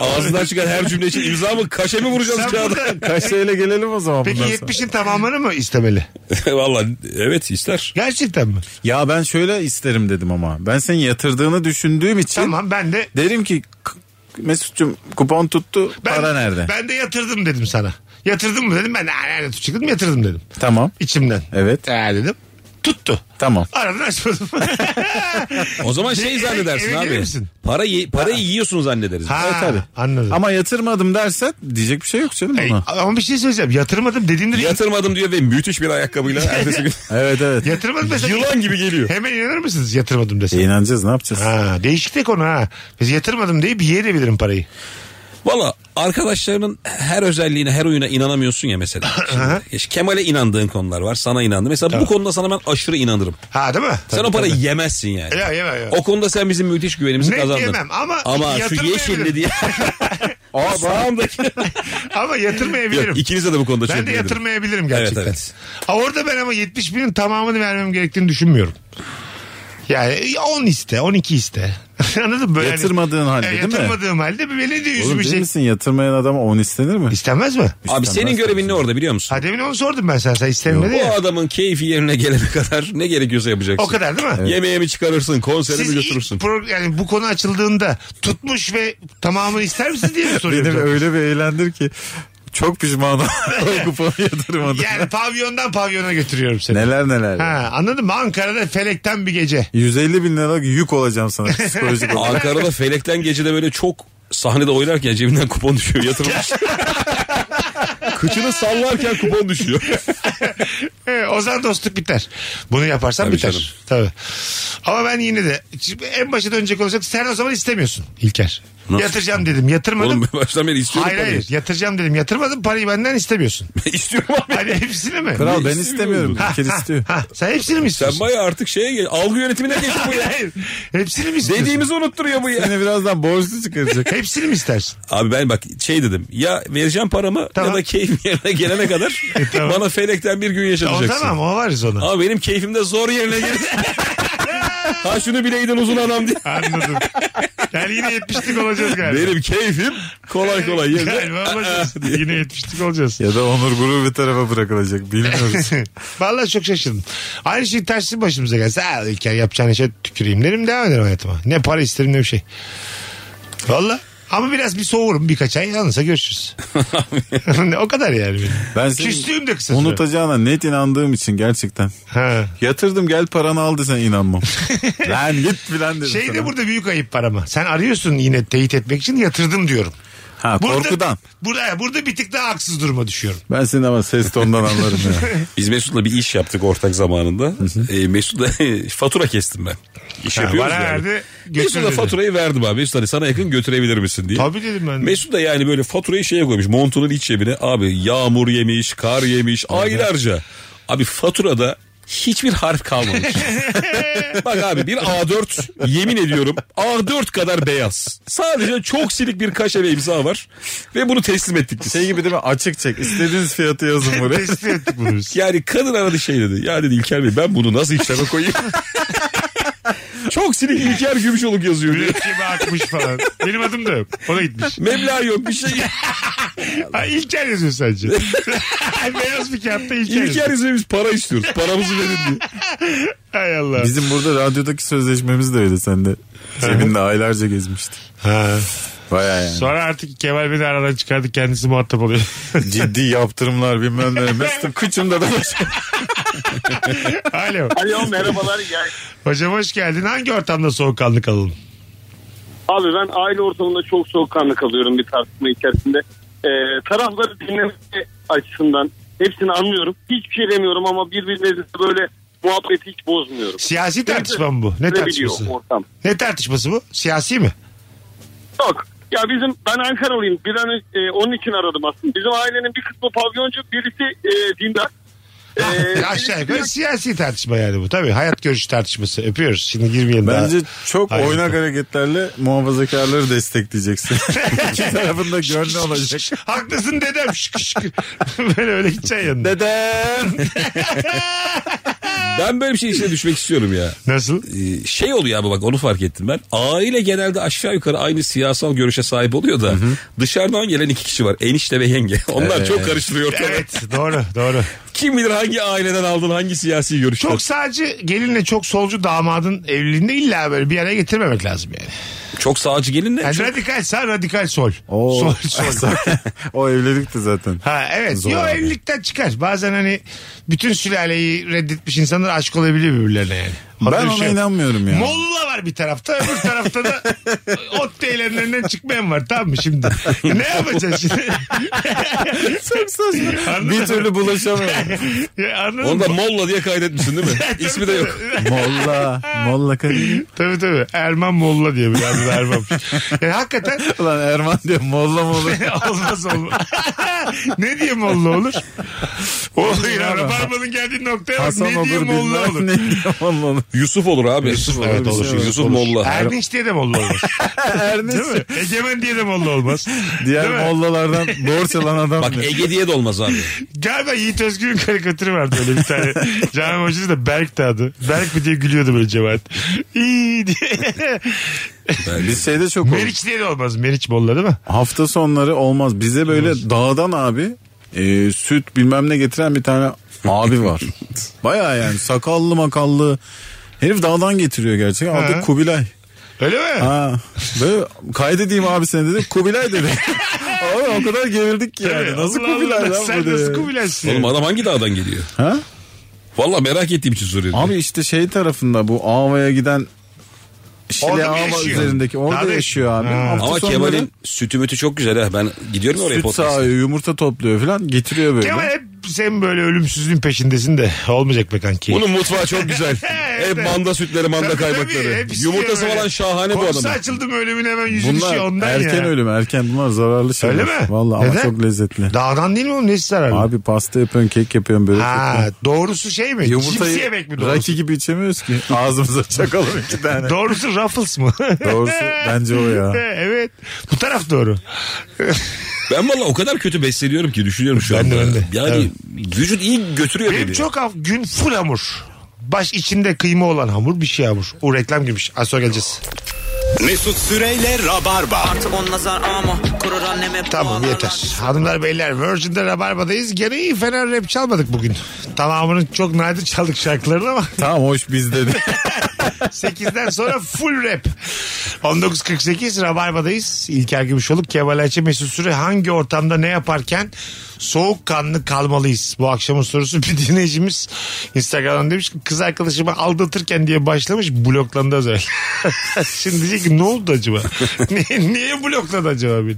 Speaker 5: Ağzından çıkan her cümle için imza mı kaşe mi vuracağız
Speaker 3: Sen
Speaker 5: kağıda?
Speaker 3: burada...
Speaker 11: Kaşeyle gelelim o zaman
Speaker 3: Peki
Speaker 11: bundan sonra.
Speaker 3: 70'in tamamını mı istemeli?
Speaker 5: Valla evet ister.
Speaker 3: Gerçekten mi?
Speaker 11: Ya ben şöyle isterim dedim ama. Ben senin yatırdığını düşündüğüm için
Speaker 3: Tamam ben de
Speaker 11: derim ki "K- Mesut'cum kupon tuttu
Speaker 3: Ben,
Speaker 11: para nerede?
Speaker 3: Ben de yatırdım dedim sana. Yatırdım mı dedim ben de "Aa, nerede tutacaktım yatırdım dedim.
Speaker 11: Tamam.
Speaker 3: İçimden.
Speaker 11: Evet.
Speaker 3: Ha dedim. Tuttu.
Speaker 11: Tamam.
Speaker 3: Aradan açmadım.
Speaker 5: O zaman
Speaker 3: Eve-
Speaker 5: şey zannedersin
Speaker 3: eve gelir
Speaker 5: abi.
Speaker 3: misin?
Speaker 5: Parayı, parayı yiyorsun zannederiz.
Speaker 3: Ha,
Speaker 11: Evet, tabii.
Speaker 3: anladım.
Speaker 11: Ama yatırmadım dersen diyecek bir şey yok canım
Speaker 3: Ey,
Speaker 11: buna.
Speaker 3: ama bir şey söyleyeceğim. Yatırmadım dediğimde
Speaker 5: Yatırmadım diyor ve müthiş bir ayakkabıyla ertesi gün
Speaker 11: Evet evet.
Speaker 3: yatırmadım mesela.
Speaker 5: yılan gibi geliyor.
Speaker 3: Hemen inanır mısınız yatırmadım
Speaker 11: E,
Speaker 3: desem?
Speaker 11: inanacağız ne yapacağız?
Speaker 3: Ha, değişik de konu ha. Biz yatırmadım deyip yiyebilirim parayı.
Speaker 5: Valla arkadaşlarının her özelliğine, her oyuna inanamıyorsun ya mesela. Şimdi, işte Kemal'e inandığın konular var, sana inandım. Mesela bu konuda sana ben aşırı inanırım.
Speaker 3: Ha değil mi?
Speaker 5: sen o parayı yemezsin yani.
Speaker 3: Ya, yemem, yemem.
Speaker 5: O konuda sen bizim müthiş güvenimizi
Speaker 3: Net
Speaker 5: kazandın.
Speaker 3: yemem ama
Speaker 5: şu
Speaker 3: yatırmayabilirim.
Speaker 5: yeşilli diye. Aa, sağımdaki.
Speaker 3: Ama yatırmayabilirim.
Speaker 5: Yok, ikiniz de bu konuda çok
Speaker 3: ben de
Speaker 5: iyiydim.
Speaker 3: yatırmayabilirim gerçekten.
Speaker 5: Evet, evet.
Speaker 3: Ha, orada ben ama 70 binin tamamını vermem gerektiğini düşünmüyorum. Yani 10 iste, 12 iste. Anladın mı? Böyle hani-
Speaker 11: Yatırmadığın halde değil mi?
Speaker 3: Yatırmadığım halde bir beni de
Speaker 11: Oğlum
Speaker 3: yüzümü
Speaker 11: değil
Speaker 3: şey.
Speaker 11: misin yatırmayan adama 10 istenir mi?
Speaker 3: İstenmez mi?
Speaker 5: Abi
Speaker 11: İstemez
Speaker 5: senin görevin ne orada biliyor musun?
Speaker 3: Ha demin onu sordum ben sana. Sen istenmedi
Speaker 5: O
Speaker 3: ya.
Speaker 5: adamın keyfi yerine gelene kadar ne gerekiyorsa yapacaksın.
Speaker 3: O kadar değil mi?
Speaker 5: Yemeğe mi çıkarırsın, konsere
Speaker 3: Siz
Speaker 5: mi
Speaker 3: ilk
Speaker 5: götürürsün?
Speaker 3: pro- yani bu konu açıldığında tutmuş ve tamamını ister misiniz diye mi soruyorum?
Speaker 11: Beni
Speaker 3: zaten?
Speaker 11: öyle bir eğlendir ki çok pişmanım o kuponu yatırmadım.
Speaker 3: Yani pavyondan pavyona götürüyorum seni.
Speaker 11: Neler neler. ya.
Speaker 3: Ha, anladın mı? Ankara'da felekten bir gece.
Speaker 11: 150 bin liralık yük olacağım sana psikolojik olarak.
Speaker 5: Ankara'da felekten gecede böyle çok sahnede oynarken cebinden kupon düşüyor yatırmış. Kıçını sallarken kupon düşüyor.
Speaker 3: He, o zaman E, dostluk biter. Bunu yaparsan
Speaker 5: Tabii
Speaker 3: biter.
Speaker 5: canım.
Speaker 3: Tabii. Ama ben yine de şimdi en başa dönecek olursak sen o zaman istemiyorsun İlker.
Speaker 5: Nasıl?
Speaker 3: Yatıracağım dedim yatırmadım.
Speaker 5: Oğlum ben baştan beri istiyorum.
Speaker 3: hayır hayır yatıracağım dedim yatırmadım parayı benden istemiyorsun.
Speaker 5: istiyorum abi.
Speaker 3: Hani hepsini mi?
Speaker 11: Kral ben istemiyorum.
Speaker 3: Ha,
Speaker 11: Kedi
Speaker 3: ha,
Speaker 11: istiyor.
Speaker 3: ha. Sen hepsini mi
Speaker 5: Sen
Speaker 3: istiyorsun?
Speaker 5: baya artık şeye gel. Algı yönetimine geçti bu ya.
Speaker 3: Hayır. Hepsini mi istiyorsun?
Speaker 5: Dediğimizi unutturuyor bu ya.
Speaker 11: Seni birazdan borçlu çıkaracak.
Speaker 3: Hepsini mi istersin?
Speaker 5: Abi ben bak şey dedim. Ya vereceğim paramı
Speaker 3: Tamam. E,
Speaker 5: ya da keyfim yerine gelene kadar
Speaker 3: tamam.
Speaker 5: bana felekten bir gün
Speaker 3: O
Speaker 5: yaşatacaksın.
Speaker 3: tamam o varız ona.
Speaker 5: Ama benim keyfim de zor yerine gelir. ha şunu bileydin uzun adam diye.
Speaker 3: Anladım. Yani yine yetmişlik olacağız galiba.
Speaker 5: Benim keyfim kolay kolay yerine.
Speaker 3: Galiba olacağız. yine yetmişlik olacağız.
Speaker 11: ya da Onur Gurur bir tarafa bırakılacak. Bilmiyoruz.
Speaker 3: Vallahi çok şaşırdım. Aynı şey tersi başımıza gelse. Ha İlker yapacağın işe tüküreyim derim devam ederim hayatıma. Ne para isterim ne bir şey. Vallahi. Ama biraz bir soğurum birkaç ay yalnızsa görüşürüz. o kadar yani benim.
Speaker 11: Ben senin
Speaker 3: Küstüğüm de kısa süre.
Speaker 11: unutacağına net inandığım için gerçekten.
Speaker 3: Ha.
Speaker 11: Yatırdım gel paranı al desen inanmam. Lan git filan dedim
Speaker 3: Şey de
Speaker 11: sana.
Speaker 3: burada büyük ayıp parama. Sen arıyorsun yine teyit etmek için yatırdım diyorum.
Speaker 11: Ha,
Speaker 3: Burada,
Speaker 11: korkudan.
Speaker 3: Burada, burada bir tık daha haksız duruma düşüyorum.
Speaker 11: Ben seni ama ses tondan anlarım ya.
Speaker 5: Biz Mesut'la bir iş yaptık ortak zamanında. E, Mesut'la fatura kestim ben. İş
Speaker 3: Ha,
Speaker 5: yapıyoruz
Speaker 3: bana
Speaker 5: yani.
Speaker 3: verdi, götür
Speaker 5: Mesut'a
Speaker 3: dedi.
Speaker 5: faturayı verdim abi. Mesut hani sana yakın götürebilir misin diye.
Speaker 3: Tabii dedim ben de.
Speaker 5: Mesut da yani böyle faturayı şeye koymuş. Montunun iç cebine. Abi yağmur yemiş, kar yemiş aylarca. Abi faturada hiçbir harf kalmamış. Bak abi bir A4 yemin ediyorum A4 kadar beyaz. Sadece çok silik bir kaşe ve imza var. Ve bunu teslim ettik biz.
Speaker 11: Şey gibi değil mi? Açık çek. İstediğiniz fiyatı yazın buraya.
Speaker 3: Tespit ettik bunu biz.
Speaker 5: Yani kadın aradı şey dedi. Ya dedi İlker Bey ben bunu nasıl işleme koyayım? Çok silik İlker Gümüşoluk yazıyor diyor.
Speaker 3: Büyük gibi akmış falan. Benim adım da yok. O da gitmiş.
Speaker 5: Meblağ yok bir şey.
Speaker 3: Ha, İlker yazıyor sadece. Beyaz bir kağıtta İlker,
Speaker 5: İlker
Speaker 3: yazıyor.
Speaker 5: yazıyor biz para istiyoruz. Paramızı verin diyor.
Speaker 3: Hay Allah.
Speaker 11: Bizim burada radyodaki sözleşmemiz de öyle. Sen de cebinde aylarca gezmiştin.
Speaker 3: Ha.
Speaker 11: Baya yani.
Speaker 3: Sonra artık Kemal beni aradan çıkardı kendisi muhatap oluyor.
Speaker 11: Ciddi yaptırımlar bilmem ne. Mesut'um kıçımda da
Speaker 3: Alo.
Speaker 9: Alo merhabalar. Yani
Speaker 3: Hocam hoş geldin. Hangi ortamda soğukkanlı kalalım?
Speaker 7: Abi ben aile ortamında çok soğukkanlı kalıyorum bir tartışma içerisinde. Ee, tarafları dinlemesi açısından hepsini anlıyorum. Hiçbir şey demiyorum ama birbirine böyle muhabbeti hiç bozmuyorum.
Speaker 3: Siyasi tartışma mı bu? Ne
Speaker 7: Sürebiliyor
Speaker 3: tartışması?
Speaker 7: ortam.
Speaker 3: Ne tartışması bu? Siyasi mi?
Speaker 7: Yok. Ya bizim ben Ankaralıyım. Bir an önce- e, onun için aradım aslında. Bizim ailenin bir kısmı pavyoncu, birisi e, dindar. Ee,
Speaker 3: Aşağı yukarı siyasi tartışma yani bu. Tabii hayat görüşü tartışması. Öpüyoruz. Şimdi girmeyelim daha.
Speaker 11: Bence çok
Speaker 3: Hayır.
Speaker 11: oynak hareketlerle muhafazakarları destekleyeceksin. İki tarafında gönlü olacak.
Speaker 3: Haklısın dedem. Şık şık. Böyle şey öyle gideceksin yanına.
Speaker 11: Dedem.
Speaker 5: Ben böyle bir şey içine düşmek istiyorum ya.
Speaker 3: Nasıl?
Speaker 5: Ee, şey oluyor abi bak onu fark ettim ben. Aile genelde aşağı yukarı aynı siyasal görüşe sahip oluyor da dışarıdan gelen iki kişi var. Enişte ve yenge. Onlar
Speaker 11: Ee.
Speaker 5: çok karıştırıyor ortalığı.
Speaker 3: Evet doğru doğru.
Speaker 5: Kim bilir hangi aileden aldın hangi siyasi görüşten.
Speaker 3: Çok sağcı gelinle çok solcu damadın evliliğinde illa böyle bir araya getirmemek lazım yani.
Speaker 5: çok sağcı gelin de.
Speaker 3: yani
Speaker 5: çok-
Speaker 3: radikal sağ radikal sol.
Speaker 11: Oo.
Speaker 3: Sol sol.
Speaker 11: o evlilikti zaten.
Speaker 3: Ha evet.
Speaker 11: Zor
Speaker 3: Yo
Speaker 11: abi.
Speaker 3: evlilikten çıkar. Bazen hani bütün sülaleyi reddetmiş insanlar aşık olabiliyor birbirlerine yani. Onda
Speaker 11: Ben
Speaker 3: bir
Speaker 11: ona
Speaker 3: şey yok.
Speaker 11: inanmıyorum ya.
Speaker 3: Molla var bir tarafta öbür tarafta da ot eylemlerinden çıkmayan var tamam mı şimdi? ne yapacağız şimdi?
Speaker 11: Çok saçma.
Speaker 3: Anladın mı?
Speaker 11: Bir türlü bulaşamıyorum.
Speaker 3: Ya Anladın
Speaker 5: Onu da
Speaker 3: mı?
Speaker 5: Molla diye kaydetmişsin değil mi? İsmi de yok.
Speaker 11: Molla. Molla Kadir.
Speaker 3: Tabii tabii. Erman Molla diye bir adı da Erman. Yani hakikaten
Speaker 11: Ulan Erman diyor Molla Molla.
Speaker 3: olmaz olmaz. ne diye Molla olur? Olur ya.
Speaker 11: abi.
Speaker 3: Rabarba'nın geldiği noktaya bak.
Speaker 11: Hasan
Speaker 3: Ne
Speaker 11: olur
Speaker 3: diye Molla
Speaker 11: bilmem
Speaker 3: olur?
Speaker 11: ne diyor Molla olur.
Speaker 5: Yusuf olur abi. Yusuf,
Speaker 3: evet,
Speaker 11: şey
Speaker 3: olur.
Speaker 5: Yusuf Molla.
Speaker 3: Erdinç diye de Molla olmaz. Değil
Speaker 11: Ernest.
Speaker 3: mi? Egemen diye de Molla olmaz.
Speaker 11: Diğer
Speaker 3: Değil mi?
Speaker 11: mollalardan borç alan adam.
Speaker 5: Bak
Speaker 11: diyor.
Speaker 5: Ege diye de olmaz abi.
Speaker 3: Galiba Yiğit Özgür'ün karikatürü vardı öyle bir tane. Cami hocası da Berk de adı. Berk mi diye gülüyordu böyle cemaat. İyi diye.
Speaker 11: Biz şeyde çok oldu.
Speaker 3: Meriç diye de olmaz. Meriç Molla değil mi?
Speaker 11: Hafta sonları olmaz. Bize böyle dağdan abi e, süt bilmem ne getiren bir tane abi var. Baya yani sakallı makallı. Herif dağdan getiriyor gerçekten.
Speaker 3: Ha.
Speaker 11: Adı Kubilay.
Speaker 3: Öyle mi?
Speaker 11: Ha. Böyle kaydedeyim abisine dedi. Kubilay dedi. abi o kadar gerildik ki yani.
Speaker 3: Tabii.
Speaker 11: Nasıl
Speaker 3: Allah
Speaker 11: Kubilay
Speaker 3: Allah,
Speaker 11: lan bu
Speaker 3: Sen
Speaker 11: dedi.
Speaker 3: nasıl Kubilay'sın?
Speaker 5: Oğlum adam hangi dağdan geliyor?
Speaker 11: Ha?
Speaker 5: Valla merak ettiğim için soruyorum.
Speaker 11: Abi işte şey tarafında bu Ava'ya giden Şile
Speaker 3: Orada mı
Speaker 11: Ağabey
Speaker 3: yaşıyor?
Speaker 11: üzerindeki orada
Speaker 3: Tabii.
Speaker 11: yaşıyor abi.
Speaker 3: Ha.
Speaker 11: Hafta
Speaker 5: Ama
Speaker 11: sonları
Speaker 5: Kemal'in sütü mütü çok güzel ha. Ben gidiyorum ya oraya
Speaker 11: süt
Speaker 5: podcast.
Speaker 11: sağıyor, yumurta topluyor falan getiriyor böyle.
Speaker 3: Kemal hep sen böyle ölümsüzlüğün peşindesin de olmayacak be kanki.
Speaker 5: Bunun mutfağı çok güzel.
Speaker 3: Evet,
Speaker 5: Hep
Speaker 3: evet.
Speaker 5: manda sütleri, manda
Speaker 3: Tabii, tabii,
Speaker 5: kaymakları.
Speaker 3: hepsi
Speaker 5: Yumurtası
Speaker 3: böyle.
Speaker 5: falan şahane bu
Speaker 3: Konusu
Speaker 5: adamın.
Speaker 3: açıldı mı ölümün hemen yüzü
Speaker 11: Bunlar
Speaker 3: düşüyor ondan
Speaker 11: erken
Speaker 3: ya.
Speaker 11: ölüm erken bunlar zararlı şeyler.
Speaker 3: Öyle mi?
Speaker 11: Vallahi ama
Speaker 3: Neden?
Speaker 11: çok lezzetli.
Speaker 3: Dağdan değil mi oğlum nesi zararlı?
Speaker 11: Abi pasta yapıyorsun, kek yapıyorsun, börek
Speaker 3: ha,
Speaker 11: yapıyorsun.
Speaker 3: doğrusu şey mi? Cips yemek mi doğrusu?
Speaker 11: Raki gibi içemiyoruz ki. Ağzımıza çakalım iki tane.
Speaker 3: Doğrusu Ruffles mı?
Speaker 11: Doğrusu bence o ya.
Speaker 3: evet. Bu taraf doğru.
Speaker 5: Ben valla o kadar kötü besleniyorum ki düşünüyorum şu
Speaker 3: Ben
Speaker 5: anda.
Speaker 3: de, ben de.
Speaker 5: Yani vücut iyi götürüyor
Speaker 3: Benim
Speaker 5: beni.
Speaker 3: çok af gün full hamur. Baş içinde kıyma olan hamur bir şey hamur. O reklam girmiş. Az sonra geleceğiz.
Speaker 2: Mesut Süreyle Rabarba.
Speaker 3: Tamam yeter. Hanımlar beyler Virgin'de Rabarba'dayız. Gene iyi fena rap çalmadık bugün. Tamamını çok nadir çaldık şarkılarını ama
Speaker 11: Tamam hoş biz dedi.
Speaker 3: 8'den sonra full rap. 19.48 Rabarba'dayız. İlker Gümüşoluk, Kemal Ayça, Mesut Süre hangi ortamda ne yaparken soğukkanlı kalmalıyız? Bu akşamın sorusu bir dinleyicimiz Instagram'dan demiş ki kız arkadaşımı aldatırken diye başlamış bloklandı özel. Şimdi diyecek ki ne oldu acaba? niye, niye blokladı acaba beni?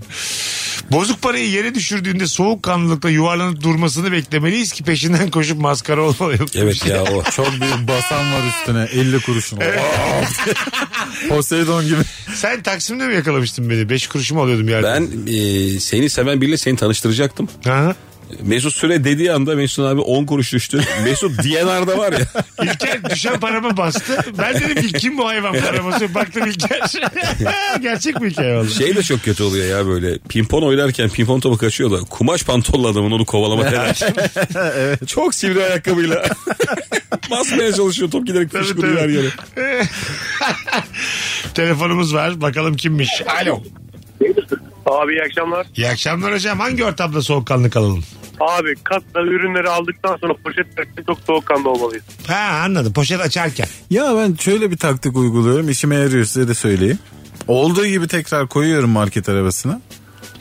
Speaker 3: Bozuk parayı yere düşürdüğünde soğukkanlılıkla yuvarlanıp durmasını beklemeliyiz ki peşinden koşup maskara olmalıyız.
Speaker 5: Evet ya o.
Speaker 11: Çok büyük basan var üstüne 50 kuruşun. Wow. Poseidon gibi.
Speaker 3: Sen Taksim'de mi yakalamıştın beni? Beş kuruşumu alıyordum yerde.
Speaker 5: Ben e, seni seven biriyle seni tanıştıracaktım.
Speaker 3: Ha?
Speaker 5: Mesut Süre dediği anda Mesut abi 10 kuruş düştü. Mesut DNR'da var ya.
Speaker 3: İlker düşen parama bastı. Ben dedim ki kim bu hayvan parama basıyor? Baktım İlker. Gerçek mi hikaye oldu?
Speaker 5: Şey de çok kötü oluyor ya böyle. Pimpon oynarken pimpon topu kaçıyor da kumaş pantolonlu adamın onu kovalamak eder. Çok sivri ayakkabıyla. Basmaya çalışıyor top giderek
Speaker 3: Tabii,
Speaker 5: fışkırıyor her
Speaker 3: tabii.
Speaker 5: yere.
Speaker 3: Telefonumuz var. Bakalım kimmiş? Alo.
Speaker 7: Abi iyi akşamlar.
Speaker 3: İyi akşamlar hocam. Hangi ortamda soğukkanlı kalalım?
Speaker 7: Abi katla ürünleri aldıktan sonra poşet takip çok soğukkanlı olmalıyız.
Speaker 3: Ha anladım. Poşet açarken.
Speaker 11: Ya ben şöyle bir taktik uyguluyorum. İşime yarıyor size de söyleyeyim. Olduğu gibi tekrar koyuyorum market arabasına.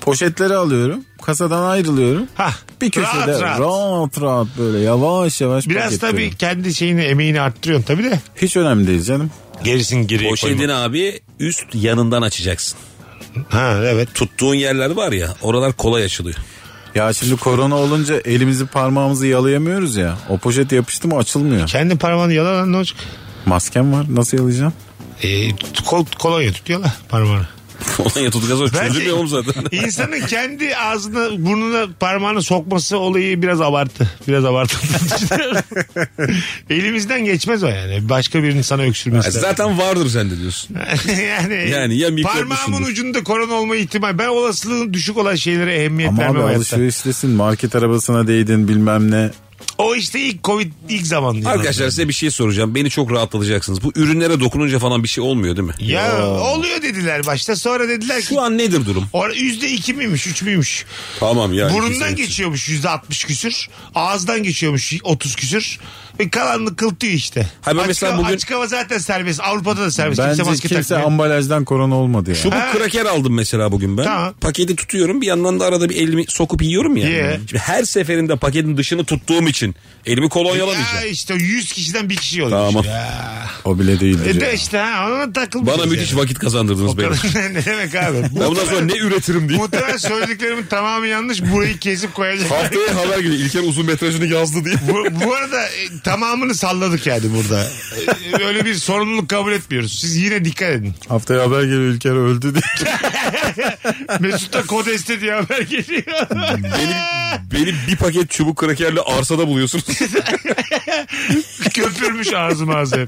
Speaker 11: Poşetleri alıyorum. Kasadan ayrılıyorum.
Speaker 3: Ha.
Speaker 11: Bir köşede
Speaker 3: Rahat,
Speaker 11: rahat
Speaker 3: rahat.
Speaker 11: rahat, böyle yavaş yavaş
Speaker 3: Biraz
Speaker 11: paketliyorum.
Speaker 3: tabii kendi şeyini emeğini arttırıyorsun tabii de.
Speaker 11: Hiç önemli değil canım.
Speaker 3: Gerisin geriye
Speaker 5: Poşetin
Speaker 3: koyma.
Speaker 5: abi üst yanından açacaksın.
Speaker 3: Ha evet.
Speaker 5: Tuttuğun yerler var ya oralar kolay açılıyor.
Speaker 11: Ya şimdi korona olunca elimizi parmağımızı yalayamıyoruz ya. O poşet yapıştı mı açılmıyor.
Speaker 3: Kendi parmağını yalan ne olacak?
Speaker 11: Maskem var nasıl yalayacağım?
Speaker 3: Ee, kol, kolonya tutuyorlar parmağını.
Speaker 5: Olan tuttuktan sonra
Speaker 3: Bence-
Speaker 5: çözülmüyor oğlum zaten.
Speaker 3: İnsanın kendi ağzına burnuna parmağını sokması olayı biraz abartı. Biraz abartı. Elimizden geçmez o yani. Başka birinin sana öksürmesi.
Speaker 5: Zaten vardır sende diyorsun.
Speaker 3: yani,
Speaker 5: Yani ya mikroplusundur.
Speaker 3: parmağımın ucunda korona olma ihtimali. Ben olasılığın düşük olan şeylere ehemmiyet
Speaker 11: Ama abi
Speaker 3: vermem hayatta.
Speaker 11: alışveriştesin market arabasına değdin bilmem ne.
Speaker 3: O işte ilk covid ilk zamanlı. yani.
Speaker 5: Arkadaşlar size bir şey soracağım. Beni çok rahatlatacaksınız. Bu ürünlere dokununca falan bir şey olmuyor değil mi?
Speaker 3: Ya oluyor dediler başta sonra dediler ki
Speaker 5: Şu an nedir durum?
Speaker 3: or- yüzde iki miymiş üç müymüş
Speaker 5: Tamam ya.
Speaker 3: burundan geçiyormuş yüzde altmış küsür ağızdan geçiyormuş otuz küsür E, ve kalanını kıltıyor işte
Speaker 5: Ha ben
Speaker 3: açık,
Speaker 5: mesela
Speaker 3: hava-
Speaker 5: bugün-
Speaker 3: açık hava zaten serbest Avrupa'da da serbest
Speaker 11: Bence
Speaker 3: kimse maske
Speaker 11: kimse,
Speaker 3: takmıyor
Speaker 11: ambalajdan korona olmadı ya.
Speaker 5: Çubuk kraker aldım mesela bugün ben.
Speaker 3: Tamam.
Speaker 5: Paketi tutuyorum bir yandan da arada bir elimi sokup yiyorum ya.
Speaker 3: Ye.
Speaker 5: Şimdi Her seferinde paketin dışını tuttuğum için elimi
Speaker 3: ya
Speaker 5: kolonyalamayacağım.
Speaker 3: işte 100 kişiden bir kişi oluyor.
Speaker 5: Tamam.
Speaker 11: O bile değildir.
Speaker 3: E
Speaker 11: ya.
Speaker 3: de işte ha ona takılmışız.
Speaker 5: Bana müthiş vakit kazandırdınız beni.
Speaker 3: yani. ne demek abi?
Speaker 5: Ben bundan sonra ne üretirim diye.
Speaker 3: Muhtemelen söylediklerimin tamamı yanlış. Burayı kesip koyacak.
Speaker 5: Haftaya haber gibi İlker uzun metrajını yazdı diye.
Speaker 3: bu, bu arada e, tamamını salladık yani burada. E, Öyle bir sorumluluk kabul etmiyoruz. Siz yine dikkat edin.
Speaker 11: Haftaya haber geliyor ülker öldü diye.
Speaker 3: Mesut da kod esti diye haber geliyor.
Speaker 5: Beni, beni bir paket çubuk krakerle arsada buluyorsunuz.
Speaker 3: Köpürmüş ağzım ağzı.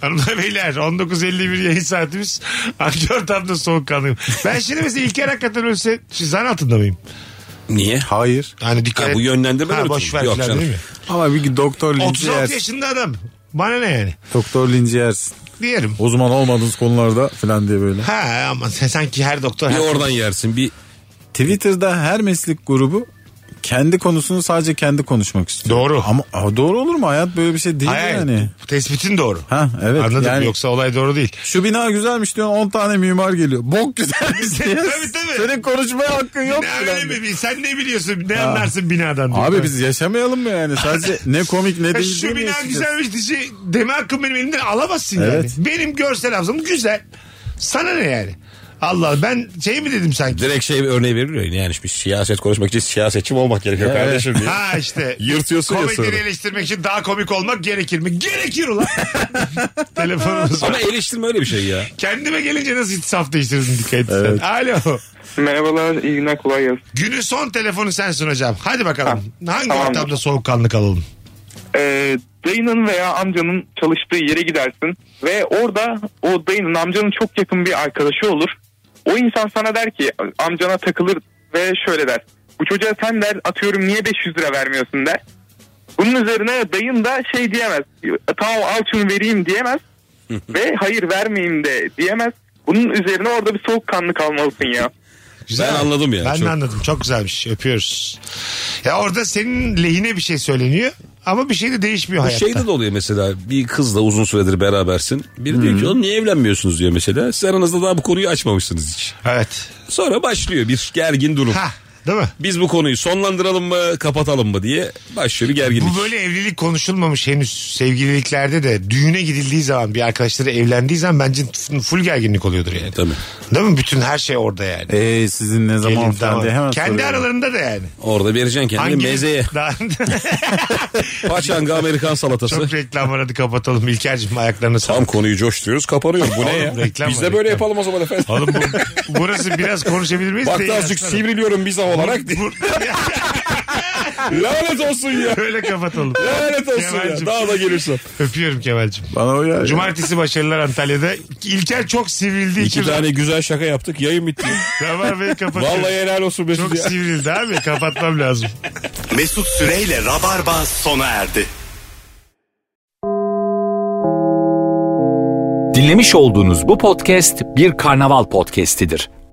Speaker 3: Hanımlar beyler 19.51 yayın saatimiz. Hangi ortamda soğukkanlıyım? Ben şimdi mesela İlker hakikaten ölse şimdi zan altında mıyım?
Speaker 5: Niye?
Speaker 11: Hayır.
Speaker 3: Yani dikkat
Speaker 5: Ha, bu
Speaker 3: et-
Speaker 5: yönlendirme
Speaker 3: Ha,
Speaker 5: mi
Speaker 3: boş ver
Speaker 5: Yok
Speaker 3: filan
Speaker 5: canım.
Speaker 3: değil mi?
Speaker 11: Ama bir doktor linci
Speaker 3: 36
Speaker 11: yersin.
Speaker 3: yaşında adam. Bana ne yani?
Speaker 11: Doktor linci yersin.
Speaker 3: Diyelim.
Speaker 11: Uzman olmadığınız konularda falan diye böyle.
Speaker 3: Ha ama sen sanki her doktor
Speaker 5: Bir
Speaker 3: her
Speaker 5: oradan yersin bir
Speaker 11: Twitter'da her meslek grubu kendi konusunu sadece kendi konuşmak istiyor. Doğru. Ama aa, doğru olur mu? Hayat böyle bir şey değil
Speaker 3: Hayır,
Speaker 11: yani.
Speaker 3: Tespitin doğru.
Speaker 11: Ha evet.
Speaker 3: Anladım
Speaker 11: yani,
Speaker 3: yoksa olay doğru değil.
Speaker 11: Şu bina güzelmiş diyorsun 10 tane mimar geliyor. Bok güzelmiş diye.
Speaker 3: tabii tabii.
Speaker 11: Senin konuşmaya hakkın yok.
Speaker 3: Ne
Speaker 11: bile.
Speaker 3: öyle mi? Sen ne biliyorsun? Ne anlarsın binadan? diye.
Speaker 11: Abi biz yaşamayalım mı yani? Sadece ne komik ne
Speaker 3: Ya
Speaker 11: değil.
Speaker 3: Şu
Speaker 11: diye
Speaker 3: bina
Speaker 11: yaşayacağız?
Speaker 3: güzelmiş dişi deme hakkım benim elimden alamazsın
Speaker 11: Evet.
Speaker 3: yani. Benim görsel hafızam güzel. Sana ne yani? Allah ben şey mi dedim sanki?
Speaker 5: Direkt şey bir örneği veriliyor yani, yani bir siyaset konuşmak için siyasetçi mi olmak gerekiyor
Speaker 11: Evet.
Speaker 5: kardeşim diye.
Speaker 3: Ha işte.
Speaker 5: Yırtıyorsun ya
Speaker 3: Komedini
Speaker 5: sonra.
Speaker 3: eleştirmek için daha komik olmak gerekir mi? Gerekir ulan. Telefonumuz var.
Speaker 5: Ama eleştirme öyle bir şey ya.
Speaker 3: Kendime gelince nasıl saf değiştirdin dikkat et sen.
Speaker 11: Evet.
Speaker 3: Alo.
Speaker 9: Merhabalar, iyi günler, kolay gelsin.
Speaker 3: Günün son telefonu sensin hocam. Hadi bakalım. Hangi
Speaker 9: tamamdır.
Speaker 3: ortamda soğukkanlı kalalım?
Speaker 9: Ee, dayının veya amcanın çalıştığı yere gidersin ve orada o dayının amcanın çok yakın bir arkadaşı olur. O insan sana der ki amcana takılır ve şöyle der. Bu çocuğa sen der atıyorum niye 500 lira vermiyorsun der. Bunun üzerine dayın da şey diyemez. Tamam al şunu vereyim diyemez. ve hayır vermeyeyim de diyemez. Bunun üzerine orada bir soğukkanlı kalmalısın ya.
Speaker 5: Ben anladım ya.
Speaker 3: Ben
Speaker 5: çok.
Speaker 3: de anladım. Çok güzelmiş. Öpüyoruz. Ya orada senin lehine bir şey söyleniyor ama bir şey de değişmiyor
Speaker 5: Bu
Speaker 3: hayatta.
Speaker 5: şeyde de oluyor mesela bir kızla uzun süredir berabersin. Biri diyor ki oğlum niye evlenmiyorsunuz diyor mesela. Siz aranızda daha bu konuyu açmamışsınız hiç.
Speaker 3: Evet.
Speaker 5: Sonra başlıyor bir gergin durum.
Speaker 3: Ha, değil mi?
Speaker 5: Biz bu konuyu sonlandıralım mı kapatalım mı diye başlıyor bir gerginlik.
Speaker 3: Bu böyle evlilik konuşulmamış henüz sevgililiklerde de düğüne gidildiği zaman bir arkadaşları evlendiği zaman bence f- full gerginlik oluyordur yani.
Speaker 5: Tabii.
Speaker 3: Değil mi? Bütün her şey orada yani.
Speaker 11: Ee, sizin ne zaman
Speaker 3: Gelin,
Speaker 11: falan
Speaker 3: damat.
Speaker 11: diye hemen
Speaker 3: Kendi
Speaker 11: soruyorum.
Speaker 3: aralarında da yani.
Speaker 5: Orada vereceksin kendini
Speaker 3: Hangi-
Speaker 5: mezeye.
Speaker 3: Daha-
Speaker 5: Paçanga Amerikan salatası.
Speaker 3: Çok reklam aradı kapatalım. İlker'cim ayaklarını sağ.
Speaker 5: Tam konuyu coşturuyoruz kapanıyor. Bu ne
Speaker 3: Oğlum,
Speaker 5: ya?
Speaker 3: reklam
Speaker 5: Biz
Speaker 3: var,
Speaker 5: de böyle
Speaker 3: reklam.
Speaker 5: yapalım o zaman efendim.
Speaker 3: Oğlum bu, burası biraz konuşabilir miyiz?
Speaker 5: Bak
Speaker 3: Değil
Speaker 5: da azıcık
Speaker 3: aslanım.
Speaker 5: sivriliyorum bize olarak.
Speaker 3: Bu-
Speaker 5: Lanet olsun ya.
Speaker 3: Öyle kapatalım.
Speaker 5: Lanet olsun ya.
Speaker 3: Kemal'cim.
Speaker 5: Daha da gelirsin.
Speaker 3: Öpüyorum Kemal'cim.
Speaker 11: Bana o geldi.
Speaker 3: Cumartesi başarılar Antalya'da. İlker çok sivrildi.
Speaker 5: İki tane güzel şaka yaptık. Yayın bitti.
Speaker 3: Rabarbayı kapatıyorum.
Speaker 5: Vallahi helal olsun Mesut
Speaker 3: Çok
Speaker 5: ya.
Speaker 3: sivrildi abi. Kapatmam lazım.
Speaker 2: Mesut Süreyle Rabarba sona erdi.
Speaker 1: Dinlemiş olduğunuz bu podcast bir karnaval podcastidir.